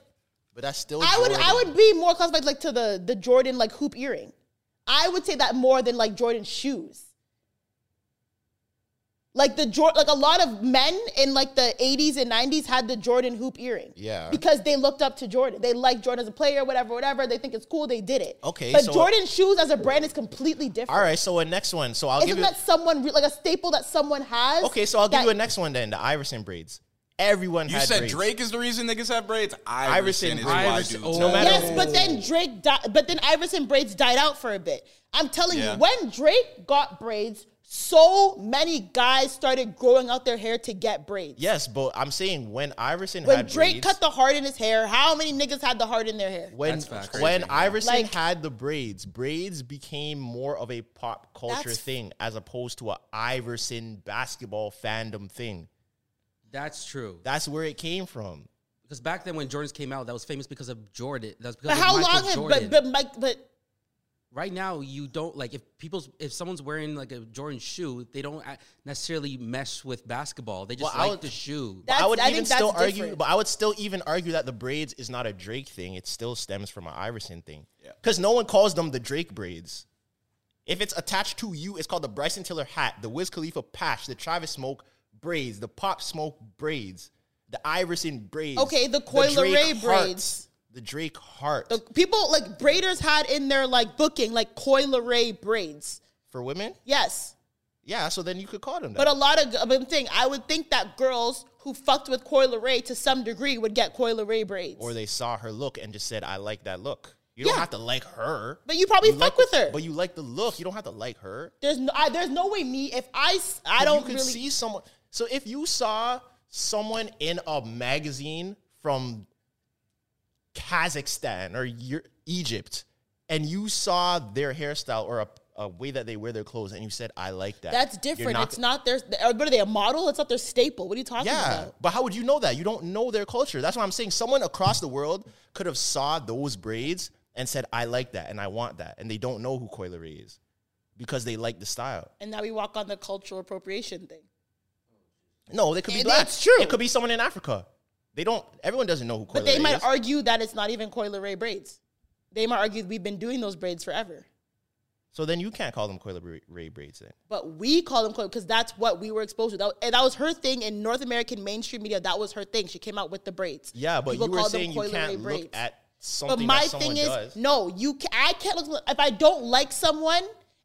Speaker 4: but that's still.
Speaker 1: I would I
Speaker 4: Jordan.
Speaker 1: would be more classified like to the the Jordan like hoop earring. I would say that more than like Jordan shoes. Like the Jordan, like a lot of men in like the 80s and 90s had the Jordan hoop earring.
Speaker 4: Yeah.
Speaker 1: Because they looked up to Jordan. They liked Jordan as a player, whatever, whatever. They think it's cool. They did it.
Speaker 4: Okay,
Speaker 1: But
Speaker 4: so-
Speaker 1: Jordan shoes as a brand is completely different.
Speaker 4: All right. So a next one. So I'll
Speaker 1: Isn't
Speaker 4: give you.
Speaker 1: that someone re- like a staple that someone has?
Speaker 4: okay. So I'll give
Speaker 1: that-
Speaker 4: you a next one then. The Iverson braids. Everyone
Speaker 2: You
Speaker 4: had
Speaker 2: said
Speaker 4: braids.
Speaker 2: Drake is the reason niggas have braids.
Speaker 4: Iverson
Speaker 2: Iverson, is why
Speaker 3: braids.
Speaker 2: dudes.
Speaker 3: Oh,
Speaker 2: have
Speaker 3: no matter-
Speaker 1: Yes, but then Drake, di- but then Iverson braids died out for a bit. I'm telling
Speaker 2: Yeah.
Speaker 1: you, when Drake got braids, so many guys started growing out their hair to get braids.
Speaker 4: Yes, but I'm saying when Iverson
Speaker 1: when
Speaker 4: had
Speaker 1: Drake
Speaker 4: braids,
Speaker 1: cut the heart in his hair, how many niggas had the heart in their hair?
Speaker 4: when
Speaker 3: That's facts.
Speaker 4: when Iverson
Speaker 1: Like-
Speaker 4: had the braids, braids became more of a pop culture
Speaker 1: That's-
Speaker 4: thing as opposed to a Iverson basketball fandom thing.
Speaker 3: That's true.
Speaker 4: That's where it came from.
Speaker 3: Because back then when Jordans came out, that was famous because of Jordan. That's
Speaker 1: But
Speaker 3: because of
Speaker 1: how
Speaker 3: Michael
Speaker 1: long had
Speaker 3: Jordan.
Speaker 1: but but Mike but
Speaker 3: right now you don't like if people's if someone's wearing like a Jordan shoe, they don't a- necessarily mesh with basketball. They
Speaker 4: Well,
Speaker 3: just
Speaker 4: I
Speaker 3: like
Speaker 4: would-
Speaker 3: the shoe.
Speaker 1: that's,
Speaker 4: I would even
Speaker 1: think that's
Speaker 4: still
Speaker 1: different.
Speaker 4: argue, but I would still even argue that the braids is not a Drake thing. It still stems from an Iverson thing. Because no one calls them the Drake braids. If it's attached to you, it's called the Bryson Tiller hat, the Wiz Khalifa patch, the Travis Smoke braids, the Pop Smoke braids, the Iverson braids.
Speaker 1: Okay, the
Speaker 4: the
Speaker 1: Coi
Speaker 4: Drake
Speaker 1: Leray
Speaker 4: heart,
Speaker 1: braids.
Speaker 4: The Drake heart.
Speaker 1: The people like braiders had in their like booking like coil array braids.
Speaker 4: For women?
Speaker 1: Yes.
Speaker 4: Yeah, so then you could call them that.
Speaker 1: But uh, a lot of, but I'm saying, I would think that girls who fucked with Coil Ray to some degree would get Coil Ray braids.
Speaker 4: or they saw her look and just said, I like that look. You
Speaker 1: Yeah.
Speaker 4: don't have to like her.
Speaker 1: But you probably
Speaker 4: You
Speaker 1: fuck
Speaker 4: like-
Speaker 1: with her.
Speaker 4: But you like the look. You don't have to like her.
Speaker 1: there's no, I, there's no way me if I, s- I
Speaker 4: But
Speaker 1: don't
Speaker 4: you could
Speaker 1: really.
Speaker 4: see someone. So if you saw someone in a magazine from Kazakhstan or Eur- Egypt, and you saw their hairstyle or a, a way that they wear their clothes, and you said, "I like that,"
Speaker 1: that's
Speaker 4: you're
Speaker 1: different.
Speaker 4: not-
Speaker 1: it's not their. uh, What are they? A model? It's not their staple. What are you talking
Speaker 4: Yeah,
Speaker 1: about?
Speaker 4: but how would you know that? You don't know their culture. That's what I'm saying. Someone across the world could have saw those braids and said, "I like that, and I want that," and they don't know who Coilery is because they like the style.
Speaker 1: And now we walk on the cultural appropriation thing.
Speaker 4: No, they could be
Speaker 1: And
Speaker 4: black.
Speaker 1: that's true.
Speaker 4: It could be someone in Africa. They don't. Everyone doesn't know who.
Speaker 1: But
Speaker 4: Coi
Speaker 1: they
Speaker 4: Leray
Speaker 1: might
Speaker 4: is.
Speaker 1: argue that it's not even Coil Ray braids. They might argue we've been doing those braids forever.
Speaker 4: So then you can't call them Coi Ray braids. Then
Speaker 1: But we call them coil because that's what we were exposed to. That, and that was her thing in North American mainstream media. That was her thing. She came out with the braids.
Speaker 4: yeah, but
Speaker 1: People
Speaker 4: you were
Speaker 1: called them
Speaker 4: saying you
Speaker 1: coil array
Speaker 4: can't look
Speaker 1: braids.
Speaker 4: at something
Speaker 1: but my
Speaker 4: that someone
Speaker 1: thing is,
Speaker 4: does.
Speaker 1: no, you. Can, I can't look if I don't like someone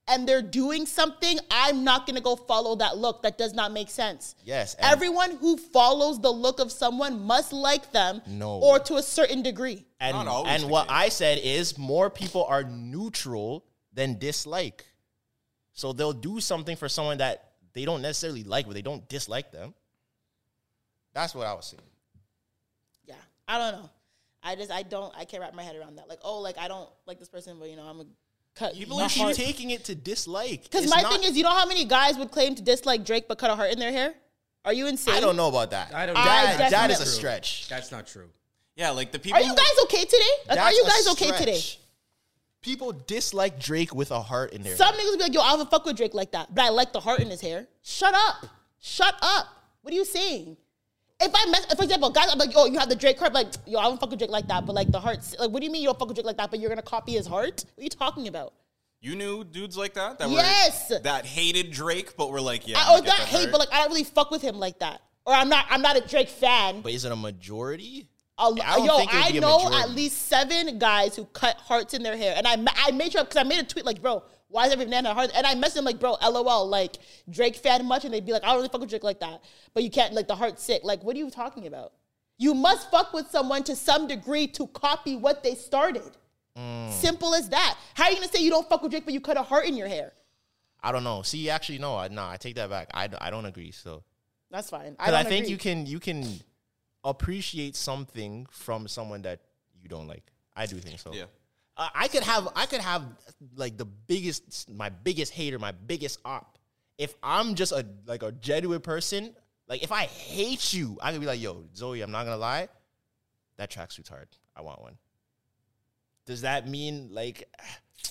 Speaker 1: and they're doing something. I'm not gonna go follow that look. That does not make sense.
Speaker 4: Yes, and-
Speaker 1: Everyone who follows the look of someone must like them.
Speaker 4: No.
Speaker 1: Or to a certain degree.
Speaker 4: and
Speaker 2: Not always
Speaker 4: and
Speaker 2: the
Speaker 4: what
Speaker 2: case.
Speaker 4: I said is more people are neutral than dislike. So they'll do something for someone that they don't necessarily like, but they don't dislike them. That's what I was saying.
Speaker 1: Yeah. I don't know. I just I don't I can't wrap my head around that. Like oh like I don't like this person, but you know I'm a cut.
Speaker 4: People
Speaker 1: my
Speaker 4: are
Speaker 1: heart.
Speaker 4: taking it to dislike.
Speaker 1: Because
Speaker 4: It's
Speaker 1: my
Speaker 4: not-
Speaker 1: thing is, you know how many guys would claim to dislike Drake but cut a heart in their hair? Are you insane?
Speaker 4: I don't know about that.
Speaker 3: I don't know.
Speaker 4: That,
Speaker 1: I
Speaker 4: that is a
Speaker 1: definitely-
Speaker 4: stretch.
Speaker 3: That's not true.
Speaker 2: Yeah, like the people.
Speaker 1: Are you
Speaker 2: who-
Speaker 1: guys okay today? Like, are
Speaker 4: That's
Speaker 1: you
Speaker 4: a
Speaker 1: guys okay today?
Speaker 4: stretch. People dislike Drake with a heart in their.
Speaker 1: Some
Speaker 4: head.
Speaker 1: niggas be like, yo, I don't fuck with Drake like that, but I like the heart in his hair. Shut up. Shut up. What are you saying? If I mess, for example, guys, I'm like, yo, you have the Drake heart, like, yo, I don't fuck with Drake like that, but like the hearts, like, what do you mean you don't fuck with Drake like that, but you're gonna copy his heart? What are you talking about?
Speaker 2: You knew dudes like that that
Speaker 1: Yes.
Speaker 2: were that hated Drake, but were like, yeah,
Speaker 1: I-
Speaker 2: I'm
Speaker 1: or
Speaker 2: gonna get
Speaker 1: that hate,
Speaker 2: hurt.
Speaker 1: but like, I don't really fuck with him like that, or I'm not, I'm not a Drake fan.
Speaker 4: But is it a majority?
Speaker 1: A,
Speaker 4: Yeah, I don't
Speaker 1: yo,
Speaker 4: think it would
Speaker 1: I
Speaker 4: be a
Speaker 1: know
Speaker 4: majority.
Speaker 1: at least seven guys who cut hearts in their hair, and I ma- I made sure because I made a tweet like, bro, why is every man a heart? And I messaged them like, bro, lol, like Drake fan much, and they'd be like, I don't really fuck with Drake like that, but you can't like the heart sick. Like, what are you talking about? You must fuck with someone to some degree to copy what they started.
Speaker 4: Mm.
Speaker 1: Simple as that. How are you gonna say you don't fuck with Drake but you cut a heart in your hair?
Speaker 4: I don't know. See, actually, no, I, nah, I take that back. I, d- I don't agree. So,
Speaker 1: That's fine. I
Speaker 4: because
Speaker 1: don't
Speaker 4: I, think
Speaker 1: agree.
Speaker 4: you can you can appreciate something from someone that you don't like. I do think so.
Speaker 2: Yeah.
Speaker 6: Uh, I could have I could have like the biggest my biggest hater, my biggest op. If I'm just a like a genuine person, like if I hate you, I could be like, yo, Zoe, I'm not gonna lie, that tracksuit's hard. I want one. Does that mean like (sighs)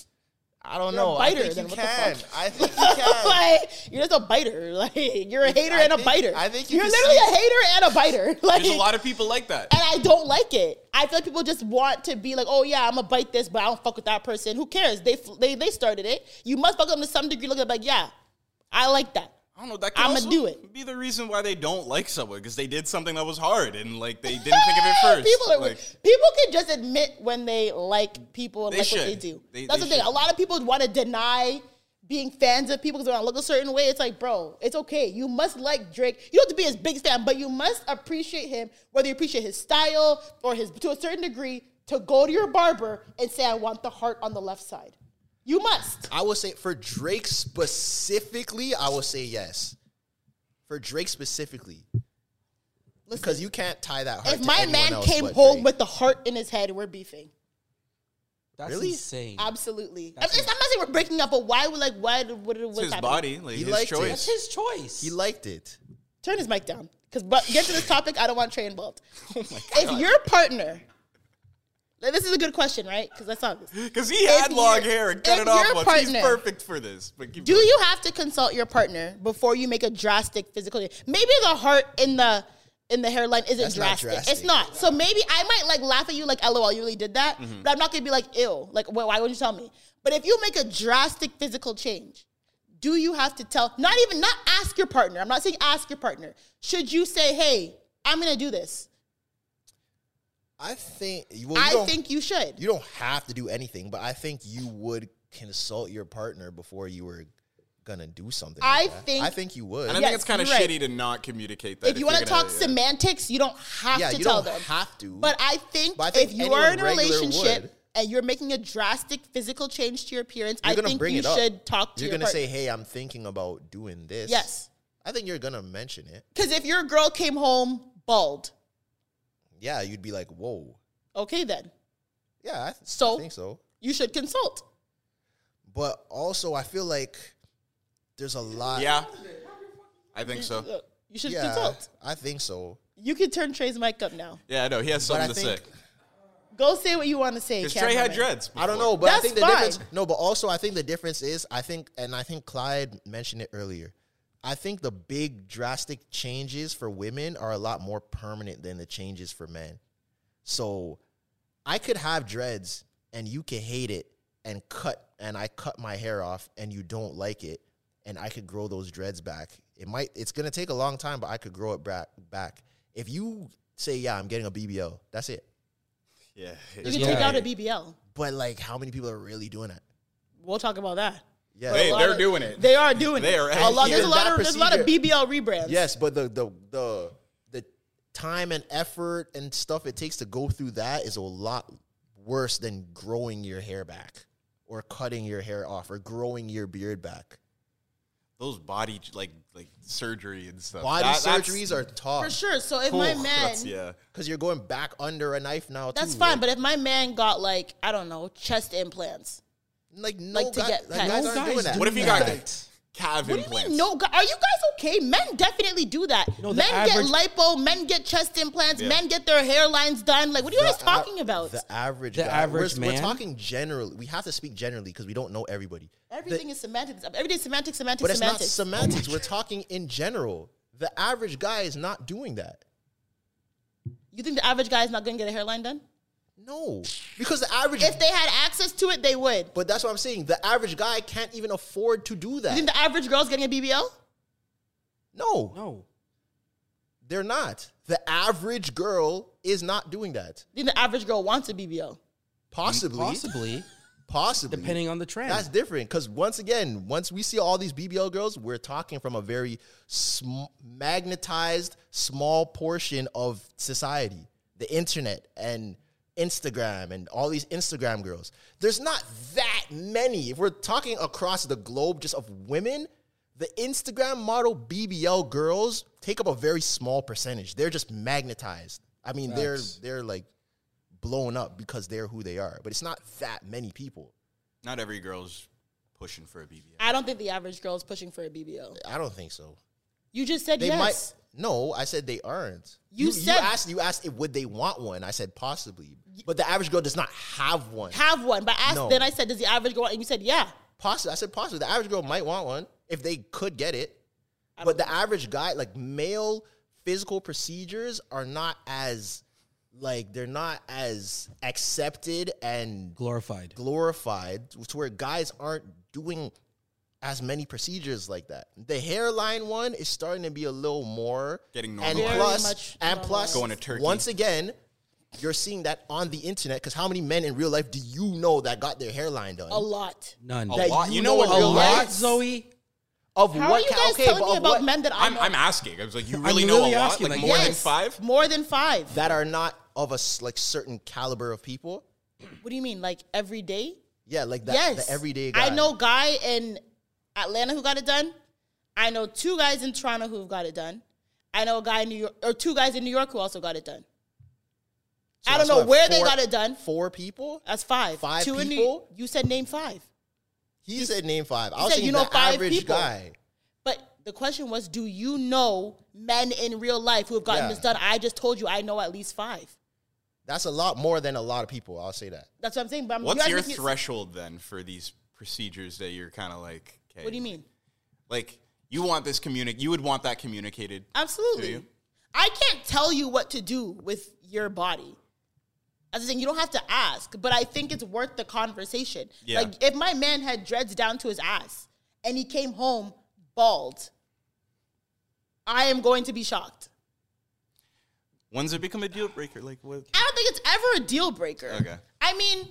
Speaker 6: I don't
Speaker 1: You're a
Speaker 6: know.
Speaker 1: biter,
Speaker 6: I think
Speaker 1: then
Speaker 6: you
Speaker 1: what the
Speaker 6: can.
Speaker 1: fuck?
Speaker 6: I think you can.
Speaker 1: (laughs)
Speaker 6: (laughs)
Speaker 1: like you're just a biter. (laughs) Like you're a hater
Speaker 6: I
Speaker 1: and a
Speaker 6: think-
Speaker 1: biter.
Speaker 6: I think you
Speaker 1: are
Speaker 6: can
Speaker 1: literally
Speaker 6: see-
Speaker 1: a hater and a biter. (laughs) Like eh,
Speaker 2: There's a lot of people like that.
Speaker 1: and I don't like it. I feel like people just want to be like, oh yeah, I'm gonna bite this, but I don't fuck with that person. Who cares? They they they started it. You must fuck with them to some degree. Look at like yeah, I like that.
Speaker 2: I don't know. That could
Speaker 1: I'ma
Speaker 2: also
Speaker 1: do it.
Speaker 2: Be the reason why they don't like someone because they did something that was hard and like they didn't think of it
Speaker 1: (laughs)
Speaker 2: first.
Speaker 1: people are
Speaker 2: like,
Speaker 1: people can just admit when they like people and
Speaker 2: They
Speaker 1: like what they
Speaker 2: should.
Speaker 1: do.
Speaker 2: They-
Speaker 1: That's
Speaker 2: they
Speaker 1: the thing.
Speaker 2: should.
Speaker 1: A lot of people want to deny being fans of people because they want to look a certain way. It's like, bro, it's okay. You must like Drake. You don't have to be his biggest fan, but you must appreciate him, whether you appreciate his style or his to a certain degree, to go to your barber and say, I want the heart on the left side. You must.
Speaker 4: I would say for Drake specifically, I would say yes. For Drake specifically, because you can't tie that heart.
Speaker 1: If
Speaker 4: to
Speaker 1: my
Speaker 4: anyone
Speaker 1: man
Speaker 4: else
Speaker 1: came
Speaker 4: but
Speaker 1: home
Speaker 4: Drake.
Speaker 1: with the heart in his head, we're beefing.
Speaker 3: That's
Speaker 4: Really?
Speaker 3: insane.
Speaker 1: Absolutely. I'm,
Speaker 3: That's
Speaker 1: I'm not saying we're breaking up, but why would like why would what
Speaker 2: it's his body, like
Speaker 4: He
Speaker 2: his
Speaker 4: liked it.
Speaker 2: choice.
Speaker 3: That's his choice.
Speaker 4: he liked it.
Speaker 1: Turn his mic down. Because but get to this topic, I don't want Trey
Speaker 4: (laughs)
Speaker 1: involved.
Speaker 4: Oh
Speaker 1: If your partner, now this is a good question, right? Because that's obvious.
Speaker 2: Because he had
Speaker 1: your-
Speaker 2: long hair and cut
Speaker 1: if
Speaker 2: it off
Speaker 1: your
Speaker 2: once.
Speaker 1: partner-
Speaker 2: He's perfect for this. But keep
Speaker 1: Do
Speaker 2: going.
Speaker 1: you have to consult your partner before you make a drastic physical? change? Maybe the heart in the in the hairline isn't
Speaker 4: That's not
Speaker 1: drastic. It's
Speaker 4: drastic.
Speaker 1: not. So maybe I might like laugh at you, like "lol, you really did that,"
Speaker 4: Mm-hmm.
Speaker 1: but I'm not gonna be like "ew," like why, why would you tell me? But if you make a drastic physical change, do you have to tell not even not ask your partner i'm not saying ask your partner should you say hey i'm gonna do this
Speaker 4: I think. Well,
Speaker 1: i
Speaker 4: don't-
Speaker 1: think you should
Speaker 4: you don't have to do anything, but I think you would consult your partner before you were gonna do something.
Speaker 1: I
Speaker 4: like that.
Speaker 1: think-
Speaker 4: I think you would.
Speaker 2: and I
Speaker 1: Yes,
Speaker 2: think it's kind of
Speaker 1: you're right.
Speaker 2: shitty to not communicate that.
Speaker 1: if you want to
Speaker 2: you're gonna-
Speaker 1: talk
Speaker 2: yeah. (laughs)
Speaker 1: semantics you don't have
Speaker 4: Yeah,
Speaker 1: to
Speaker 4: you
Speaker 1: tell
Speaker 4: don't
Speaker 1: them
Speaker 4: have to.
Speaker 1: but i think,
Speaker 4: But I think
Speaker 1: if you
Speaker 4: anyone
Speaker 1: are in a
Speaker 4: regular
Speaker 1: relationship
Speaker 4: would.
Speaker 1: and you're making a drastic physical change to your appearance
Speaker 4: You're
Speaker 1: i
Speaker 4: gonna
Speaker 1: think
Speaker 4: bring
Speaker 1: you
Speaker 4: it up.
Speaker 1: should talk to
Speaker 4: You're
Speaker 1: your
Speaker 4: gonna
Speaker 1: partner
Speaker 4: say, "Hey, I'm thinking about doing this."
Speaker 1: yes
Speaker 4: I think you're gonna mention it.
Speaker 1: because if your girl came home bald
Speaker 4: Yeah, you'd be like, "Whoa."
Speaker 1: okay then
Speaker 4: Yeah, I, th- I
Speaker 1: So?
Speaker 4: think so.
Speaker 1: you should consult
Speaker 4: But also, I feel like there's a lot.
Speaker 2: Yeah, I think so.
Speaker 1: you should
Speaker 4: yeah,
Speaker 1: consult
Speaker 4: I think so.
Speaker 1: you can turn trey's mic up now
Speaker 2: Yeah, I know he has something to
Speaker 4: I
Speaker 2: say.
Speaker 4: think-
Speaker 1: go say what you want to say
Speaker 2: Because Trey had
Speaker 1: cameraman.
Speaker 2: dreads.
Speaker 4: I don't know, but
Speaker 1: That's
Speaker 4: I think the
Speaker 1: fine.
Speaker 4: difference. No, but also I think the difference is I think, and I think Clyde mentioned it earlier. I think the big drastic changes for women are a lot more permanent than the changes for men. So I could have dreads and you could hate it and cut and I cut my hair off and you don't like it and I could grow those dreads back. It might it's going to take a long time but I could grow it back back. If you say yeah, I'm getting a BBL. That's it.
Speaker 2: Yeah,
Speaker 1: you can take out a bbl
Speaker 4: But like how many people are really doing that?
Speaker 1: we'll talk about that
Speaker 4: Yeah.
Speaker 2: they,
Speaker 1: A lot
Speaker 2: they're
Speaker 1: of-
Speaker 2: doing it.
Speaker 1: They are doing
Speaker 2: They
Speaker 1: it.
Speaker 2: are
Speaker 1: a lot, there's a
Speaker 4: executing
Speaker 1: lot
Speaker 4: that
Speaker 1: of there's a lot of
Speaker 4: procedure.
Speaker 1: BBL rebrands.
Speaker 4: Yes, but the the the the time and effort and stuff it takes to go through that is a lot worse than growing your hair back or cutting your hair off or growing your beard back.
Speaker 2: Those body like like surgery and stuff.
Speaker 4: Body
Speaker 2: That- that's-
Speaker 4: surgeries are tough
Speaker 1: for sure. So if
Speaker 2: Ooh,
Speaker 1: my man,
Speaker 2: (laughs) that's- yeah.
Speaker 4: because you're going back under a knife now.
Speaker 1: that's
Speaker 4: too,
Speaker 1: fine.
Speaker 4: like,
Speaker 1: But if my man got like I don't know chest implants,
Speaker 4: like no
Speaker 1: like to
Speaker 4: guy-
Speaker 1: get
Speaker 4: like,
Speaker 1: pets.
Speaker 4: guys
Speaker 1: No
Speaker 4: aren't doing that.
Speaker 2: What if you
Speaker 4: you
Speaker 2: got calf
Speaker 1: what do you
Speaker 2: implants?
Speaker 1: mean? No, gu- are you guys okay? Men definitely do that.
Speaker 3: No, the
Speaker 1: men
Speaker 3: average-
Speaker 1: get lipo. Men get chest implants.
Speaker 2: Yeah.
Speaker 1: Men get their hairlines done. Like what are you guys talking about?
Speaker 4: The average,
Speaker 3: The
Speaker 4: guy.
Speaker 3: average
Speaker 4: we're, We're
Speaker 3: man?
Speaker 4: talking generally. We have to speak generally because we don't know everybody.
Speaker 1: Everything is semantics. Everything's semantics, semantics,
Speaker 4: But it's not
Speaker 1: semantics.
Speaker 4: semantics. We're talking in general. The average guy is not doing that.
Speaker 1: you think the average guy is not going to get a hairline done?
Speaker 4: No, because the average.
Speaker 1: If they had access to it, they would.
Speaker 4: but that's what I'm saying. The average guy can't even afford to do
Speaker 1: You
Speaker 4: that.
Speaker 1: think the average girl's getting a BBL?
Speaker 4: no,
Speaker 3: no.
Speaker 4: they're not. The average girl is not doing that.
Speaker 1: You think the average girl wants a BBL?
Speaker 4: Possibly,
Speaker 3: Possibly,
Speaker 4: possibly.
Speaker 3: depending on the trend.
Speaker 4: That's different because once again, once we see all these BBL girls, we're talking from a very sm- magnetized, small portion of society, the internet and Instagram and all these Instagram girls. There's not that many. If we're talking across the globe, just of women, the Instagram model BBL girls take up a very small percentage. They're just magnetized. I mean, they're they're like blown up because they're who they are. But it's not that many people.
Speaker 2: Not every girl's pushing for a BBL.
Speaker 1: I don't think the average girl is pushing for a BBL.
Speaker 4: I don't think so.
Speaker 1: You just said
Speaker 4: They
Speaker 1: yes.
Speaker 4: might. No, I said they aren't.
Speaker 1: You said-
Speaker 4: asked you asked if would they want one. I said possibly, but the average girl does not have one.
Speaker 1: Have one, but I asked,
Speaker 4: No.
Speaker 1: then I said, does the average girl? And you said, yeah.
Speaker 4: Possibly, I said possibly. The average girl might want one if they could get it, but the average guy, like male physical procedures, are not as like they're not as accepted and
Speaker 3: glorified.
Speaker 4: glorified to where guys aren't doing as many procedures like that. The hairline one is starting to be a little more
Speaker 2: Getting
Speaker 4: and
Speaker 2: normalized.
Speaker 4: plus
Speaker 1: Very much
Speaker 4: and plus
Speaker 2: Going to Turkey.
Speaker 4: Once again, you're seeing that on the internet because how many men in real life do you know that got their hairline done?
Speaker 1: A lot.
Speaker 3: None.
Speaker 2: A lot. You know
Speaker 4: know
Speaker 2: what?
Speaker 4: a
Speaker 3: A
Speaker 2: real
Speaker 4: lot.
Speaker 2: life-
Speaker 3: lot, Zoe.
Speaker 4: Of
Speaker 1: How are
Speaker 4: what
Speaker 1: you
Speaker 4: ca-
Speaker 1: guys
Speaker 4: okay,
Speaker 1: telling
Speaker 4: but
Speaker 1: me
Speaker 4: of
Speaker 1: about
Speaker 4: what-
Speaker 1: men that I
Speaker 2: I'm,
Speaker 1: know?
Speaker 2: I'm asking. I was like, you
Speaker 3: I'm
Speaker 2: really know
Speaker 3: really
Speaker 2: a lot?
Speaker 3: asking,
Speaker 2: Like,
Speaker 3: like,
Speaker 2: more than
Speaker 1: Yes,
Speaker 2: five?
Speaker 1: More than five.
Speaker 4: that are not of a s- like certain caliber of people?
Speaker 1: what do you mean? Like every day?
Speaker 4: Yeah, like that
Speaker 1: yes.
Speaker 4: the everyday guy.
Speaker 1: I know guy in Atlanta who got it done. I know two guys in Toronto who've got it done. I know a guy in New York, or two guys in New York who also got it done.
Speaker 4: So
Speaker 1: I
Speaker 4: that's
Speaker 1: don't know
Speaker 4: what,
Speaker 1: where they
Speaker 4: four-
Speaker 1: got it done.
Speaker 4: Four people?
Speaker 1: That's five.
Speaker 4: Five
Speaker 1: two in New,
Speaker 4: people?
Speaker 1: You said name five.
Speaker 4: He said name five. I was
Speaker 1: said,
Speaker 4: saying
Speaker 1: you know,
Speaker 4: the
Speaker 1: five
Speaker 4: average
Speaker 1: people.
Speaker 4: guy.
Speaker 1: But the question was, do you know men in real life who have gotten
Speaker 4: Yeah.
Speaker 1: this done? I just told you I know at least five.
Speaker 4: That's a lot more than a lot of people. I'll say that.
Speaker 1: That's what I'm saying. But I'm, you
Speaker 2: What's
Speaker 1: guys
Speaker 2: your
Speaker 1: making it-
Speaker 2: threshold then for these procedures that you're kind of like, okay.
Speaker 1: What do you mean?
Speaker 2: Like, you want this communic, you would want that communicated. Do
Speaker 1: Absolutely.
Speaker 2: you?
Speaker 1: I can't tell you what to do with your body. As I'm saying, you don't have to ask, but I think it's worth the conversation.
Speaker 2: Yeah.
Speaker 1: Like if my man had dreads down to his ass and he came home bald, I am going to be shocked.
Speaker 2: When's it become a deal breaker? Like, what?
Speaker 1: I don't think it's ever a deal breaker.
Speaker 2: Okay.
Speaker 1: I mean,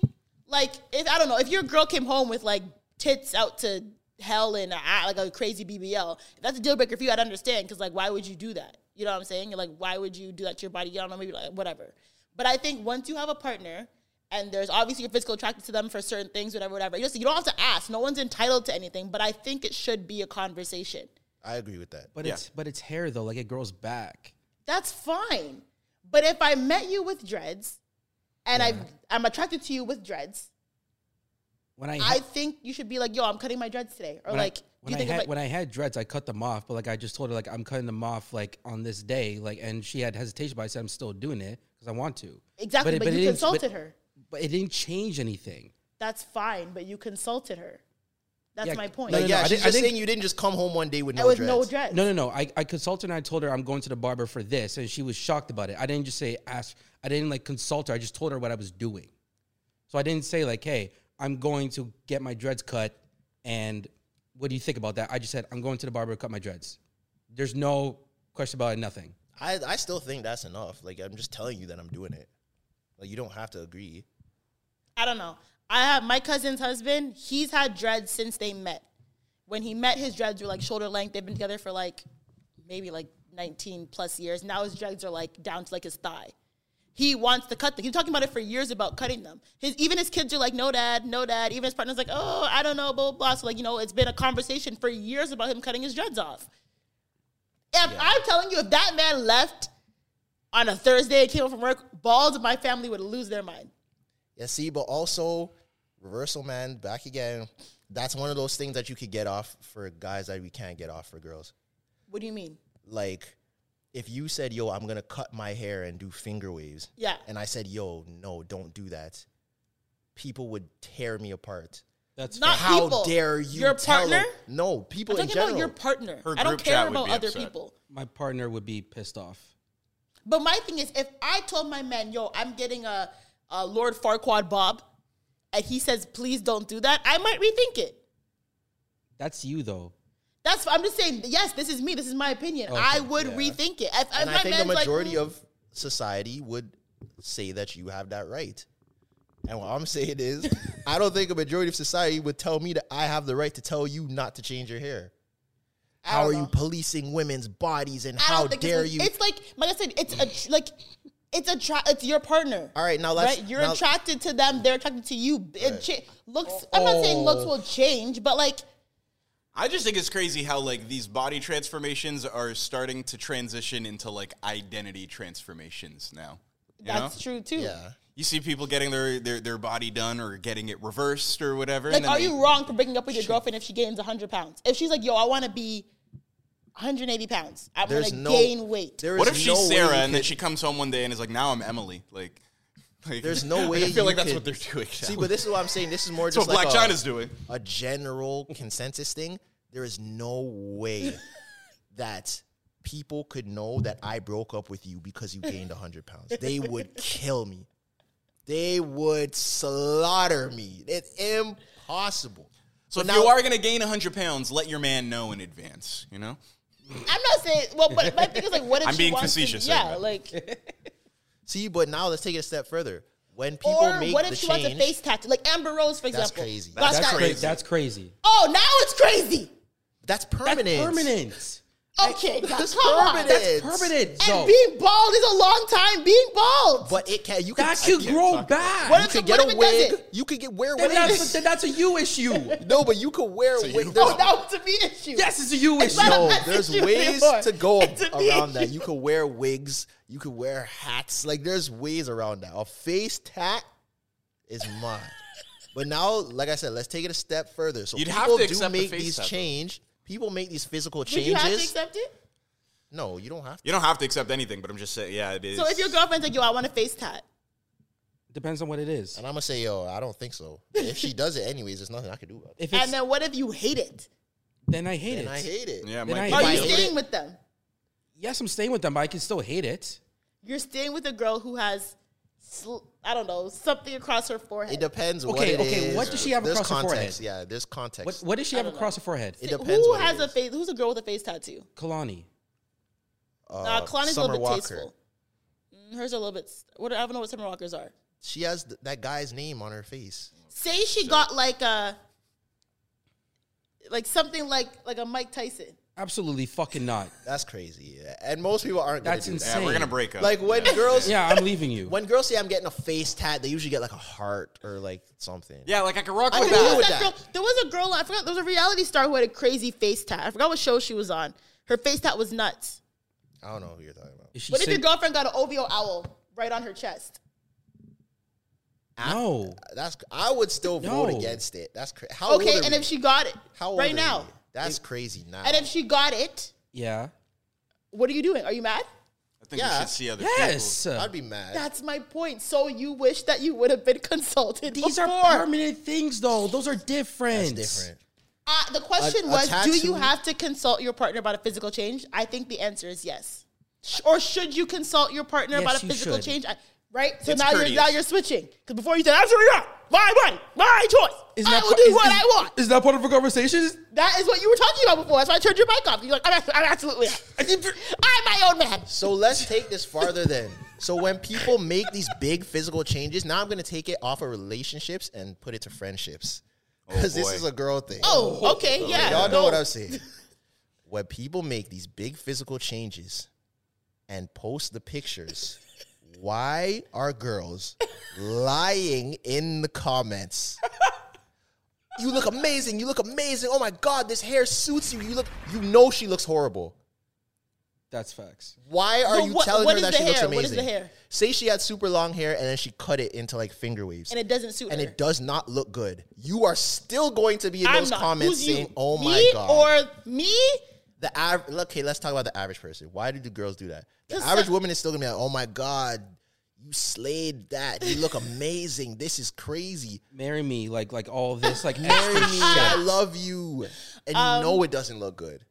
Speaker 1: like if I don't know if your girl came home with like tits out to hell and a, like a crazy BBL, if that's a deal breaker for you, I'd understand because like why would you do that? You know what I'm saying? Like why would you do that to your body? You don't know maybe like whatever. But I think once you have a partner and there's obviously you're physical attracted to them for certain things, whatever, whatever. You just you don't have to ask. No one's entitled to anything. But I think it should be a conversation.
Speaker 4: I agree with that.
Speaker 3: But it's but it's hair though. Like it grows back.
Speaker 1: that's fine. But if I met you with dreads and I I'm attracted to you with dreads,
Speaker 3: When I
Speaker 1: I
Speaker 3: had,
Speaker 1: think you should be like, yo, I'm cutting my dreads today. Or
Speaker 3: when
Speaker 1: like,
Speaker 3: I,
Speaker 1: do
Speaker 3: when
Speaker 1: you
Speaker 3: I
Speaker 1: think
Speaker 3: had
Speaker 1: if I,
Speaker 3: when I had dreads, I cut them off. But like I just told her like I'm cutting them off like on this day. Like and she had hesitation, but I said I'm still doing it because I want to.
Speaker 1: exactly,
Speaker 3: it-
Speaker 1: but,
Speaker 3: it
Speaker 1: you
Speaker 3: didn't-
Speaker 1: consulted her.
Speaker 3: But it didn't change anything.
Speaker 1: That's fine, but you consulted her. That's
Speaker 3: Yeah,
Speaker 1: my point.
Speaker 3: no,
Speaker 4: Like,
Speaker 3: no,
Speaker 4: yeah,
Speaker 3: I
Speaker 4: she's
Speaker 3: think- I
Speaker 4: just
Speaker 3: think-
Speaker 4: saying you didn't just come home one day with
Speaker 1: And
Speaker 4: no
Speaker 1: with
Speaker 4: dreads.
Speaker 1: no dreads.
Speaker 3: No, no, no. I, I consulted and I told her I'm going to the barber for this, and she was shocked about it. I didn't just say ask. I didn't like consult her. I just told her what I was doing. So I didn't say like, hey, I'm going to get my dreads cut, and what do you think about that? I just said I'm going to the barber to cut my dreads. There's no question about it. Nothing.
Speaker 4: I, I still think that's enough. Like I'm just telling you that I'm doing it. Like you don't have to agree.
Speaker 1: I don't know. I have my cousin's husband, he's had dreads since they met. When he met, his dreads were like shoulder length. They've been together for like maybe like 19 plus years. Now his dreads are like down to like his thigh. He wants to cut them. He's talking about it for years about cutting them. His even his kids are like, no dad, no dad. Even his partner's like, oh, I don't know, blah blah. blah. So like you know, it's been a conversation for years about him cutting his dreads off. If I'm telling you, if that man left on a Thursday and came home from work bald, my family would lose their mind.
Speaker 4: Yeah, see, but also reversal man back again. That's one of those things that you could get off for guys that we can't get off for girls.
Speaker 1: What do you mean?
Speaker 4: Like if you said, "Yo, I'm gonna cut my hair and do finger waves,"
Speaker 1: Yeah.
Speaker 4: and I said, "Yo, no, don't do that," people would tear me apart.
Speaker 3: That's
Speaker 1: Not
Speaker 4: How
Speaker 1: Uh, people.
Speaker 4: dare you?
Speaker 1: Your
Speaker 4: tell them-
Speaker 1: partner?
Speaker 4: No, people
Speaker 1: I'm
Speaker 4: in
Speaker 1: talking
Speaker 4: general.
Speaker 1: about your partner.
Speaker 2: Her
Speaker 1: I don't
Speaker 2: group
Speaker 1: care
Speaker 2: chat would
Speaker 1: about
Speaker 2: be
Speaker 1: other
Speaker 2: upset.
Speaker 1: people.
Speaker 3: my partner would be pissed off.
Speaker 1: But my thing is, if I told my man, "Yo, I'm getting a, a Lord Farquaad bob," and he says, "Please don't do that," I might rethink it.
Speaker 3: That's you though.
Speaker 1: That's I'm just saying. Yes, this is me. This is my opinion. I would rethink it. If,
Speaker 4: and
Speaker 1: if my
Speaker 4: I think the
Speaker 1: man's like,
Speaker 4: majority
Speaker 1: "Mm,
Speaker 4: of society would say that you have that right. And what I'm saying
Speaker 1: (laughs)
Speaker 4: is, I don't think a majority of society would tell me that I have the right to tell you not to change your hair.
Speaker 1: I
Speaker 4: How
Speaker 1: don't
Speaker 4: are
Speaker 1: know.
Speaker 4: you policing women's bodies and
Speaker 1: I don't
Speaker 4: how
Speaker 1: think
Speaker 4: dare
Speaker 1: it's,
Speaker 4: you?
Speaker 1: It's like, like I said, it's a like, it's a tra- it's your partner.
Speaker 4: All right, now let's-
Speaker 1: Right? You're
Speaker 4: now-
Speaker 1: attracted to them. They're attracted to you. It cha- looks. I'm not saying
Speaker 4: Oh.
Speaker 1: looks will change, but like,
Speaker 2: I just think it's crazy how like these body transformations are starting to transition into like identity transformations now. You know?
Speaker 1: that's true too.
Speaker 4: yeah.
Speaker 2: You see people getting their, their, their body done or getting it reversed or whatever.
Speaker 1: Like,
Speaker 2: then
Speaker 1: are
Speaker 2: they-
Speaker 1: you wrong for breaking up with your girlfriend if she gains 100 pounds? If she's like, yo, I want to be 180 pounds. I want
Speaker 4: There's
Speaker 1: to
Speaker 4: no
Speaker 1: gain weight.
Speaker 4: there
Speaker 2: What
Speaker 4: is
Speaker 2: if she's
Speaker 4: no way
Speaker 2: Sarah
Speaker 4: you
Speaker 2: and then
Speaker 4: could-
Speaker 2: she comes home one day and is like, now I'm Emily? Like, (laughs) like
Speaker 4: There's no way
Speaker 2: (laughs) I feel
Speaker 4: you
Speaker 2: like that's
Speaker 4: could-
Speaker 2: what they're doing.
Speaker 4: See, but this is what I'm saying. This is more
Speaker 2: That's
Speaker 4: just
Speaker 2: what
Speaker 4: like
Speaker 2: Black
Speaker 4: a-
Speaker 2: China's doing.
Speaker 1: (laughs)
Speaker 4: a general consensus thing, there is no way that people could know that I broke up with you because you gained 100 pounds. They would kill me. They would slaughter me. It's impossible.
Speaker 2: So if
Speaker 4: But
Speaker 2: you
Speaker 4: now-
Speaker 2: are going to gain 100 pounds, let your man know in advance, you know?
Speaker 1: I'm not saying, well, but my thing is like, what if
Speaker 2: I'm
Speaker 1: she
Speaker 2: being
Speaker 1: wants
Speaker 2: facetious
Speaker 1: To,
Speaker 2: right
Speaker 1: yeah,
Speaker 2: now.
Speaker 1: like,
Speaker 4: See, but now let's take it a step further. When people
Speaker 1: or
Speaker 4: make
Speaker 1: what
Speaker 4: the
Speaker 1: if she
Speaker 4: change,
Speaker 1: wants a face tattoo? Like Amber Rose, for
Speaker 4: That's
Speaker 1: example.
Speaker 4: crazy.
Speaker 1: Last
Speaker 3: That's
Speaker 1: guy-
Speaker 3: crazy. That's crazy.
Speaker 1: Oh, now it's crazy.
Speaker 4: that's
Speaker 3: That's
Speaker 4: permanent.
Speaker 3: permanent.
Speaker 4: (laughs)
Speaker 1: Okay, now,
Speaker 4: That's
Speaker 1: come on.
Speaker 4: permanent.
Speaker 1: That's-
Speaker 3: That's permanent.
Speaker 1: And
Speaker 3: So
Speaker 1: being bald is a long time being bald. (laughs)
Speaker 4: But it can you can
Speaker 3: that could grow back.
Speaker 1: What
Speaker 4: you
Speaker 1: if
Speaker 4: could
Speaker 1: it-
Speaker 4: get
Speaker 1: what if
Speaker 4: a
Speaker 1: it doesn't?
Speaker 4: wig. You could get wear
Speaker 3: Then that's,
Speaker 4: wigs.
Speaker 3: then that's a you issue.
Speaker 4: No, but you could wear a wig. There's
Speaker 1: oh, that was a me issue.
Speaker 3: Yes, it's a you
Speaker 1: It's
Speaker 3: issue.
Speaker 1: not a
Speaker 4: No,
Speaker 1: That's an
Speaker 4: (laughs) there's
Speaker 1: issue
Speaker 4: ways
Speaker 1: anymore.
Speaker 4: to go
Speaker 1: It's an
Speaker 4: around that.
Speaker 1: issue.
Speaker 4: You could wear wigs, you could wear hats. Like there's ways around that. A face tat is mine. but now, like I said, let's take it a step further. So
Speaker 2: You'd have
Speaker 4: people
Speaker 2: to
Speaker 4: do
Speaker 2: accept the
Speaker 4: make
Speaker 2: face
Speaker 4: these
Speaker 2: tat, though.
Speaker 4: change. People make these physical
Speaker 1: Would you have to
Speaker 4: changes.
Speaker 1: accept it?
Speaker 4: no, you don't have to.
Speaker 2: You don't have to accept anything, but I'm just saying, yeah, it is.
Speaker 1: So if your girlfriend's like, yo, I want a face tat.
Speaker 3: (laughs) Depends on what it is.
Speaker 4: And I'm gonna say, yo, I don't think so. If she does it anyways, there's nothing I can do about it.
Speaker 3: If
Speaker 1: And
Speaker 3: it's
Speaker 1: then what if you hate it?
Speaker 3: then I hate
Speaker 4: And
Speaker 3: it.
Speaker 4: I hate it.
Speaker 2: yeah,
Speaker 3: Then
Speaker 2: Mike,
Speaker 3: I-
Speaker 1: Are you
Speaker 4: hate it.
Speaker 1: staying with them?
Speaker 3: Yes, I'm staying with them, but I can still hate it.
Speaker 1: You're staying with a girl who has, sl- I don't know, something across her forehead.
Speaker 4: It depends what
Speaker 3: Okay,
Speaker 4: it
Speaker 3: okay,
Speaker 4: is.
Speaker 3: what does she have
Speaker 4: there's
Speaker 3: across her
Speaker 4: context.
Speaker 3: forehead?
Speaker 4: Yeah, there's context.
Speaker 3: What what does she have across her forehead?
Speaker 4: it
Speaker 1: See,
Speaker 4: depends
Speaker 1: Who
Speaker 4: what it
Speaker 1: has a
Speaker 4: is.
Speaker 1: face? Who's a girl with a face tattoo?
Speaker 3: Kalani.
Speaker 4: Uh,
Speaker 1: Nah, Kalani's a
Speaker 4: Summer
Speaker 1: little bit
Speaker 4: Walker.
Speaker 1: tasteful. Mm, Hers are a little bit. What I don't know what Summer Walkers are.
Speaker 4: She has th- that guy's name on her face.
Speaker 1: Say she got like a, like something like like a Mike Tyson.
Speaker 3: Absolutely fucking not.
Speaker 4: That's crazy. And most people aren't going
Speaker 3: That's
Speaker 4: to do
Speaker 2: yeah, we're
Speaker 3: insane.
Speaker 2: going to break
Speaker 4: that.
Speaker 2: up.
Speaker 4: Like when
Speaker 2: (laughs)
Speaker 4: girls
Speaker 3: Yeah, I'm leaving
Speaker 4: (laughs)
Speaker 3: you.
Speaker 4: when girls say I'm getting a face tat, they usually get like a heart or like something.
Speaker 2: yeah, like I can rock
Speaker 4: I
Speaker 2: with
Speaker 4: can
Speaker 2: that.
Speaker 4: do with
Speaker 1: That
Speaker 4: that.
Speaker 1: girl- there was a girl. I forgot. There was a reality star who had a crazy face tat. I forgot what show she was on. Her face tat was nuts.
Speaker 4: I don't know who you're talking about.
Speaker 3: Is she
Speaker 1: What if your
Speaker 3: sing-
Speaker 1: girlfriend got an OVO owl right on her chest?
Speaker 3: No.
Speaker 4: That's I would still vote
Speaker 3: No.
Speaker 4: against it. That's crazy. How
Speaker 1: Okay,
Speaker 4: old are
Speaker 1: and
Speaker 4: we?
Speaker 1: if she got it
Speaker 4: how old are
Speaker 1: right
Speaker 4: we?
Speaker 1: now,
Speaker 4: That's crazy now.
Speaker 1: and if she got it,
Speaker 3: Yeah.
Speaker 1: what are you doing? Are you mad?
Speaker 2: I think
Speaker 4: Yeah.
Speaker 2: you should see other people.
Speaker 3: Yes.
Speaker 4: I'd be mad.
Speaker 1: That's my point. So you wish that you would have been (laughs) consulted.
Speaker 3: These are
Speaker 1: before.
Speaker 3: permanent things though. Those are
Speaker 4: That's
Speaker 3: different.
Speaker 4: different.
Speaker 1: Uh, the question
Speaker 4: A- a
Speaker 1: was, do
Speaker 4: tattoo-
Speaker 1: you have to consult your partner about a physical change? I think the answer is yes. Sh- Or should you consult your partner
Speaker 3: Yes,
Speaker 1: about a
Speaker 3: you
Speaker 1: physical
Speaker 3: should.
Speaker 1: change? I, right. So
Speaker 2: It's
Speaker 1: now you're
Speaker 2: courteous.
Speaker 1: now you're switching because before you said, "I'm sorry, yeah, my body, my choice. I will
Speaker 3: part-
Speaker 1: do
Speaker 3: is-
Speaker 1: what
Speaker 3: is-
Speaker 1: I want."
Speaker 3: Is that part of a conversation?
Speaker 1: that is what you were talking about before. That's why I turned your mic off. You're like, "I'm, abso- I'm absolutely, I'm my own man."
Speaker 4: So let's take this farther then. So when people make these big physical changes, now I'm going to take it off of relationships and put it to friendships. Cuz this
Speaker 2: Oh, boy.
Speaker 4: is a girl thing.
Speaker 1: Oh, okay, (laughs) yeah.
Speaker 4: Y'all know
Speaker 1: no.
Speaker 4: what I'm (laughs) saying. when people make these big physical changes and post the pictures, why are girls lying in the comments? You look amazing. You look amazing. Oh my god, this hair suits you. You look you know she looks horrible.
Speaker 3: That's facts.
Speaker 4: Why are
Speaker 1: So
Speaker 4: you
Speaker 1: what-
Speaker 4: telling
Speaker 1: what
Speaker 4: her
Speaker 1: is
Speaker 4: that
Speaker 1: the
Speaker 4: she looks
Speaker 1: hair?
Speaker 4: amazing?
Speaker 1: What is the hair?
Speaker 4: Say she had super long hair and then she cut it into like finger waves.
Speaker 1: And it doesn't suit
Speaker 4: And
Speaker 1: her.
Speaker 4: it does not look good. You are still going to be in
Speaker 1: I'm
Speaker 4: those
Speaker 1: not.
Speaker 4: comments
Speaker 1: Who's you?
Speaker 4: saying, "Oh
Speaker 1: me
Speaker 4: my god!"
Speaker 1: or me?
Speaker 4: the average. Okay, let's talk about the average person. Why do the girls do that? The
Speaker 1: 'Cause
Speaker 4: average
Speaker 1: some-
Speaker 4: woman is still gonna be like, "Oh my god, you slayed that. You look amazing. This
Speaker 1: (laughs)
Speaker 4: is crazy.
Speaker 3: Marry me, like like all this, like
Speaker 4: Marry me. I love you." And you
Speaker 1: Um,
Speaker 4: know it doesn't look good.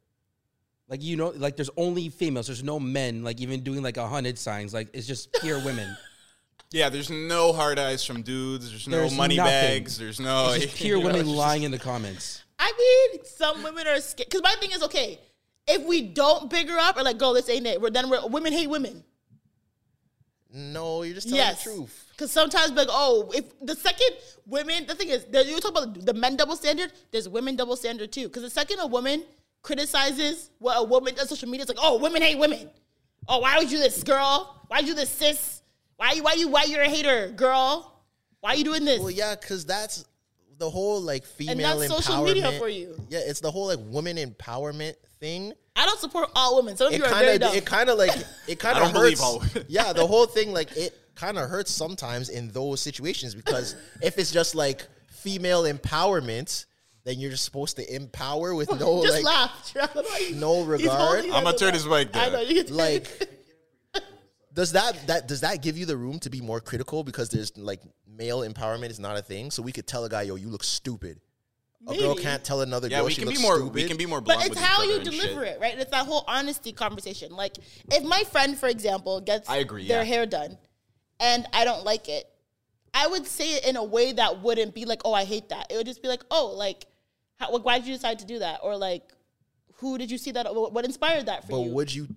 Speaker 3: Like you know, like there's only females. There's no men. Like even doing like a hundred signs. Like it's just pure women.
Speaker 2: Yeah, there's no hard eyes from dudes. There's (laughs) no
Speaker 3: There's
Speaker 2: money
Speaker 3: nothing.
Speaker 2: bags. There's no (laughs)
Speaker 3: It's just pure women lying in the comments.
Speaker 1: I mean, some women are scared. Because my thing is, okay, if we don't big her up or like, go, this ain't it, we're, then we're, women hate women.
Speaker 4: No, you're just telling
Speaker 1: yes.
Speaker 4: the truth.
Speaker 1: Because sometimes, like, oh, if the second women, the thing is, there- you talk about the men double standard, there's women double standard too. Because the second a woman criticizes what a woman does on social media, it's like, oh, women hate women. Oh, why would you this girl? Why would you this sis? Why you why you why you're a hater, girl? Why you doing this?
Speaker 4: Well, yeah, because that's the whole like female
Speaker 1: that's
Speaker 4: empowerment.
Speaker 1: social media for you.
Speaker 4: Yeah, it's the whole like women empowerment thing.
Speaker 1: I don't support all women. Some of
Speaker 4: It
Speaker 1: you are very
Speaker 4: kind of,
Speaker 1: dumb.
Speaker 2: (laughs)
Speaker 4: it kind of like, it kind
Speaker 2: I don't
Speaker 4: of
Speaker 2: believe (laughs)
Speaker 4: hurts.
Speaker 2: all women.
Speaker 4: yeah, the whole thing like it
Speaker 5: kind of hurts sometimes in those situations because if it's just like female empowerment, then you're just supposed to empower with
Speaker 2: (laughs)
Speaker 5: no like
Speaker 1: Just laugh. (laughs) Trevor.
Speaker 5: no
Speaker 1: He's
Speaker 5: regard.
Speaker 1: holding
Speaker 2: I'm gonna
Speaker 1: on
Speaker 2: turn
Speaker 1: that.
Speaker 2: his mic
Speaker 1: I know
Speaker 2: down.
Speaker 1: you can (laughs)
Speaker 5: like does that that does that give you the room to be more critical because there's like male empowerment is not a thing so we could tell a guy yo you look stupid a girl
Speaker 1: Maybe.
Speaker 5: can't tell another
Speaker 2: Yeah,
Speaker 5: girl
Speaker 2: we
Speaker 5: she
Speaker 2: can be
Speaker 5: looks
Speaker 2: more.
Speaker 5: stupid
Speaker 2: We can be more blunt.
Speaker 1: But it's
Speaker 2: with each
Speaker 1: how
Speaker 2: other
Speaker 1: you
Speaker 2: and
Speaker 1: deliver
Speaker 2: shit.
Speaker 1: it, right? It's that whole honesty conversation. Like, if my friend, for example, gets
Speaker 2: I agree,
Speaker 1: their
Speaker 2: yeah.
Speaker 1: hair done and I don't like it, I would say it in a way that wouldn't be like, oh, I hate that. It would just be like, oh, like, how, like, why did you decide to do that? Or like, who did you see that? What what inspired that for
Speaker 5: but
Speaker 1: you?
Speaker 5: would you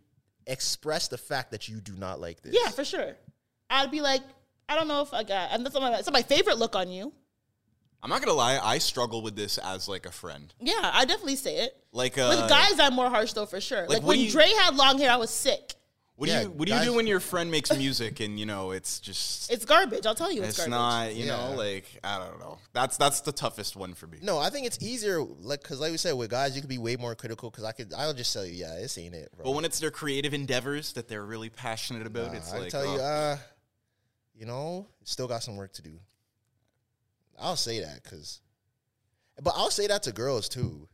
Speaker 5: express the fact that you do not like this
Speaker 1: yeah, for sure. I'd be like, I don't know if I got, and that's not my, it's not my favorite look on you.
Speaker 2: I'm not gonna lie. I struggle with this as like a friend.
Speaker 1: Yeah, I definitely say it.
Speaker 2: Like uh,
Speaker 1: With guys, I'm more harsh though, for sure. Like,
Speaker 2: what
Speaker 1: when
Speaker 2: do you-
Speaker 1: Dre had long hair, I was sick.
Speaker 2: What do
Speaker 5: Yeah,
Speaker 2: you What do you
Speaker 5: guys-
Speaker 2: do when your
Speaker 1: (laughs)
Speaker 2: friend makes music and you know it's just
Speaker 1: It's garbage. I'll tell you, it's,
Speaker 2: it's,
Speaker 1: garbage.
Speaker 2: not you
Speaker 5: Yeah.
Speaker 2: know like I don't know. That's that's the toughest one for me.
Speaker 5: no i think it's easier like because like we said with guys you could be way more critical because i could i'll just tell you yeah this ain't it bro
Speaker 2: But when it's their creative endeavors that they're really passionate about, it's
Speaker 5: i
Speaker 2: like
Speaker 5: tell you
Speaker 2: oh,
Speaker 5: uh you know still got some work to do i'll say that because but i'll say that to girls too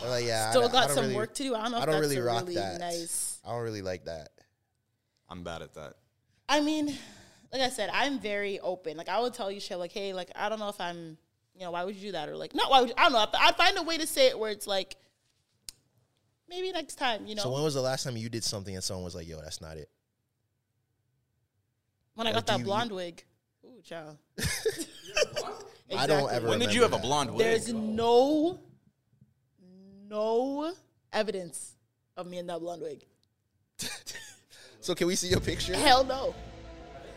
Speaker 5: They're like, yeah, I
Speaker 1: Still
Speaker 5: don't- I
Speaker 1: got
Speaker 5: don't
Speaker 1: some
Speaker 5: really-
Speaker 1: work to do. I don't know.
Speaker 5: I
Speaker 1: if
Speaker 5: don't
Speaker 1: that's
Speaker 5: really
Speaker 1: a
Speaker 5: rock
Speaker 1: really
Speaker 5: that.
Speaker 1: Nice.
Speaker 5: I don't really like that.
Speaker 2: I'm bad at that.
Speaker 1: I mean, like I said, I'm very open. Like I would tell you shit like, hey, like I don't know if I'm, you know, why would you do that or like, no, why would you, I don't know. I- I'd find a way to say it where it's like, maybe next time, you know,
Speaker 5: So when was the last time you did something and someone was like, "Yo, that's not it"?
Speaker 1: when I
Speaker 5: like,
Speaker 1: got
Speaker 5: do
Speaker 1: that
Speaker 5: you-
Speaker 1: blonde wig. Ooh, child.
Speaker 5: (laughs) I don't ever.
Speaker 2: When did you have
Speaker 5: remember
Speaker 2: a
Speaker 5: that.
Speaker 2: blonde wig?
Speaker 1: There's no, no evidence of me in that blonde wig.
Speaker 5: So can we see your picture?
Speaker 1: Hell no.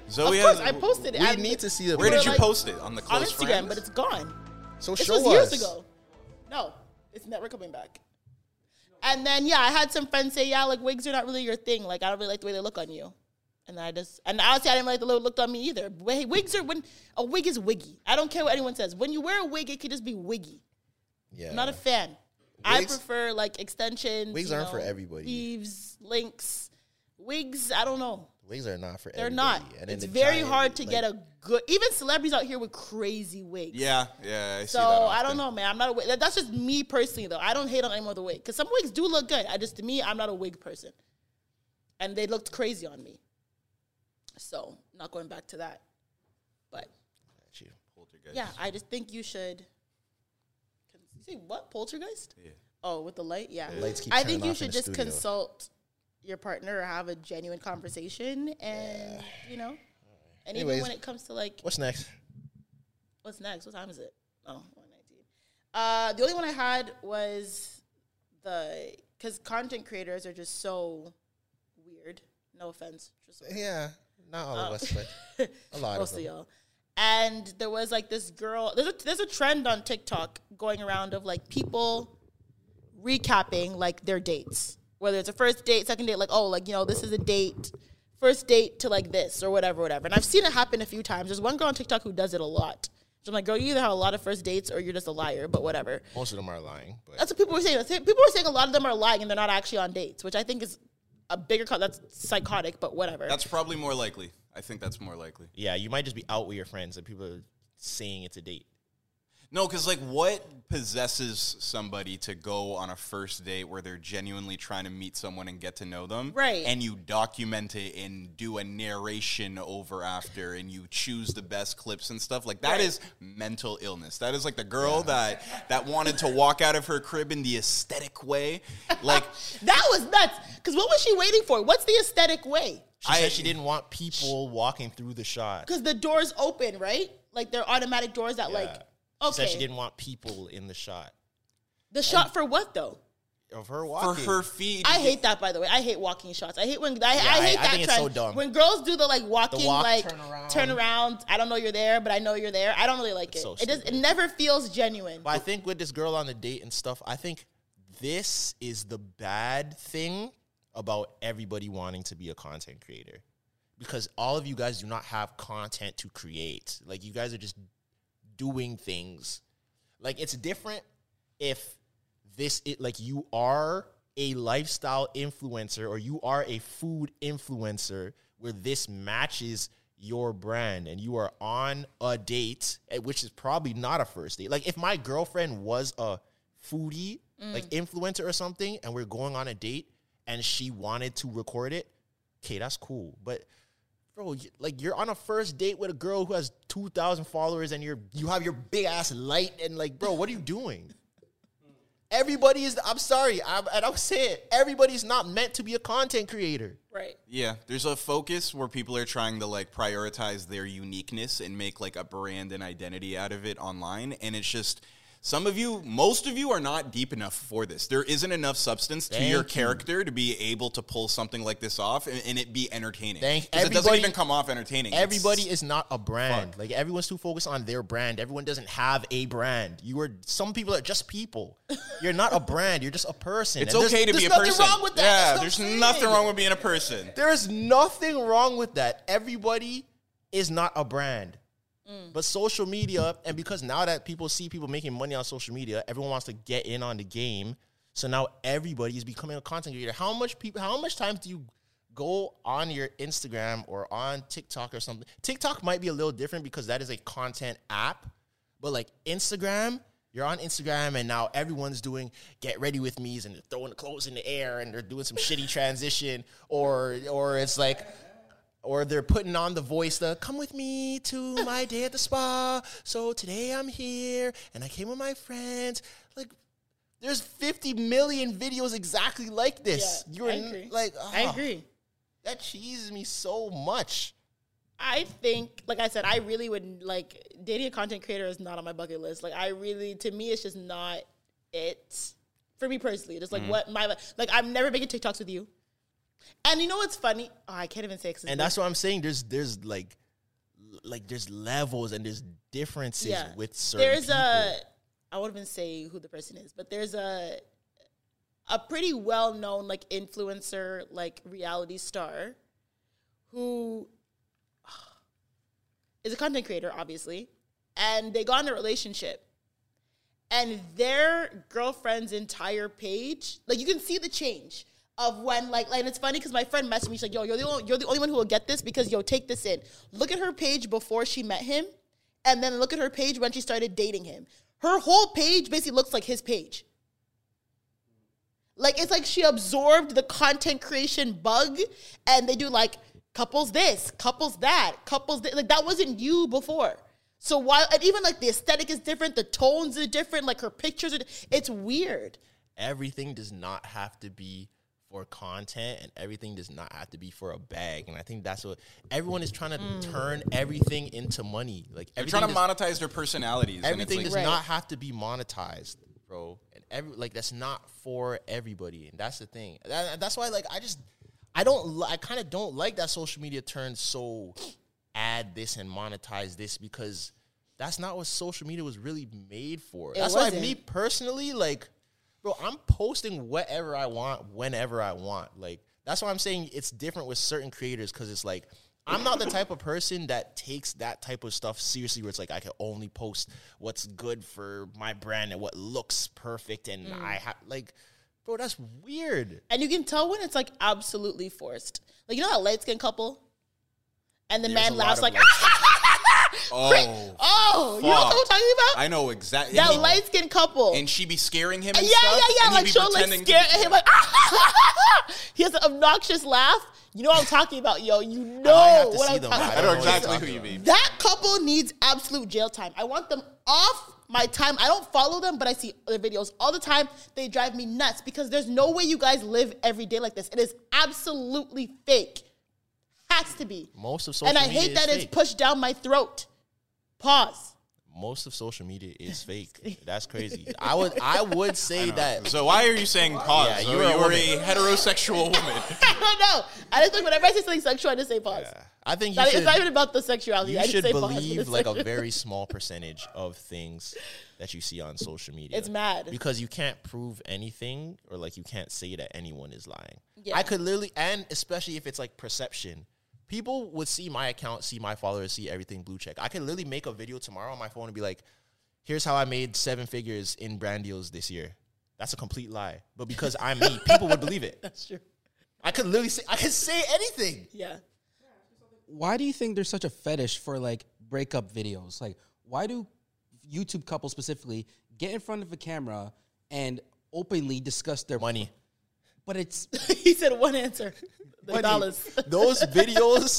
Speaker 1: Of
Speaker 2: Zoe
Speaker 1: course,
Speaker 2: has.
Speaker 1: I posted it.
Speaker 5: We
Speaker 1: I'm-
Speaker 5: need to see the.
Speaker 2: where did
Speaker 1: we're
Speaker 2: you
Speaker 1: like-
Speaker 2: post it on the
Speaker 1: on
Speaker 2: close
Speaker 1: Instagram,
Speaker 2: friends?
Speaker 1: but it's gone.
Speaker 5: So
Speaker 1: This
Speaker 5: show
Speaker 1: was
Speaker 5: us.
Speaker 1: years ago. No, it's never coming back. And then yeah, I had some friends say, yeah, like wigs are not really your thing. Like I don't really like the way they look on you. And I just and honestly, I didn't like the way it looked on me either. But hey, wigs are when a wig is wiggy. I don't care what anyone says. When you wear a wig, it could just be wiggy.
Speaker 5: Yeah.
Speaker 1: I'm not a fan. I
Speaker 5: Wigs-
Speaker 1: prefer like extensions.
Speaker 5: Wigs
Speaker 1: you
Speaker 5: aren't for
Speaker 1: know,
Speaker 5: everybody.
Speaker 1: Weaves, links, wigs. I don't know.
Speaker 5: Wigs are not for.
Speaker 1: They're
Speaker 5: everybody.
Speaker 1: not.
Speaker 5: And then
Speaker 1: it's
Speaker 5: the
Speaker 1: very
Speaker 5: giant,
Speaker 1: hard to
Speaker 5: like-
Speaker 1: get a good. Even celebrities out here with crazy wigs.
Speaker 2: yeah, yeah. I see
Speaker 1: So
Speaker 2: that
Speaker 1: I
Speaker 2: often.
Speaker 1: don't know, man. I'm not a wig. that- That's just me personally, though. I don't hate on anyone with a wig because some wigs do look good. I just to me, I'm not a wig person, and they looked crazy on me. So not going back to that, but yeah, I just think you should. Can you say what poltergeist? Yeah. Oh, with the light, yeah.
Speaker 5: Lights keep
Speaker 1: I
Speaker 5: turning
Speaker 1: think you
Speaker 5: off in
Speaker 1: should
Speaker 5: the
Speaker 1: just
Speaker 5: studio.
Speaker 1: consult your partner or have a genuine conversation, and you know, and
Speaker 5: Anyways.
Speaker 1: even when it comes to like
Speaker 5: What's next?
Speaker 1: What's next? What time is it? Oh, 119. Uh, the only one I had was the because content creators are just so weird. No offense, Tristan.
Speaker 5: Yeah, not all of us, but a lot of
Speaker 1: Most of
Speaker 5: them.
Speaker 1: y'all. And there was like this girl. There's a, there's a trend on TikTok going around of like people recapping like their dates, whether it's a first date, second date, like oh, like you know this is a date, first date to like this or whatever, whatever. And I've seen it happen a few times. There's one girl on TikTok who does it a lot. So I'm like, girl, you either have a lot of first dates or you're just a liar, but whatever.
Speaker 5: Most of them are lying, but
Speaker 1: That's what people were saying. People were saying a lot of them are lying and they're not actually on dates, which I think is a bigger con- that's psychotic, but whatever.
Speaker 2: That's probably more likely. I think that's more likely.
Speaker 4: Yeah, you might just be out with your friends and people are saying it's a date.
Speaker 2: No, because like, what possesses somebody to go on a first date where they're genuinely trying to meet someone and get to know them,
Speaker 1: Right.
Speaker 2: And you document it and do a narration over after, and you choose the best clips and stuff. Like that is mental illness. That is like the girl that that wanted to walk out of her crib in the aesthetic way. Like
Speaker 1: that was nuts. Because what was she waiting for? What's the aesthetic way?
Speaker 4: She
Speaker 2: I-
Speaker 4: said she didn't want people walking through the shot.
Speaker 1: Because the doors open, right? Like they're automatic doors that, like,
Speaker 4: She
Speaker 1: okay.
Speaker 4: said she didn't want people in the shot
Speaker 1: the shot for what though?
Speaker 4: of her
Speaker 2: for
Speaker 4: walking.
Speaker 2: her feed,
Speaker 1: I hate that, by the way. I hate walking shots. I hate when I, I
Speaker 4: I-
Speaker 1: hate
Speaker 4: I
Speaker 1: that
Speaker 4: think it's
Speaker 1: trend.
Speaker 4: so dumb.
Speaker 1: When girls do the like walking,
Speaker 4: walk,
Speaker 1: like
Speaker 4: turn around.
Speaker 1: turn around. I don't know you're there, but I know you're there. I don't really like it.
Speaker 4: so
Speaker 1: it just it
Speaker 4: stupid.
Speaker 1: never feels genuine.
Speaker 4: But I think with this girl on the date and stuff, I think this is the bad thing about everybody wanting to be a content creator. Because all of you guys do not have content to create. Like you guys are just doing things. Like it's different if this it like you are a lifestyle influencer or you are a food influencer where this matches your brand and you are on a date, eh, which is probably not a first date. Like if my girlfriend was a foodie, like influencer or something, and we're going on a date and she wanted to record it, okay, that's cool. But bro, you- like you're on a first date with a girl who has two thousand followers and you're you have your big ass light and like, bro, what are you doing? Everybody is. I'm sorry. I'm, and I'm saying everybody's not meant to be a content creator.
Speaker 1: Right.
Speaker 2: Yeah, there's a focus where people are trying to like prioritize their uniqueness and make like a brand and identity out of it online. And it's just some of you, most of you are not deep enough for this. There isn't enough substance to your character to be able to pull something like this off and, and it be entertaining.
Speaker 4: Thank-
Speaker 2: 'Cause it doesn't
Speaker 4: everybody-
Speaker 2: even come off entertaining. It's-
Speaker 4: Everybody is not a brand. Like everyone's too focused on their brand. Everyone doesn't have a brand. You are. Some people are
Speaker 2: (laughs)
Speaker 4: just people. You're not a brand. You're just a person.
Speaker 2: it's
Speaker 4: And there's-
Speaker 2: okay to
Speaker 4: there's
Speaker 2: be a
Speaker 4: nothing
Speaker 2: person.
Speaker 4: wrong with that.
Speaker 2: Yeah,
Speaker 4: That's what I'm
Speaker 2: there's
Speaker 4: saying.
Speaker 2: nothing wrong with being a person.
Speaker 4: There is nothing wrong with that. Everybody is not a brand. But social media, and because now that people see people making money on social media, everyone wants to get in on the game. So now everybody is becoming a content creator. How much people how much time do you go on your Instagram or on TikTok or something? TikTok might be a little different because that is a content app. But like Instagram, you're on Instagram and now everyone's doing get ready with me's and they're throwing clothes in the air and they're doing some shitty transition or or it's like or they're putting on the voice the come with me to my day at the spa. So today I'm here and I came with my friends. Like there's 50 million videos exactly like this.
Speaker 1: Yeah,
Speaker 4: You're
Speaker 1: I
Speaker 4: n-
Speaker 1: agree.
Speaker 4: like
Speaker 1: I
Speaker 4: ah,
Speaker 1: agree.
Speaker 4: That cheeses me so much.
Speaker 1: I think, like I said, I really would like dating a content creator is not on my bucket list. Like I really, to me, it's just not it for me personally. Just like
Speaker 4: Mm-hmm.
Speaker 1: what my like, I'm never making TikToks with you. And you know what's funny? Oh, I can't even say it 'cause it's
Speaker 4: And that's what I'm saying. There's there's like like there's levels and there's differences with certain
Speaker 1: there's
Speaker 4: people.
Speaker 1: a i won't even say who the person is but there's a a pretty well-known like influencer like reality star who is a content creator obviously and they got in a relationship and their girlfriend's entire page like you can see the change of when like and it's funny because my friend messaged me she's like yo you're the, only, you're the only one who will get this because yo take this in look at her page before she met him and then look at her page when she started dating him. Her whole page basically looks like his page. Like it's like she absorbed the content creation bug, and they do like couples this, couples that, couples thi- like that wasn't you before. So why? And even like the aesthetic is different, the tones are different, like her pictures are. di- It's weird.
Speaker 4: everything does not have to be for content and everything does not have to be for a bag and i think that's what everyone is trying to
Speaker 1: Mm.
Speaker 4: turn everything into money like
Speaker 2: They're
Speaker 4: everything
Speaker 2: trying to
Speaker 4: does,
Speaker 2: monetize their personalities. and it's
Speaker 4: everything
Speaker 2: like-
Speaker 4: does
Speaker 1: Right.
Speaker 4: not have to be monetized bro and every like that's not for everybody and that's the thing That- that's why like i just i don't li- i kind of don't like that social media turns so add this and monetize this because that's not what social media was really made for that's why
Speaker 1: wasn't.
Speaker 4: me personally like bro, I'm posting whatever I want, whenever I want. Like that's why I'm saying it's different with certain creators because it's like I'm not the type of person that takes that type of stuff seriously. Where it's like I can only post what's good for my brand and what looks perfect, and
Speaker 1: Mm.
Speaker 4: I have like, bro, that's weird.
Speaker 1: And you can tell when it's like absolutely forced. Like you know that light skinned couple, and the
Speaker 4: There's a
Speaker 1: man
Speaker 4: lot
Speaker 1: laughs
Speaker 4: of
Speaker 1: like,
Speaker 4: lights.
Speaker 2: oh,
Speaker 1: oh, you know what I'm
Speaker 2: fuck.
Speaker 1: talking about?
Speaker 2: I know exactly.
Speaker 1: That light skinned couple.
Speaker 2: and she be scaring him. And
Speaker 1: Oh. yeah,
Speaker 2: stuff,
Speaker 1: yeah, yeah.
Speaker 2: and he'd
Speaker 1: Like
Speaker 2: be
Speaker 1: she'll like
Speaker 2: pretending to
Speaker 1: scare
Speaker 2: be-
Speaker 1: at him, like (laughs) he has an obnoxious laugh. You know what I'm talking about, yo. You know
Speaker 4: have to
Speaker 1: what
Speaker 4: see
Speaker 1: I'm
Speaker 4: them.
Speaker 1: talking
Speaker 2: (laughs)
Speaker 4: I
Speaker 2: I
Speaker 1: about.
Speaker 2: know
Speaker 4: don't know what
Speaker 2: exactly
Speaker 4: you're
Speaker 2: who
Speaker 4: talking
Speaker 2: you mean.
Speaker 1: That couple needs absolute jail time. I want them off my time. I don't follow them, but I see their videos all the time. They drive me nuts because there's no way you guys live every day like this. It is absolutely fake. Has to be.
Speaker 4: Most of social
Speaker 1: And I
Speaker 4: media
Speaker 1: hate
Speaker 4: is
Speaker 1: that it's
Speaker 4: fake.
Speaker 1: pushed down my throat. Pause.
Speaker 4: Most of social media
Speaker 1: (laughs)
Speaker 4: is fake. That's crazy. I would I would say that
Speaker 2: So why are you saying pause?
Speaker 4: Yeah,
Speaker 2: So
Speaker 4: you're
Speaker 2: you're,
Speaker 4: a
Speaker 2: a, heterosexual
Speaker 1: (laughs)
Speaker 2: woman.
Speaker 1: I don't know. I just think whenever I say something sexual, I just say pause.
Speaker 4: I think you
Speaker 1: Not- e-,
Speaker 4: should,
Speaker 1: it's not even about the sexuality.
Speaker 4: you
Speaker 1: I just
Speaker 4: should
Speaker 1: say pause for
Speaker 4: believe
Speaker 1: the
Speaker 4: like a
Speaker 1: sexual- (laughs)
Speaker 4: very small percentage of things that you see on social media.
Speaker 1: It's mad.
Speaker 4: because you can't prove anything, or like you can't say that anyone is lying.
Speaker 1: Yeah.
Speaker 4: I could literally, and especially if it's like perception, people would see my account, see my followers, see everything blue check. I could literally make a video tomorrow on my phone and be like, "Here's how I made seven figures in brand deals this year." That's a complete lie, but
Speaker 1: (laughs)
Speaker 4: because I'm me, people would believe it.
Speaker 1: That's true.
Speaker 4: I could literally say I could say anything.
Speaker 1: Yeah.
Speaker 3: why do you think there's such a fetish for like breakup videos? Like, why do YouTube couples specifically get in front of a camera and openly discuss their
Speaker 4: money.
Speaker 3: But it's
Speaker 1: (laughs) he said one answer. The dollars.
Speaker 4: (laughs) Those (laughs) videos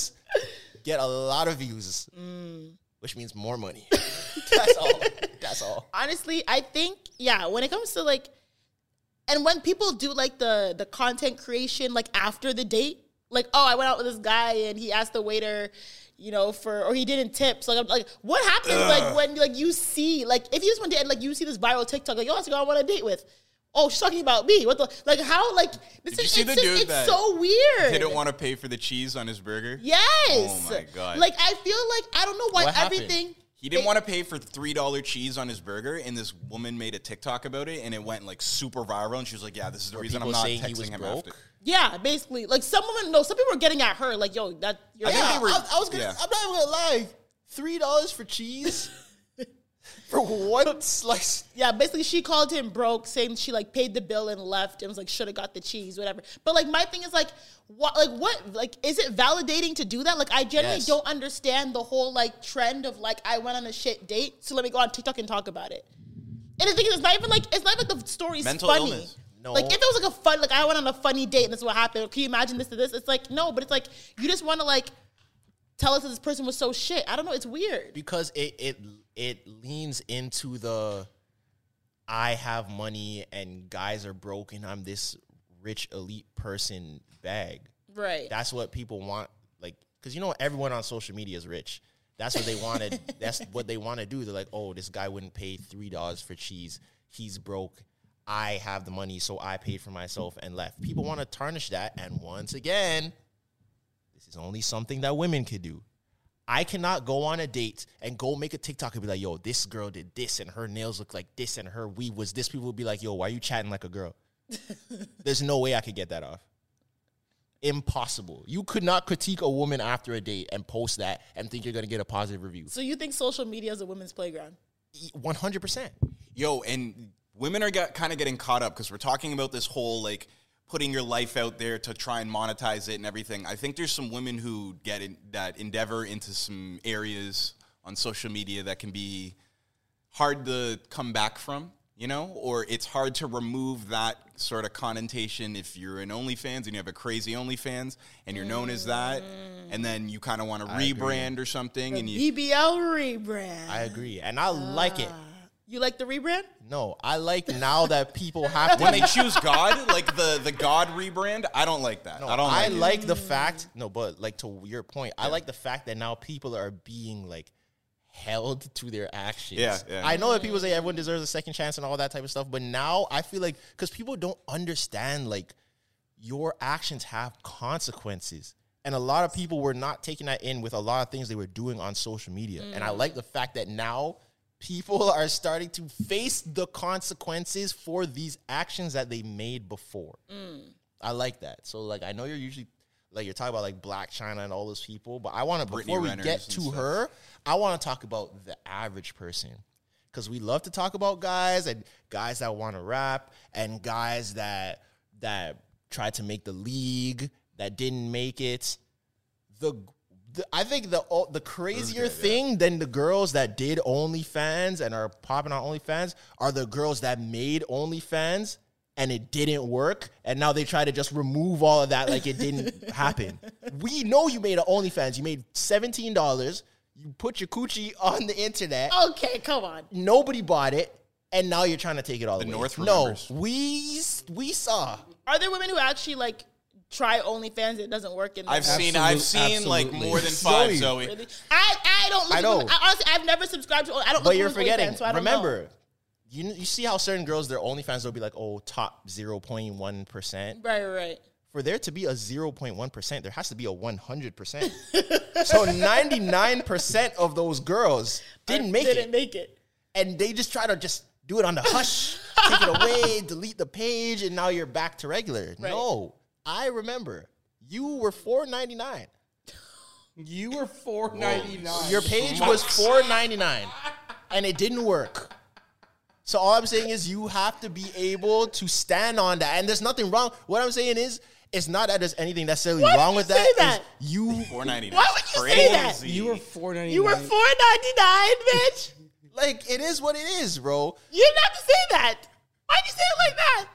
Speaker 4: get a lot of views, which means more (laughs) money. That's all. That's all.
Speaker 1: honestly, I think yeah, when it comes to like and when people do like the the content creation like after the date, like oh, I went out with this guy and he asked the waiter, you know, for or he didn't tip. So like, I'm, like what happens like when like you see like if you just went to and like you see this viral TikTok like yo, that's the girl I want a date with. Oh, she's talking about me. What the like? How like this
Speaker 2: Did you
Speaker 1: is
Speaker 2: see
Speaker 1: it's,
Speaker 2: the
Speaker 1: just-
Speaker 2: dude
Speaker 1: it's
Speaker 2: that
Speaker 1: so weird.
Speaker 2: Didn't want to pay for the cheese on his burger.
Speaker 1: Yes.
Speaker 2: Oh my God.
Speaker 1: Like I feel like I don't know why
Speaker 4: What happened?
Speaker 1: everything.
Speaker 2: He didn't want to pay for three dollar cheese on his burger, and this woman made a TikTok about it, and it went like super viral. And she was like, "Yeah, this is the reason I'm
Speaker 4: people
Speaker 2: not
Speaker 4: saying he
Speaker 2: texting
Speaker 4: was
Speaker 2: him
Speaker 4: broke?
Speaker 2: after."
Speaker 1: Yeah, basically, like some women. No, some people are getting at her. Like, yo, that you're.
Speaker 2: I think
Speaker 1: yeah.
Speaker 2: they were-
Speaker 4: I, I was gonna.
Speaker 2: yeah.
Speaker 4: I'm not even gonna lie. Three dollars for (laughs) cheese for one slice.
Speaker 1: yeah, basically, she called him broke, saying she like paid the bill and left, and was like, should have got the cheese, whatever. But like, my thing is like, what, like what, like, is it validating to do that? Like, I generally
Speaker 4: Yes.
Speaker 1: don't understand the whole like trend of like, I went on a shit date, so let me go on TikTok and talk about it. And the thing is, it's not even like it's not even the story's
Speaker 2: Mental
Speaker 1: funny.
Speaker 2: illness.
Speaker 4: No.
Speaker 1: Like if it was like a fun, like I went on a funny date and this is what happened. Can you imagine this to this? It's like no, but it's like you just want to like tell us that this person was so shit. I don't know. It's weird.
Speaker 4: because it it it leans into the I have money and guys are broke and I'm this rich elite person bag.
Speaker 1: Right.
Speaker 4: That's what people want like cuz you know everyone on social media is rich. That's what they wanted. that's what they want to do. They're like, "Oh, this guy wouldn't pay $3 for cheese. He's broke. I have the money, so I paid for myself and left." People want to tarnish that and once again, this is only something that women could do. I cannot go on a date and go make a TikTok and be like, yo, this girl did this and her nails look like this and her weave was this. People would be like, yo, why are you chatting like a girl? There's no way I could get that off. Impossible. You could not critique a woman after a date and post that and think you're gonna get a positive review.
Speaker 1: so you think social media is a women's playground?
Speaker 4: 100%.
Speaker 2: Yo, and women are got, kind of getting caught up because we're talking about this whole like putting your life out there to try and monetize it and everything. I think there's some women who get in, that endeavor into some areas on social media that can be hard to come back from, you know, or it's hard to remove that sort of connotation if you're an OnlyFans and you have a crazy OnlyFans and you're known as that, and then you kind of want to rebrand or something, and you
Speaker 1: BBL rebrand.
Speaker 4: I agree. And I like it.
Speaker 1: you like the rebrand?
Speaker 4: No, I like now that people have to
Speaker 2: (laughs) when
Speaker 4: make
Speaker 2: they choose God, like the the God rebrand, I don't like that.
Speaker 4: No,
Speaker 2: I don't.
Speaker 4: I
Speaker 2: like, it.
Speaker 4: like the fact. No, but like to your point, I like the fact that now people are being like held to their actions.
Speaker 2: Yeah, yeah.
Speaker 4: I know that people say everyone deserves a second chance and all that type of stuff, but now I feel like because people don't understand like your actions have consequences. And a lot of people were not taking that in with a lot of things they were doing on social media. And I like the fact that now people (laughs) are starting to face the consequences for these actions that they made before. I like that. So like I know you're usually like you're talking about like Black China and all those people, but I want to
Speaker 2: Britney
Speaker 4: before we
Speaker 2: Renners
Speaker 4: get
Speaker 2: and
Speaker 4: to
Speaker 2: stuff.
Speaker 4: her, I want to talk about the average person because we love to talk about guys and guys that want to rap and guys that that tried to make the league that didn't make it. The, the I think the all- the crazier thing than the girls that did OnlyFans and are popping on OnlyFans are the girls that made OnlyFans and it didn't work and now they try to just remove all of that like it didn't happen. We know you made an OnlyFans. You made seventeen dollars. You put your coochie on the internet
Speaker 1: Okay, come on.
Speaker 4: nobody bought it, and now you're trying to take it all
Speaker 2: The
Speaker 4: away.
Speaker 2: North
Speaker 4: no,
Speaker 2: remembers.
Speaker 4: we we saw.
Speaker 1: Are there women who actually like try OnlyFans and it doesn't work? And
Speaker 2: I've
Speaker 1: then-
Speaker 2: seen. I've
Speaker 3: Absolute-
Speaker 2: seen like
Speaker 3: absolutely.
Speaker 2: more than five. Zoe.
Speaker 1: Really? I I don't. Look
Speaker 4: I
Speaker 1: at
Speaker 4: know.
Speaker 1: women- I, honestly, I've never subscribed to. I don't. look
Speaker 4: But
Speaker 1: at
Speaker 4: you're
Speaker 1: women's
Speaker 4: forgetting.
Speaker 1: OnlyFans, so I don't
Speaker 4: Remember,
Speaker 1: know.
Speaker 4: you kn- you see how certain girls their OnlyFans will be like, oh, top zero point one percent.
Speaker 1: Right, right, right.
Speaker 4: For there to be a zero point one percent, there has to be a one
Speaker 1: (laughs)
Speaker 4: hundred percent. So ninety nine percent of those girls didn't make
Speaker 1: Didn't
Speaker 4: it,
Speaker 1: make it.
Speaker 4: and they just try to just do it on the hush, take
Speaker 1: (laughs)
Speaker 4: it away, delete the page, and now you're back to regular. No, I remember you were four ninety nine.
Speaker 3: you were four ninety nine.
Speaker 4: Your page was four ninety nine, and it didn't work. So all I'm saying is you have to be able to stand on that, and there's nothing wrong. What I'm saying is It's not that there's anything necessarily
Speaker 1: Why did
Speaker 4: wrong
Speaker 1: you
Speaker 4: with
Speaker 1: say
Speaker 4: that.
Speaker 1: that?
Speaker 4: It's-
Speaker 2: You four ninety nine.
Speaker 1: Why would you say that?
Speaker 3: You were four ninety nine.
Speaker 1: You were four ninety nine, bitch.
Speaker 4: like it is what it is, bro.
Speaker 1: You didn't have to say that. Why'd you say it like that?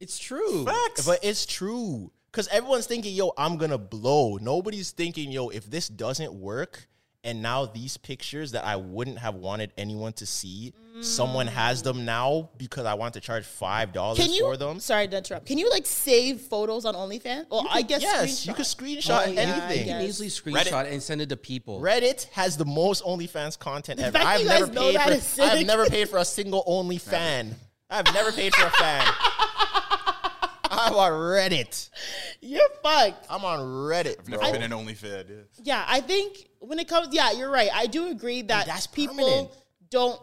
Speaker 3: It's true.
Speaker 4: But it's true. Because everyone's thinking, yo, I'm going to blow. Nobody's thinking, yo, if this doesn't work and now these pictures that I wouldn't have wanted anyone to see, someone has them now because I want to charge $5
Speaker 1: Can you?
Speaker 4: for them.
Speaker 1: Sorry to interrupt. Can you like save photos on OnlyFans? Well, I guess
Speaker 4: yes, you
Speaker 1: screenshot.
Speaker 4: can screenshot
Speaker 1: Oh, yeah, I
Speaker 4: anything.
Speaker 1: guess.
Speaker 3: You can easily screenshot and send it to people.
Speaker 4: Reddit has the most OnlyFans content ever.
Speaker 1: fact that
Speaker 4: I've
Speaker 1: you
Speaker 4: never
Speaker 1: guys know
Speaker 4: paid
Speaker 1: that
Speaker 4: for
Speaker 1: is sick.
Speaker 4: I've never paid for a single OnlyFan. I've never paid for a fan.
Speaker 1: (laughs)
Speaker 4: I'm on Reddit.
Speaker 1: You're fucked.
Speaker 4: I'm on Reddit.
Speaker 2: I've never
Speaker 4: bro.
Speaker 2: been an OnlyFed. Yeah.
Speaker 1: Yeah, I think when it comes, yeah, you're right. I do agree that
Speaker 4: that's
Speaker 1: people
Speaker 4: permanent.
Speaker 1: don't.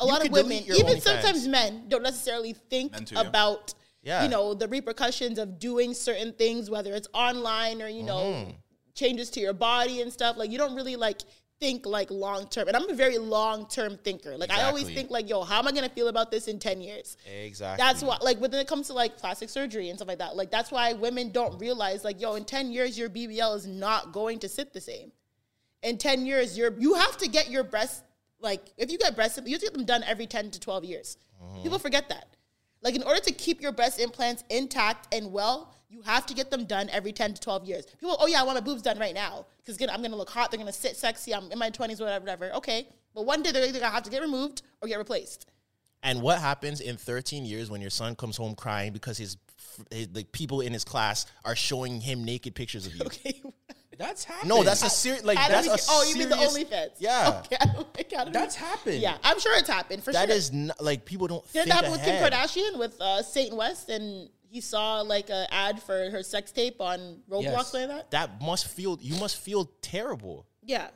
Speaker 1: A
Speaker 4: You
Speaker 1: lot of
Speaker 4: could
Speaker 1: women,
Speaker 4: delete your
Speaker 1: even
Speaker 4: OnlyFans.
Speaker 1: sometimes men, don't necessarily think
Speaker 2: Men too, yeah.
Speaker 1: about
Speaker 4: Yeah.
Speaker 1: you know the repercussions of doing certain things, whether it's online or you know
Speaker 4: Mm-hmm.
Speaker 1: changes to your body and stuff. Like you don't really like think like long term. And I'm a very long term thinker. Like I always
Speaker 4: Exactly.
Speaker 1: think like, yo, how am I gonna feel about this in ten years?
Speaker 4: Exactly.
Speaker 1: That's why, like, when it comes to like plastic surgery and stuff like that, like that's why women don't realize, like, yo, in ten years your BBL is not going to sit the same. In ten years, you're you have to get your breasts like if you get breast, you have to get them done every ten to twelve years.
Speaker 4: Uh-huh.
Speaker 1: People forget that. Like, in order to keep your breast implants intact and well, you have to get them done every ten to twelve years. People, oh yeah, I want my boobs done right now because I'm gonna look hot. They're gonna sit sexy. I'm in my twenties, whatever, whatever. Okay, but one day they're either gonna have to get removed or get replaced. (laughs)
Speaker 4: And what happens in 13 years when your son comes home crying because his, his the people in his class are showing him naked pictures of you?
Speaker 3: That's happened.
Speaker 4: No, that's a serious like
Speaker 1: I don't
Speaker 4: that's a
Speaker 1: think- oh, you mean the
Speaker 4: serious-
Speaker 1: OnlyFans?
Speaker 4: Yeah.
Speaker 1: Okay, I don't think- I don't
Speaker 3: That's
Speaker 1: think-
Speaker 3: happened.
Speaker 1: Yeah, I'm sure it's happened for
Speaker 4: That
Speaker 1: sure.
Speaker 4: is not, like people don't
Speaker 1: Didn't
Speaker 4: think
Speaker 1: that happen with Kim
Speaker 4: ahead.
Speaker 1: Kardashian with uh, Saint West, and he saw like an ad for her sex tape on Roblox
Speaker 3: Yes.
Speaker 1: like that.
Speaker 4: That must feel you must feel terrible.
Speaker 1: Yeah.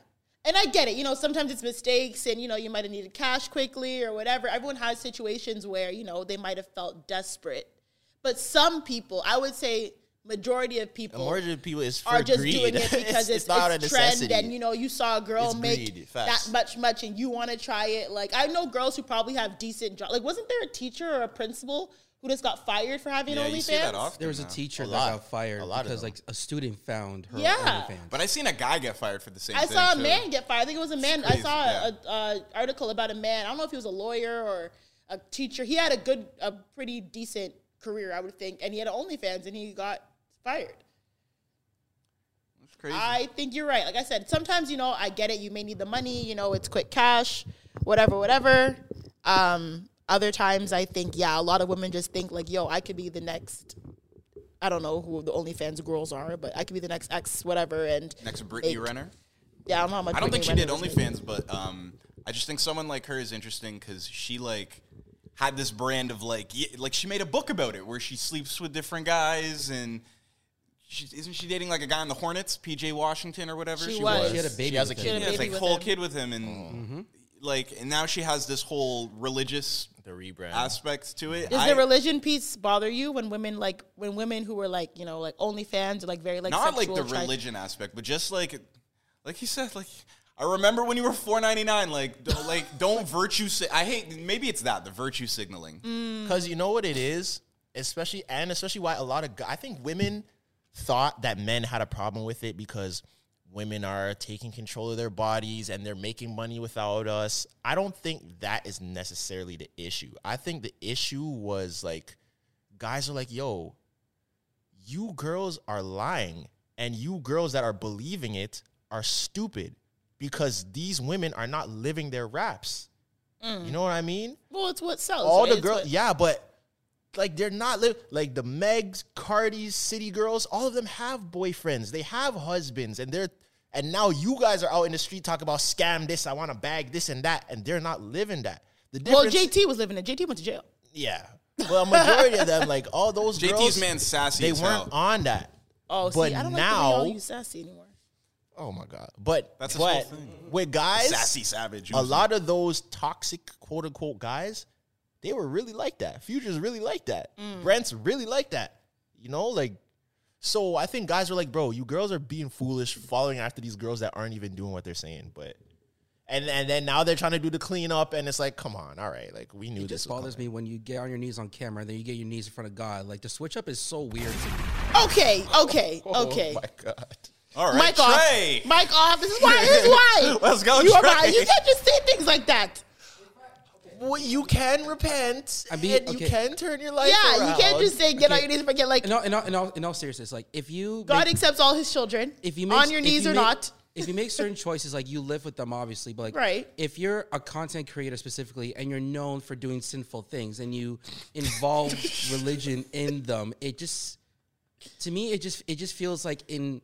Speaker 1: And I get it. You know, sometimes it's mistakes and, you know, you might have needed cash quickly or whatever. Everyone has situations where, you know, they might have felt desperate. But some people, I would say majority of people,
Speaker 4: The majority of people is for
Speaker 1: are just
Speaker 4: greed.
Speaker 1: doing
Speaker 4: (laughs)
Speaker 1: it because it's, it's,
Speaker 4: not a necessity.
Speaker 1: trend and, you know, you saw a girl
Speaker 4: It's
Speaker 1: make
Speaker 4: greed, facts.
Speaker 1: that much, much and you want to try it. Like, I know girls who probably have decent jobs. Like, wasn't there a teacher or a principal who just got fired for having
Speaker 2: Yeah,
Speaker 1: OnlyFans?
Speaker 2: you see that often.
Speaker 3: There was a
Speaker 2: now.
Speaker 3: teacher
Speaker 4: A
Speaker 3: that
Speaker 4: lot.
Speaker 3: got fired
Speaker 4: A lot of
Speaker 3: because
Speaker 4: them.
Speaker 3: like a student found her
Speaker 1: Yeah.
Speaker 3: OnlyFans.
Speaker 2: But I seen a guy get fired for the same.
Speaker 1: I
Speaker 2: thing,
Speaker 1: saw a
Speaker 2: too.
Speaker 1: man get fired. I think it was a man. I
Speaker 2: crazy,
Speaker 1: saw
Speaker 2: yeah.
Speaker 1: a, a article about a man. I don't know if he was a lawyer or a teacher. He had a good, a pretty decent career, I would think, and he had an OnlyFans, and he got fired.
Speaker 2: It's crazy.
Speaker 1: I think you're right. Like I said, sometimes you know I get it. You may need the money. You know, it's quick cash, whatever, whatever. Um, other times, I think yeah, a lot of women just think like, yo, I could be the next. I don't know who the OnlyFans girls are, but I could be the next X, whatever. And
Speaker 2: Next, Britney
Speaker 1: Like,
Speaker 2: Renner.
Speaker 1: yeah, I don't know how much.
Speaker 2: I don't
Speaker 1: Whitney
Speaker 2: think she
Speaker 1: Renner
Speaker 2: did
Speaker 1: was making.
Speaker 2: OnlyFans, but um, I just think someone like her is interesting because she like had this brand of like y- like she made a book about it where she sleeps with different guys and she, isn't she dating like a guy on the Hornets, PJ Washington or whatever?
Speaker 1: She was.
Speaker 3: She had a baby.
Speaker 4: has
Speaker 3: with
Speaker 4: a
Speaker 3: it.
Speaker 4: kid.
Speaker 1: She
Speaker 2: Yeah,
Speaker 1: had a
Speaker 2: it's
Speaker 1: baby
Speaker 2: like
Speaker 1: with
Speaker 2: whole
Speaker 1: him.
Speaker 2: kid with him and like and now she has this whole religious
Speaker 4: Oh. The rebrand.
Speaker 2: aspect to it.
Speaker 1: Does
Speaker 2: I-
Speaker 1: the religion piece bother you when women like when women who were like you know like OnlyFans or like very like
Speaker 2: not like the
Speaker 1: sexual attract-
Speaker 2: religion aspect, but just like, like you said, like I remember when you were four ninety nine. Like, do (laughs) like don't virtue. Si- I hate. Maybe it's that the virtue signaling.
Speaker 1: Mm,
Speaker 4: Because you know what it is, especially and especially why a lot of gu- I think women thought that men had a problem with it because women are taking control of their bodies and they're making money without us. I don't think that is necessarily the issue. I think the issue was like guys are like, "Yo, you girls are lying and you girls that are believing it are stupid because these women are not living their raps." You know what I mean?
Speaker 1: Well, it's what sells.
Speaker 4: all
Speaker 1: right?
Speaker 4: the
Speaker 1: It's
Speaker 4: girls,
Speaker 1: what-
Speaker 4: yeah, but like they're not li- like the Megs, Cardis, City Girls. All of them have boyfriends. They have husbands, and they're and now you guys are out in the street talking about scam this. I want to bag this and that, and they're not living that. The
Speaker 1: Well,
Speaker 4: difference,
Speaker 1: JT was living it. JT went to jail.
Speaker 4: yeah. Well, a majority of them, like
Speaker 2: (laughs)
Speaker 4: all those
Speaker 2: JT's
Speaker 4: girls,
Speaker 2: man sassy
Speaker 4: They
Speaker 2: as
Speaker 4: weren't
Speaker 2: hell.
Speaker 4: on that.
Speaker 1: Oh,
Speaker 4: But
Speaker 1: see, I don't
Speaker 4: now-
Speaker 1: like the way y'all use sassy anymore.
Speaker 4: Oh my god! But
Speaker 2: That's
Speaker 4: that's
Speaker 2: his whole
Speaker 4: but
Speaker 2: thing.
Speaker 4: with guys,
Speaker 2: Sassy savage.
Speaker 4: a lot of those toxic quote unquote guys, they were really like that. Future's really like that.
Speaker 1: Mm.
Speaker 4: Brent's really like that. You know, like so I think guys are like, bro, you girls are being foolish following after these girls that aren't even doing what they're saying. But and and then now they're trying to do the cleanup and it's like, come on, all right, like we knew
Speaker 3: It
Speaker 4: this (laughs)
Speaker 3: just
Speaker 4: was
Speaker 3: bothers
Speaker 4: coming.
Speaker 3: me when you get on your knees on camera and then you get your knees in front of God. Like the switch up is so weird to me.
Speaker 1: Okay, okay,
Speaker 5: Oh
Speaker 1: okay.
Speaker 5: my god.
Speaker 2: All right,
Speaker 1: Mike
Speaker 2: Trey.
Speaker 1: off. Mike off. This is why. This is why.
Speaker 2: Let's go,
Speaker 1: You, are
Speaker 2: Trey.
Speaker 1: right. you can't just say things like that.
Speaker 5: Well, you can repent
Speaker 3: I mean,
Speaker 5: and you
Speaker 3: okay.
Speaker 5: can turn your life
Speaker 1: yeah, you can't
Speaker 5: around.
Speaker 1: just say get on your knees and forget. Like
Speaker 3: In all, in all, in all, in all seriousness, like if you
Speaker 1: God
Speaker 3: make-
Speaker 1: accepts all His children.
Speaker 3: if you
Speaker 1: on your
Speaker 3: if
Speaker 1: knees
Speaker 3: you
Speaker 1: or
Speaker 3: make-
Speaker 1: not.
Speaker 3: if you make certain choices, like you live with them, obviously, but like
Speaker 1: Right.
Speaker 3: if you're a content creator specifically and you're known for doing sinful things and you
Speaker 1: (laughs)
Speaker 3: involve religion in them, it just to me it just it just feels like in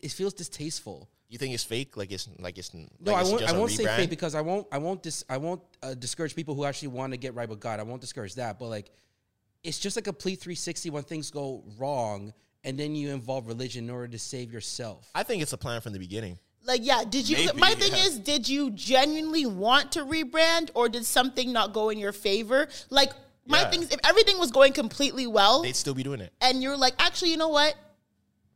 Speaker 3: it feels distasteful.
Speaker 4: You think it's fake? Like it's like it's like
Speaker 3: No, I
Speaker 4: it's
Speaker 3: won't.
Speaker 4: just
Speaker 3: I
Speaker 4: a
Speaker 3: won't say
Speaker 4: rebrand?
Speaker 3: fake because I won't. I won't. Dis, I won't uh, discourage people who actually want to get right with God. I won't discourage that. But like, it's just like a plea 360 when things go wrong, and then you involve religion in order to save yourself.
Speaker 4: I think it's a plan from the beginning.
Speaker 1: Like yeah, did you?
Speaker 2: Maybe,
Speaker 1: my thing
Speaker 2: yeah.
Speaker 1: is, did you genuinely want to rebrand, or did something not go in your favor? Like my
Speaker 4: Yeah.
Speaker 1: thing is, if everything was going completely well,
Speaker 4: They'd still be doing it.
Speaker 1: and you're like, actually, you know what?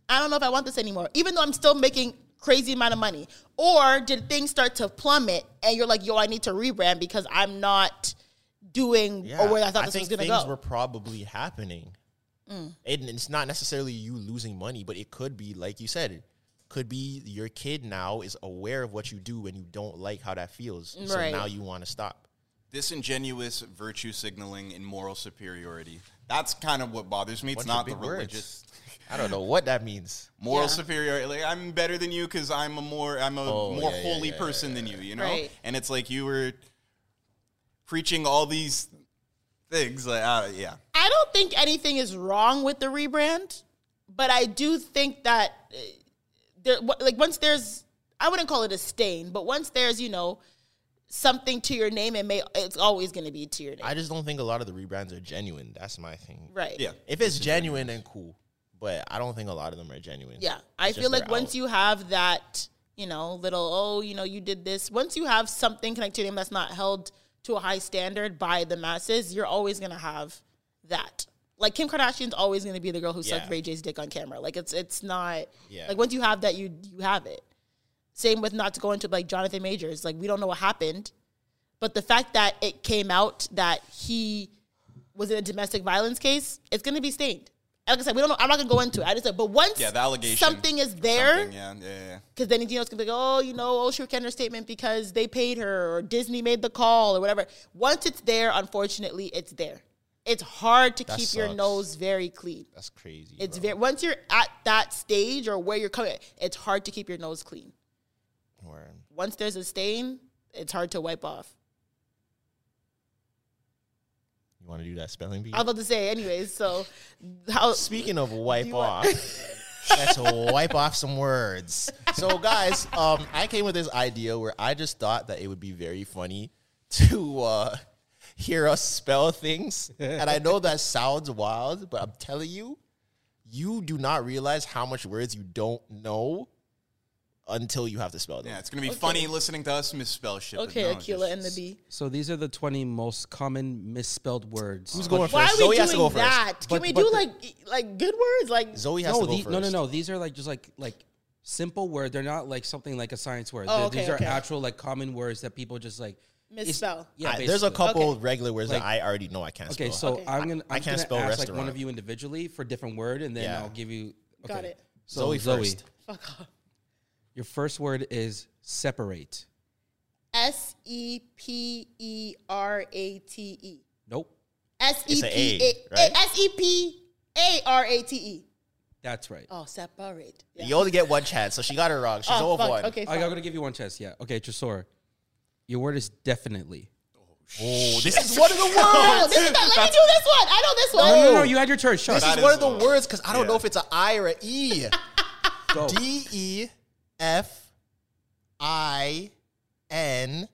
Speaker 1: I don't know if I want this anymore, even though I'm still making crazy amount of money. Or did things start to plummet and you're like, yo, I need to rebrand because I'm not doing or where I thought this
Speaker 4: think
Speaker 1: was gonna
Speaker 4: things
Speaker 1: go. Mm.
Speaker 4: were probably happening. And it's not necessarily you losing money, but it could be, like you said, it could be your kid now is aware of what you do and you don't like how that feels. So
Speaker 1: Right.
Speaker 4: now you want to stop.
Speaker 2: Disingenuous virtue signaling and moral superiority. That's kind of what bothers me. It's
Speaker 4: Bunch of
Speaker 2: not the
Speaker 4: big words.
Speaker 2: religious
Speaker 4: I don't know what that means.
Speaker 2: moral superiority. Like I'm better than you because I'm a more I'm a
Speaker 4: Oh,
Speaker 2: more holy person than you. You know,
Speaker 1: Right.
Speaker 2: and it's like you were preaching all these things. Like uh, yeah,
Speaker 1: I don't think anything is wrong with the rebrand, but I do think that uh, there, wh- like once there's, I wouldn't call it a stain, but once there's, you know, something to your name, it may it's always going to be to your name,
Speaker 4: I just don't think a lot of the rebrands are genuine. That's my thing.
Speaker 1: right?
Speaker 2: yeah.
Speaker 4: If it's genuine, then cool. But I don't think a lot of them are genuine.
Speaker 1: Yeah, I
Speaker 4: It's
Speaker 1: feel
Speaker 4: just
Speaker 1: like
Speaker 4: they're
Speaker 1: once
Speaker 4: out.
Speaker 1: you have that, you know, little oh, you know, you did this. Once you have something connected to your name that's not held to a high standard by the masses, you're always gonna have that. Like Kim Kardashian's always gonna be the girl who sucked
Speaker 4: Yeah.
Speaker 1: Ray J's dick on camera. Like it's it's not
Speaker 4: Yeah.
Speaker 1: like once you have that, you you have it. Same with not to go into like Jonathan Majors. Like we don't know what happened, but the fact that it came out that he was in a domestic violence case, it's gonna be stained. Like I said, we don't know. I'm not gonna go into it. I just said, but once
Speaker 2: Yeah, the allegation
Speaker 1: something is
Speaker 2: or
Speaker 1: there,
Speaker 2: something, Yeah, yeah, yeah.
Speaker 1: because then you know it's gonna be like, oh, you know, oh, she recorded her statement because they paid her or Disney made the call or whatever. Once it's there, unfortunately, it's there. It's hard to
Speaker 4: That
Speaker 1: keep your
Speaker 4: sucks.
Speaker 1: nose very clean.
Speaker 4: That's crazy.
Speaker 1: It's
Speaker 4: bro.
Speaker 1: very once you're at that stage or where you're coming, it's hard to keep your nose clean.
Speaker 4: Word.
Speaker 1: Once there's a stain, it's hard to wipe off.
Speaker 4: You want to do that spelling bee?
Speaker 1: I was about to say, anyways. So, how
Speaker 4: Speaking of wipe off, let's wipe off some words. So, guys, um, I came with this idea where I just thought that it would be very funny to uh, hear us spell things. And I know that sounds wild, but I'm telling you, you do not realize how much words you don't know until you have to spell them.
Speaker 2: Yeah, it's gonna be funny listening to us misspell shit. but
Speaker 1: okay,
Speaker 2: no,
Speaker 1: Akila
Speaker 2: just-
Speaker 1: and the bee.
Speaker 3: So these are the 20 most common misspelled words.
Speaker 4: Who's going
Speaker 1: Why
Speaker 4: first?
Speaker 1: are
Speaker 4: Zoe
Speaker 1: we
Speaker 4: has to go
Speaker 1: doing
Speaker 4: first.
Speaker 1: that? Can
Speaker 3: But-
Speaker 1: we
Speaker 3: but
Speaker 1: do
Speaker 3: the-
Speaker 1: like like good words? Like
Speaker 4: Zoe has
Speaker 3: No,
Speaker 4: to go
Speaker 3: the-
Speaker 4: first.
Speaker 3: no, no, no. These are like just like like simple words. They're not like something like a science word.
Speaker 1: Oh,
Speaker 3: They're-
Speaker 1: okay,
Speaker 3: these are
Speaker 1: okay.
Speaker 3: actual like common words that people just like it's-
Speaker 1: Misspell.
Speaker 3: Yeah,
Speaker 4: I- there's a
Speaker 3: basically.
Speaker 4: couple
Speaker 1: Okay.
Speaker 4: regular words
Speaker 3: Like-
Speaker 4: that I already know I can't
Speaker 3: Okay,
Speaker 4: spell.
Speaker 3: so I'm gonna I'm
Speaker 4: I can't
Speaker 3: gonna
Speaker 4: spell
Speaker 3: ask like one
Speaker 4: restaurant.
Speaker 3: of you individually for different word, and then
Speaker 4: Yeah.
Speaker 3: I'll give you. Okay.
Speaker 1: Got it.
Speaker 3: So
Speaker 4: Zoe
Speaker 3: Zoe,
Speaker 4: first.
Speaker 3: your first word is separate.
Speaker 1: S E P E R A T E.
Speaker 3: Nope,
Speaker 1: S E
Speaker 4: It's a
Speaker 1: P
Speaker 4: A,
Speaker 1: A
Speaker 4: right?
Speaker 1: S E P A R A T E.
Speaker 3: that's right.
Speaker 1: Oh, separate. Yeah.
Speaker 4: You only get one chance, so she got it wrong. She's
Speaker 1: Oh,
Speaker 4: over
Speaker 1: fuck.
Speaker 4: one.
Speaker 1: Okay,
Speaker 3: I, am
Speaker 1: fine.
Speaker 3: gonna give you one chance. Yeah. Okay, Tresor, your word is definitely.
Speaker 4: Oh, this is one of
Speaker 1: (laughs)
Speaker 4: the words.
Speaker 1: No, this is not, let me do this one. I know this one.
Speaker 3: Oh, No, no, no, you had your turn. Shut
Speaker 4: Oh! This
Speaker 3: up.
Speaker 4: is
Speaker 2: That
Speaker 4: one
Speaker 2: is
Speaker 4: of the
Speaker 2: a-
Speaker 4: words because I don't know
Speaker 2: yeah.
Speaker 4: if it's an I or an E. (laughs)
Speaker 3: Go.
Speaker 4: D E F I N,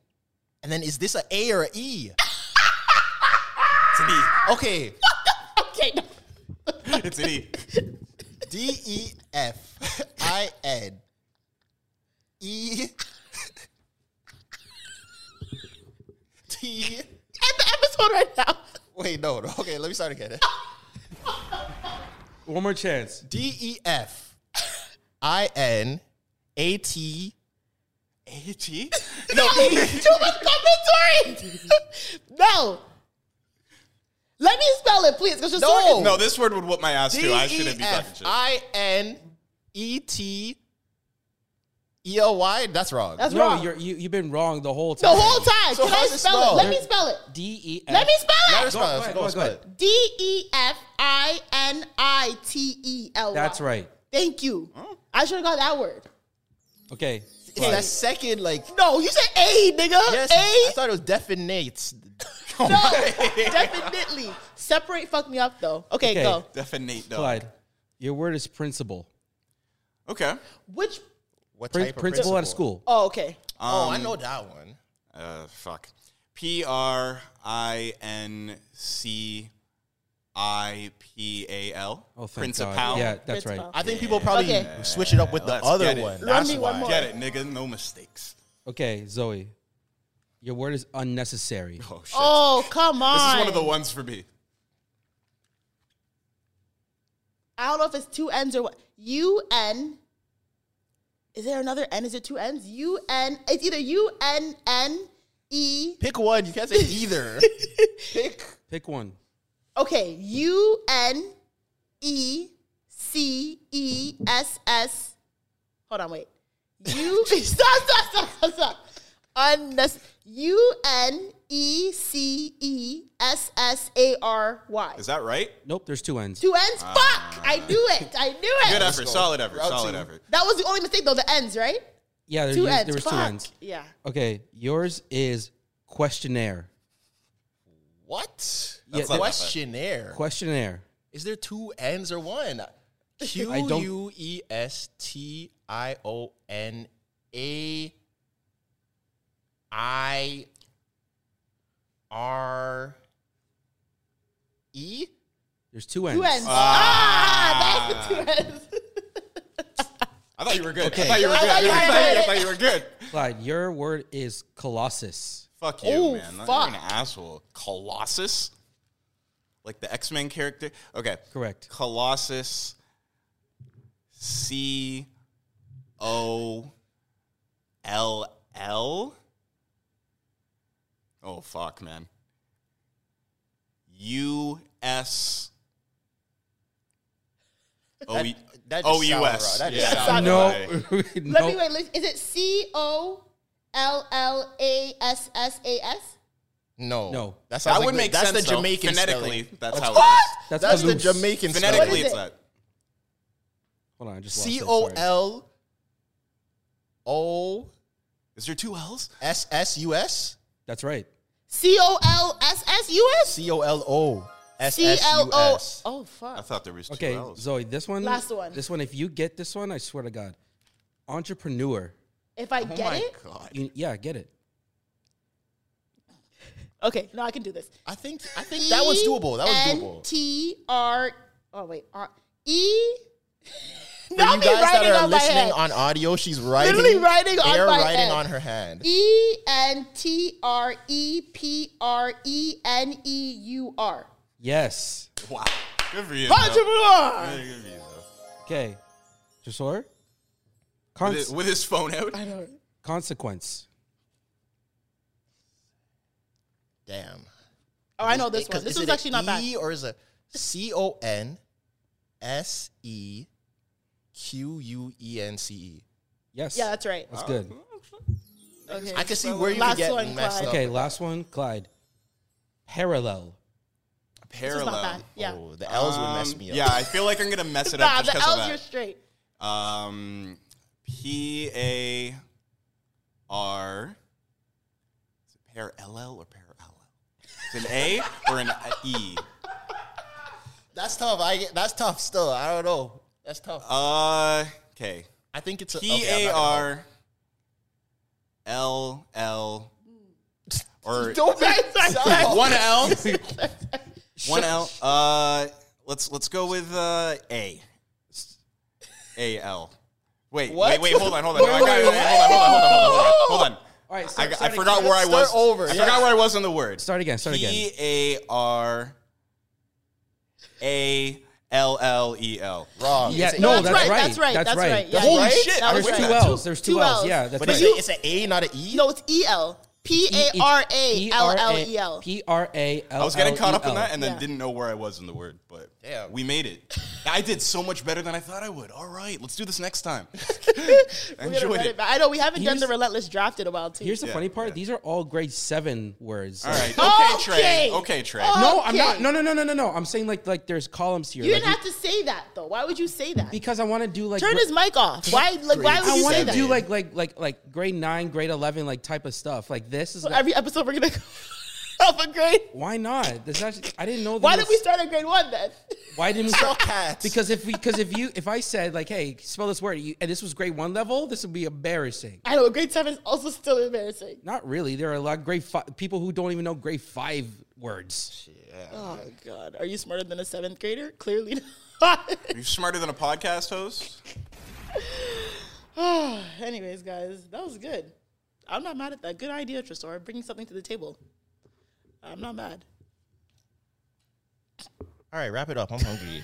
Speaker 4: and then is this an A or an E?
Speaker 2: It's an E. (laughs)
Speaker 4: Okay, (laughs)
Speaker 1: Okay, no.
Speaker 2: It's an E.
Speaker 4: D E F I N E T.
Speaker 1: (laughs) End the episode right now.
Speaker 4: (laughs) Wait, no, no. Okay, let me start again. (laughs)
Speaker 3: One more chance.
Speaker 4: D E F I N A T.
Speaker 2: A
Speaker 1: (laughs)
Speaker 2: T.
Speaker 4: (laughs)
Speaker 1: No, too much commentary. no. Let me spell it, please, because you're so
Speaker 4: No.
Speaker 2: No, this word would whoop my ass too. I shouldn't be talking
Speaker 1: E
Speaker 2: shit.
Speaker 4: E I N E T E L Y. That's wrong.
Speaker 1: That's
Speaker 3: no,
Speaker 1: wrong.
Speaker 3: you're, you you've been wrong the whole
Speaker 1: the
Speaker 3: time.
Speaker 1: whole time.
Speaker 4: So
Speaker 1: Can I
Speaker 4: how's it
Speaker 1: spell it? Let me
Speaker 4: spelled?
Speaker 1: spell it.
Speaker 3: D E F.
Speaker 1: Let me
Speaker 4: Let
Speaker 1: spell
Speaker 4: her
Speaker 1: it.
Speaker 4: spell it.
Speaker 3: go ahead,
Speaker 4: Go
Speaker 3: go
Speaker 4: spell
Speaker 3: ahead.
Speaker 4: it.
Speaker 1: D E F I N I T E L. Y.
Speaker 3: That's right.
Speaker 1: Thank you. I should have got that word.
Speaker 3: Okay.
Speaker 4: It's that second, like.
Speaker 1: No, you said A, nigga.
Speaker 4: Yes, I
Speaker 1: A.
Speaker 4: thought it was definite.
Speaker 1: No, (laughs) definitely. Separate fuck me up though. Okay,
Speaker 3: Okay.
Speaker 1: go.
Speaker 2: Definite dog.
Speaker 3: Clyde, your word is principal.
Speaker 2: Okay.
Speaker 1: Which?
Speaker 4: What
Speaker 3: Prin-
Speaker 4: type of
Speaker 3: principal at a school.
Speaker 1: Oh, okay.
Speaker 4: Oh, I
Speaker 2: Um,
Speaker 4: know that one.
Speaker 2: Uh, fuck. P R I N C I P A L.
Speaker 3: Oh, thank
Speaker 2: Principal.
Speaker 3: God. Yeah, that's right.
Speaker 1: Principal.
Speaker 4: I think people probably
Speaker 1: Okay.
Speaker 4: switch it up with the
Speaker 2: Let's
Speaker 4: other
Speaker 2: get it.
Speaker 4: one.
Speaker 1: Run
Speaker 4: That's
Speaker 1: me one
Speaker 4: why.
Speaker 1: more.
Speaker 2: Get it, nigga. No mistakes.
Speaker 3: Okay, Zoe, your word is unnecessary.
Speaker 2: Oh shit.
Speaker 1: Oh, come on.
Speaker 2: this is one of the ones for me.
Speaker 1: I don't know if it's two N's or what. U N. Is there another N? Is it two N's? U N. It's either U N N E.
Speaker 2: (laughs)
Speaker 1: (laughs)
Speaker 4: Pick one. You
Speaker 3: (laughs)
Speaker 4: can't say either. Pick.
Speaker 3: Pick one.
Speaker 1: Okay, U N E C E S S. Hold on, wait.
Speaker 2: (laughs)
Speaker 1: U (laughs) stop, stop, stop, stop, stop. Unnecessary. U N E C E S S A R Y.
Speaker 2: Is that right?
Speaker 3: Nope, there's two N's.
Speaker 1: Two N's. Fuck! I knew it. I knew it.
Speaker 2: Good effort. Solid effort.
Speaker 4: Route
Speaker 2: Solid
Speaker 4: two.
Speaker 2: effort.
Speaker 1: That was the only mistake though. The N's, right?
Speaker 3: Uh, Yeah, there,
Speaker 1: Two
Speaker 3: there-
Speaker 1: N's.
Speaker 3: there was two
Speaker 1: Fuck.
Speaker 3: N's.
Speaker 1: Yeah.
Speaker 3: Okay, yours is questionnaire.
Speaker 4: What?
Speaker 3: Yeah,
Speaker 4: That's
Speaker 3: the-
Speaker 4: questionnaire.
Speaker 3: Questionnaire.
Speaker 4: Is there two N's or one? Q
Speaker 3: I don't-
Speaker 4: U E S T I O N A I R E?
Speaker 3: There's two N's.
Speaker 1: Two N's.
Speaker 2: Ah.
Speaker 1: Ah, that's the two N's.
Speaker 2: I thought you were good. I
Speaker 3: Okay.
Speaker 2: thought you were
Speaker 1: I
Speaker 2: good.
Speaker 1: thought you were
Speaker 2: I thought you- I
Speaker 1: good.
Speaker 2: thought you were good.
Speaker 3: Clyde, your word is colossus.
Speaker 2: Fuck you,
Speaker 1: Oh,
Speaker 2: man.
Speaker 1: fuck.
Speaker 2: You're an asshole. Colossus? Like the X Men character? Okay.
Speaker 3: Correct.
Speaker 2: Colossus C O L L. Oh, fuck, man. U S O E-
Speaker 4: That
Speaker 2: O
Speaker 4: just
Speaker 2: U S.
Speaker 4: sounded wrong. That
Speaker 2: Yeah.
Speaker 4: just sounded
Speaker 3: No.
Speaker 1: Let
Speaker 3: (laughs) no.
Speaker 1: me wait. let- Is it C O L L A S S A S?
Speaker 4: No.
Speaker 3: No.
Speaker 4: That's
Speaker 2: That would make
Speaker 4: that's
Speaker 2: sense.
Speaker 4: the Jamaican
Speaker 2: though. Phonetically,
Speaker 4: spelling.
Speaker 2: that's
Speaker 4: Of
Speaker 2: how
Speaker 4: course.
Speaker 2: it
Speaker 3: That's,
Speaker 4: That's the
Speaker 3: Aloos.
Speaker 4: Jamaican
Speaker 2: is. Phonetically,
Speaker 1: What is
Speaker 2: it's
Speaker 1: it?
Speaker 2: that.
Speaker 3: Hold on, I just lost it,
Speaker 4: C O
Speaker 3: sorry.
Speaker 4: L O
Speaker 2: Is there two L's?
Speaker 4: S S U S?
Speaker 3: That's right.
Speaker 1: C O L S S U S?
Speaker 4: C O L O S
Speaker 1: C
Speaker 4: S
Speaker 1: L
Speaker 4: U
Speaker 1: O.
Speaker 4: S.
Speaker 1: Oh,
Speaker 2: I
Speaker 1: fuck.
Speaker 2: thought there was two
Speaker 3: Okay,
Speaker 2: L's.
Speaker 3: Zoe, this one.
Speaker 1: Last one.
Speaker 3: This one, if you get this one, I swear to God. Entrepreneur.
Speaker 1: If I
Speaker 2: oh my
Speaker 1: get it?
Speaker 2: god.
Speaker 3: You- yeah, get it.
Speaker 1: Okay, no, I can do this.
Speaker 4: I think I think that was doable. That was doable.
Speaker 1: E T R. Oh, wait. R- E.
Speaker 4: For you guys that are listening
Speaker 1: head.
Speaker 4: on audio, she's writing.
Speaker 1: Literally writing on
Speaker 4: They're
Speaker 1: my
Speaker 4: writing
Speaker 1: head.
Speaker 4: on her hand.
Speaker 1: E N T R E P R E N E U R.
Speaker 3: Yes.
Speaker 2: Wow. Good for you. though.
Speaker 1: Entrepreneur!
Speaker 2: Good for you, though.
Speaker 3: Okay. Jasor?
Speaker 2: With
Speaker 3: Cons-
Speaker 2: his- With his phone out.
Speaker 3: consequence.
Speaker 4: Damn.
Speaker 1: Oh, I know this one.
Speaker 4: 'Cause
Speaker 1: This
Speaker 4: is
Speaker 1: one's
Speaker 4: it a
Speaker 1: actually not bad.
Speaker 4: E or is it C O N S E Q U E N C E?
Speaker 3: Yes.
Speaker 1: Yeah, that's right.
Speaker 3: That's good.
Speaker 1: Okay.
Speaker 4: I can see where you
Speaker 1: Last
Speaker 4: could get
Speaker 1: one,
Speaker 4: messed
Speaker 1: Clyde.
Speaker 4: up.
Speaker 3: Okay, last one, Clyed. Parallel.
Speaker 1: This is
Speaker 2: Parallel.
Speaker 1: not bad. Yeah.
Speaker 4: Oh, the L's would mess
Speaker 2: Um,
Speaker 4: me up.
Speaker 2: Yeah, I feel like I'm gonna mess it
Speaker 1: nah,
Speaker 2: up
Speaker 1: the
Speaker 2: just
Speaker 1: L's
Speaker 2: because
Speaker 1: you're
Speaker 2: of
Speaker 1: straight.
Speaker 2: that. Um, P A R. Is it pair LL or pair LL? It's an A or an E.
Speaker 4: That's tough. I get, that's tough. Still, I don't know. That's tough.
Speaker 2: Uh, okay.
Speaker 4: I think it's a-
Speaker 2: P
Speaker 4: okay, I'm
Speaker 2: A
Speaker 4: not gonna
Speaker 2: R L L or
Speaker 4: help. Don't make sound.
Speaker 2: one L. One L. Uh, let's let's go with uh, A. A L. Wait, wait,
Speaker 4: What?
Speaker 2: wait. Hold on, hold on. No, I got it.
Speaker 4: Wait,
Speaker 2: Hold on, hold on, hold on, hold on. Hold on.
Speaker 3: All right,
Speaker 2: I,
Speaker 3: start-
Speaker 2: got- I
Speaker 3: start
Speaker 2: forgot
Speaker 3: again.
Speaker 2: where I
Speaker 4: Start
Speaker 2: was.
Speaker 4: over,
Speaker 2: I
Speaker 4: yeah.
Speaker 2: forgot where I was on the word.
Speaker 3: Start again, start again.
Speaker 2: P A R A L L E L.
Speaker 4: Wrong.
Speaker 3: Yeah,
Speaker 4: It's a-
Speaker 3: no,
Speaker 1: That's
Speaker 3: that's
Speaker 1: right,
Speaker 3: right.
Speaker 1: that's right, that's right.
Speaker 3: The
Speaker 1: Yeah,
Speaker 3: whole-
Speaker 1: you're
Speaker 4: right?
Speaker 1: That
Speaker 3: There's
Speaker 1: was
Speaker 3: two
Speaker 1: right.
Speaker 3: L's. There's two L's. Yeah, that's
Speaker 4: But
Speaker 3: right.
Speaker 4: it's, a, it's an A, not an E.
Speaker 1: No, it's E L. P A R A L L E L.
Speaker 3: P R A L L E L.
Speaker 2: I was getting caught up in that and then
Speaker 1: Yeah.
Speaker 2: didn't know where I was in the word, but
Speaker 4: Damn.
Speaker 2: we made it. I did so much better than I thought I would. All right, let's do this next time. I
Speaker 1: We're gonna
Speaker 2: enjoyed
Speaker 1: run
Speaker 2: it.
Speaker 1: it back. I know we haven't done
Speaker 3: Here's-
Speaker 1: the relentless draft in a while too.
Speaker 3: Here's the
Speaker 2: Yeah,
Speaker 3: funny part.
Speaker 2: yeah.
Speaker 3: These are all grade seven words.
Speaker 2: All
Speaker 1: (laughs) Okay.
Speaker 2: right,
Speaker 1: Oh,
Speaker 2: okay, Trey. Okay, Trey.
Speaker 3: No, I'm not.
Speaker 1: Okay.
Speaker 3: No, no, no, no, no, no. I'm saying like like there's columns here.
Speaker 1: you
Speaker 3: like,
Speaker 1: didn't have to say that though. Why would you say that?
Speaker 3: because I want to do like
Speaker 1: Turn
Speaker 3: gra-
Speaker 1: his mic off. Why? Like, why would
Speaker 3: I
Speaker 1: you
Speaker 3: want
Speaker 1: say
Speaker 3: to
Speaker 1: that?
Speaker 3: do like like like like grade nine, grade eleven, like type of stuff. Like this is
Speaker 1: So
Speaker 3: like,
Speaker 1: every episode we're gonna go (laughs) up a grade.
Speaker 3: why not? This is actually, I didn't know.
Speaker 1: Why
Speaker 3: this-
Speaker 1: did we start at grade one then? (laughs)
Speaker 3: Why didn't we start?
Speaker 4: cats.
Speaker 3: Because if we because if you if I said like hey spell this word you, and this was grade one level this would be embarrassing.
Speaker 1: I know grade seven is also still embarrassing.
Speaker 3: Not really. There are a lot of grade fi- people who don't even know grade five words.
Speaker 1: Oh God, are you smarter than a seventh grader? Clearly (laughs) not.
Speaker 2: You're smarter than a podcast host.
Speaker 1: (sighs) Anyways, guys, that was good. I'm not mad at that. Good idea, Tresor. Bringing something to the table. I'm not mad.
Speaker 4: All right, wrap it up. I'm hungry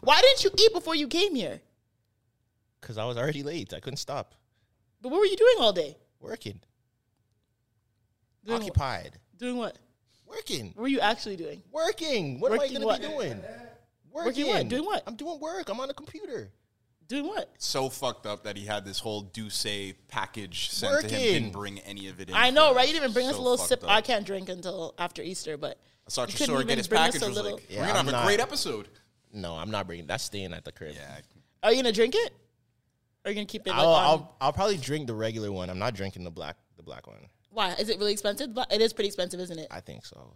Speaker 1: Why didn't you eat before you came here?
Speaker 4: because I was already late. I couldn't stop
Speaker 1: But what were you doing all day?
Speaker 4: working,
Speaker 1: Doing what?
Speaker 4: occupied,
Speaker 1: Doing what?
Speaker 4: working,
Speaker 1: What were you actually doing?
Speaker 4: working. What
Speaker 1: Working
Speaker 4: am I gonna
Speaker 1: what?
Speaker 4: be doing?
Speaker 1: Working what? Doing what?
Speaker 4: I'm doing work. I'm on a computer.
Speaker 1: Doing what?
Speaker 2: So fucked up that he had this whole Duce package sent to him.
Speaker 4: Working.
Speaker 2: Didn't bring any of it. in
Speaker 1: I know,
Speaker 2: for
Speaker 1: right? You didn't even bring us
Speaker 2: So
Speaker 1: a little
Speaker 2: fucked
Speaker 1: sip.
Speaker 2: up.
Speaker 1: I can't drink until after Easter, but
Speaker 2: I saw
Speaker 1: you couldn't
Speaker 2: Tresor
Speaker 1: even
Speaker 2: get his
Speaker 1: bring us
Speaker 2: package.
Speaker 1: a
Speaker 2: Was
Speaker 1: little-
Speaker 2: like,
Speaker 4: Yeah,
Speaker 2: we're gonna
Speaker 4: I'm
Speaker 2: have
Speaker 4: not-
Speaker 2: a great episode.
Speaker 4: No, I'm not bringing. That's staying at the crib.
Speaker 2: Yeah,
Speaker 1: Are you gonna drink it? Or are you gonna keep it? Like, um,
Speaker 4: I'll,
Speaker 1: on?
Speaker 4: I'll I'll probably drink the regular one. I'm not drinking the black the black one.
Speaker 1: Why is it really expensive? But it is pretty expensive, isn't it?
Speaker 4: I think so.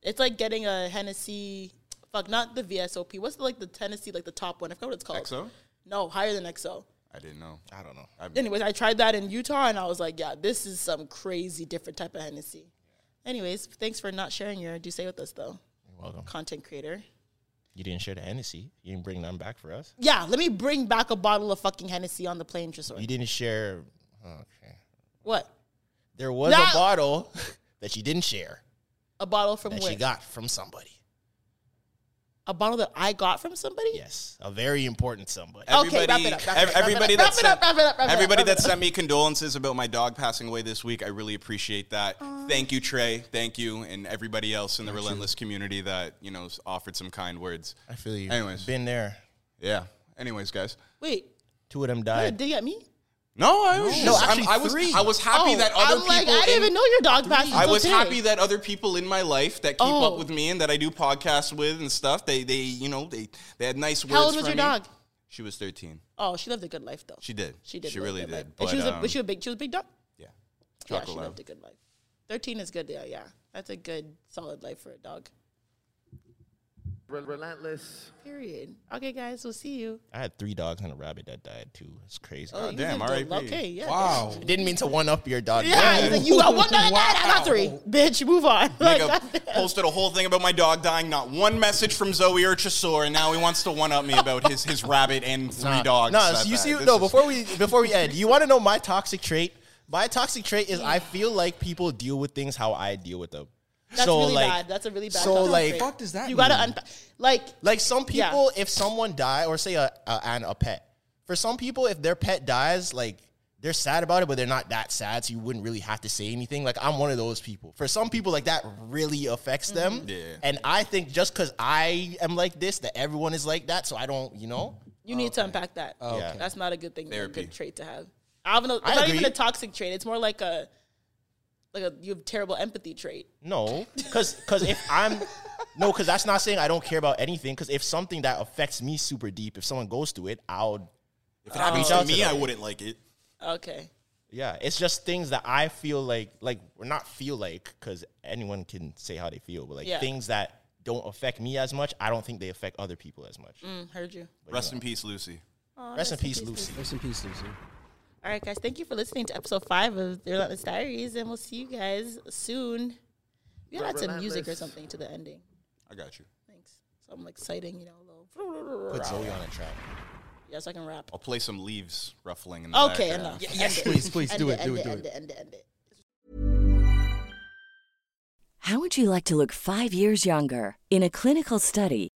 Speaker 1: It's like getting a Hennessy. Fuck, not the VSOP. What's the, like the Tennessee, like the top one? I forgot what it's called.
Speaker 2: XO.
Speaker 1: No, higher than XO.
Speaker 2: I didn't know.
Speaker 4: Oh. I don't know.
Speaker 1: Anyways, I tried that in Utah, and I was like, yeah, this is some crazy different type of Hennessy. Anyways, thanks for not sharing your do say with us though,
Speaker 4: You're welcome.
Speaker 1: content creator.
Speaker 4: You didn't share the Hennessy. You didn't bring none back for us.
Speaker 1: Yeah, let me bring back a bottle of fucking Hennessy on the plane, Tresor.
Speaker 4: You didn't share. Okay.
Speaker 1: what?
Speaker 4: There was
Speaker 1: No.
Speaker 4: a bottle (laughs) that you didn't share
Speaker 1: A bottle from
Speaker 4: that
Speaker 1: where?
Speaker 4: she got from somebody.
Speaker 1: A bottle that I got from somebody?
Speaker 4: Yes, a very important somebody.
Speaker 1: Okay,
Speaker 2: Everybody,
Speaker 1: wrap it up, wrap it
Speaker 2: ev-
Speaker 1: up, wrap it
Speaker 2: everybody
Speaker 1: up,
Speaker 2: that
Speaker 1: wrap it
Speaker 2: sent,
Speaker 1: up, wrap it up, wrap it up,
Speaker 2: everybody
Speaker 1: wrap it
Speaker 2: that
Speaker 1: up.
Speaker 2: sent me condolences about my dog passing away this week. I really appreciate that. Thank you, Trey. Thank you, and everybody else in the relentless community that you know s- offered some kind words.
Speaker 4: I feel you.
Speaker 2: Anyways.
Speaker 4: been there.
Speaker 2: Yeah. Anyways, guys.
Speaker 1: Wait,
Speaker 4: Two of them
Speaker 1: you're
Speaker 4: died.
Speaker 1: dig at me?
Speaker 2: No, I was just, I'm- I was I was happy
Speaker 1: Oh,
Speaker 2: that other
Speaker 1: I'm
Speaker 2: people.
Speaker 1: like, I didn't
Speaker 2: in-
Speaker 1: even know your dog passed.
Speaker 2: I
Speaker 1: until
Speaker 2: was
Speaker 1: today.
Speaker 2: happy that other people in my life that keep
Speaker 1: Oh.
Speaker 2: up with me and that I do podcasts with and stuff. They they you know they they had nice words.
Speaker 1: How old was
Speaker 2: for
Speaker 1: your
Speaker 2: me.
Speaker 1: dog?
Speaker 2: She was thirteen.
Speaker 1: Oh, she lived a good life though.
Speaker 2: She did.
Speaker 1: She did.
Speaker 2: She
Speaker 1: live a
Speaker 2: really
Speaker 1: good
Speaker 2: did.
Speaker 1: life. And
Speaker 2: But,
Speaker 1: she was a,
Speaker 2: um,
Speaker 1: but she was a big. She was a big dog.
Speaker 2: Yeah.
Speaker 1: yeah, she
Speaker 2: Chocolate.
Speaker 1: lived a good life. Thirteen is good. Yeah, yeah. That's a good, solid life for a dog.
Speaker 7: Relentless.
Speaker 1: Period. Okay, guys, we'll see you.
Speaker 4: I had three dogs and a rabbit that died too. It's crazy.
Speaker 1: Oh, you
Speaker 2: damn,
Speaker 1: lived a-
Speaker 2: RIP.
Speaker 1: Okay, yeah.
Speaker 3: Wow.
Speaker 4: didn't mean to one up your dog.
Speaker 1: (laughs) Yeah, he's like, you got one dog,
Speaker 3: Wow.
Speaker 1: I got three. Bitch, move on. (laughs) Like,
Speaker 2: Nigga posted a whole thing about my dog dying. Not one message from Zoe or Chasor, and now he wants to one up me about his his rabbit and three dogs.
Speaker 4: (laughs) No,
Speaker 2: that
Speaker 4: you
Speaker 2: died.
Speaker 4: see,
Speaker 2: This
Speaker 4: no.
Speaker 2: is-
Speaker 4: Before we before we end, you want to know my toxic trait? My toxic trait is I feel like people deal with things how I deal with them.
Speaker 1: that's really bad. That's a really bad.
Speaker 4: So
Speaker 1: toxic
Speaker 4: like,
Speaker 1: trait.
Speaker 3: fuck does that
Speaker 1: You gotta
Speaker 3: mean?
Speaker 1: unpack. Like,
Speaker 4: like some
Speaker 1: Yeah.
Speaker 4: people, if someone die or say a, a and a pet, for some people, if their pet dies, like they're sad about it, but they're not that sad, so you wouldn't really have to say anything. Like I'm one of those people. For some people, like that really affects them.
Speaker 2: Yeah.
Speaker 4: And I think just because I am like this, that everyone is like that, so I don't, you know.
Speaker 1: you need to unpack that.
Speaker 4: Yeah. okay.
Speaker 1: That's not a good thing. A
Speaker 2: Therapy.
Speaker 1: good trait to have. I don't know. It's
Speaker 4: I
Speaker 1: not even
Speaker 4: agree.
Speaker 1: a toxic trait. It's more like a, like a you have terrible empathy trait.
Speaker 4: No, because if I'm (laughs) no, because that's not saying I don't care about anything. Because if something that affects me super deep, if someone goes through it, I'll
Speaker 2: if it happens
Speaker 4: Oh.
Speaker 2: to me, I wouldn't like it.
Speaker 1: Okay.
Speaker 4: yeah. It's just things that I feel like like or not feel like because anyone can say how they feel, but like
Speaker 1: Yeah.
Speaker 4: things that don't affect me as much, I don't think they affect other people as much.
Speaker 1: Mm, heard you.
Speaker 2: Rest in peace, Lucy.
Speaker 4: Rest in peace, Lucy.
Speaker 3: Rest in peace, Lucy.
Speaker 1: All right, guys. Thank you for listening to episode five of The Relentless Diaries, and we'll see you guys soon. We gotta add some music or
Speaker 7: Relentless.
Speaker 1: something to the ending.
Speaker 2: I got you.
Speaker 1: Thanks. Something exciting, you know, a little. (laughs)
Speaker 4: Put Zoe on a track.
Speaker 1: Yeah, so I can rap.
Speaker 2: I'll play some leaves ruffling in the
Speaker 1: Okay,
Speaker 2: background.
Speaker 1: enough.
Speaker 3: Yes, please, please
Speaker 1: End
Speaker 3: do it,
Speaker 1: end
Speaker 3: do it, do
Speaker 1: End
Speaker 3: it.
Speaker 1: it, end it, end it.
Speaker 8: How would you like to look five years younger? In a clinical study,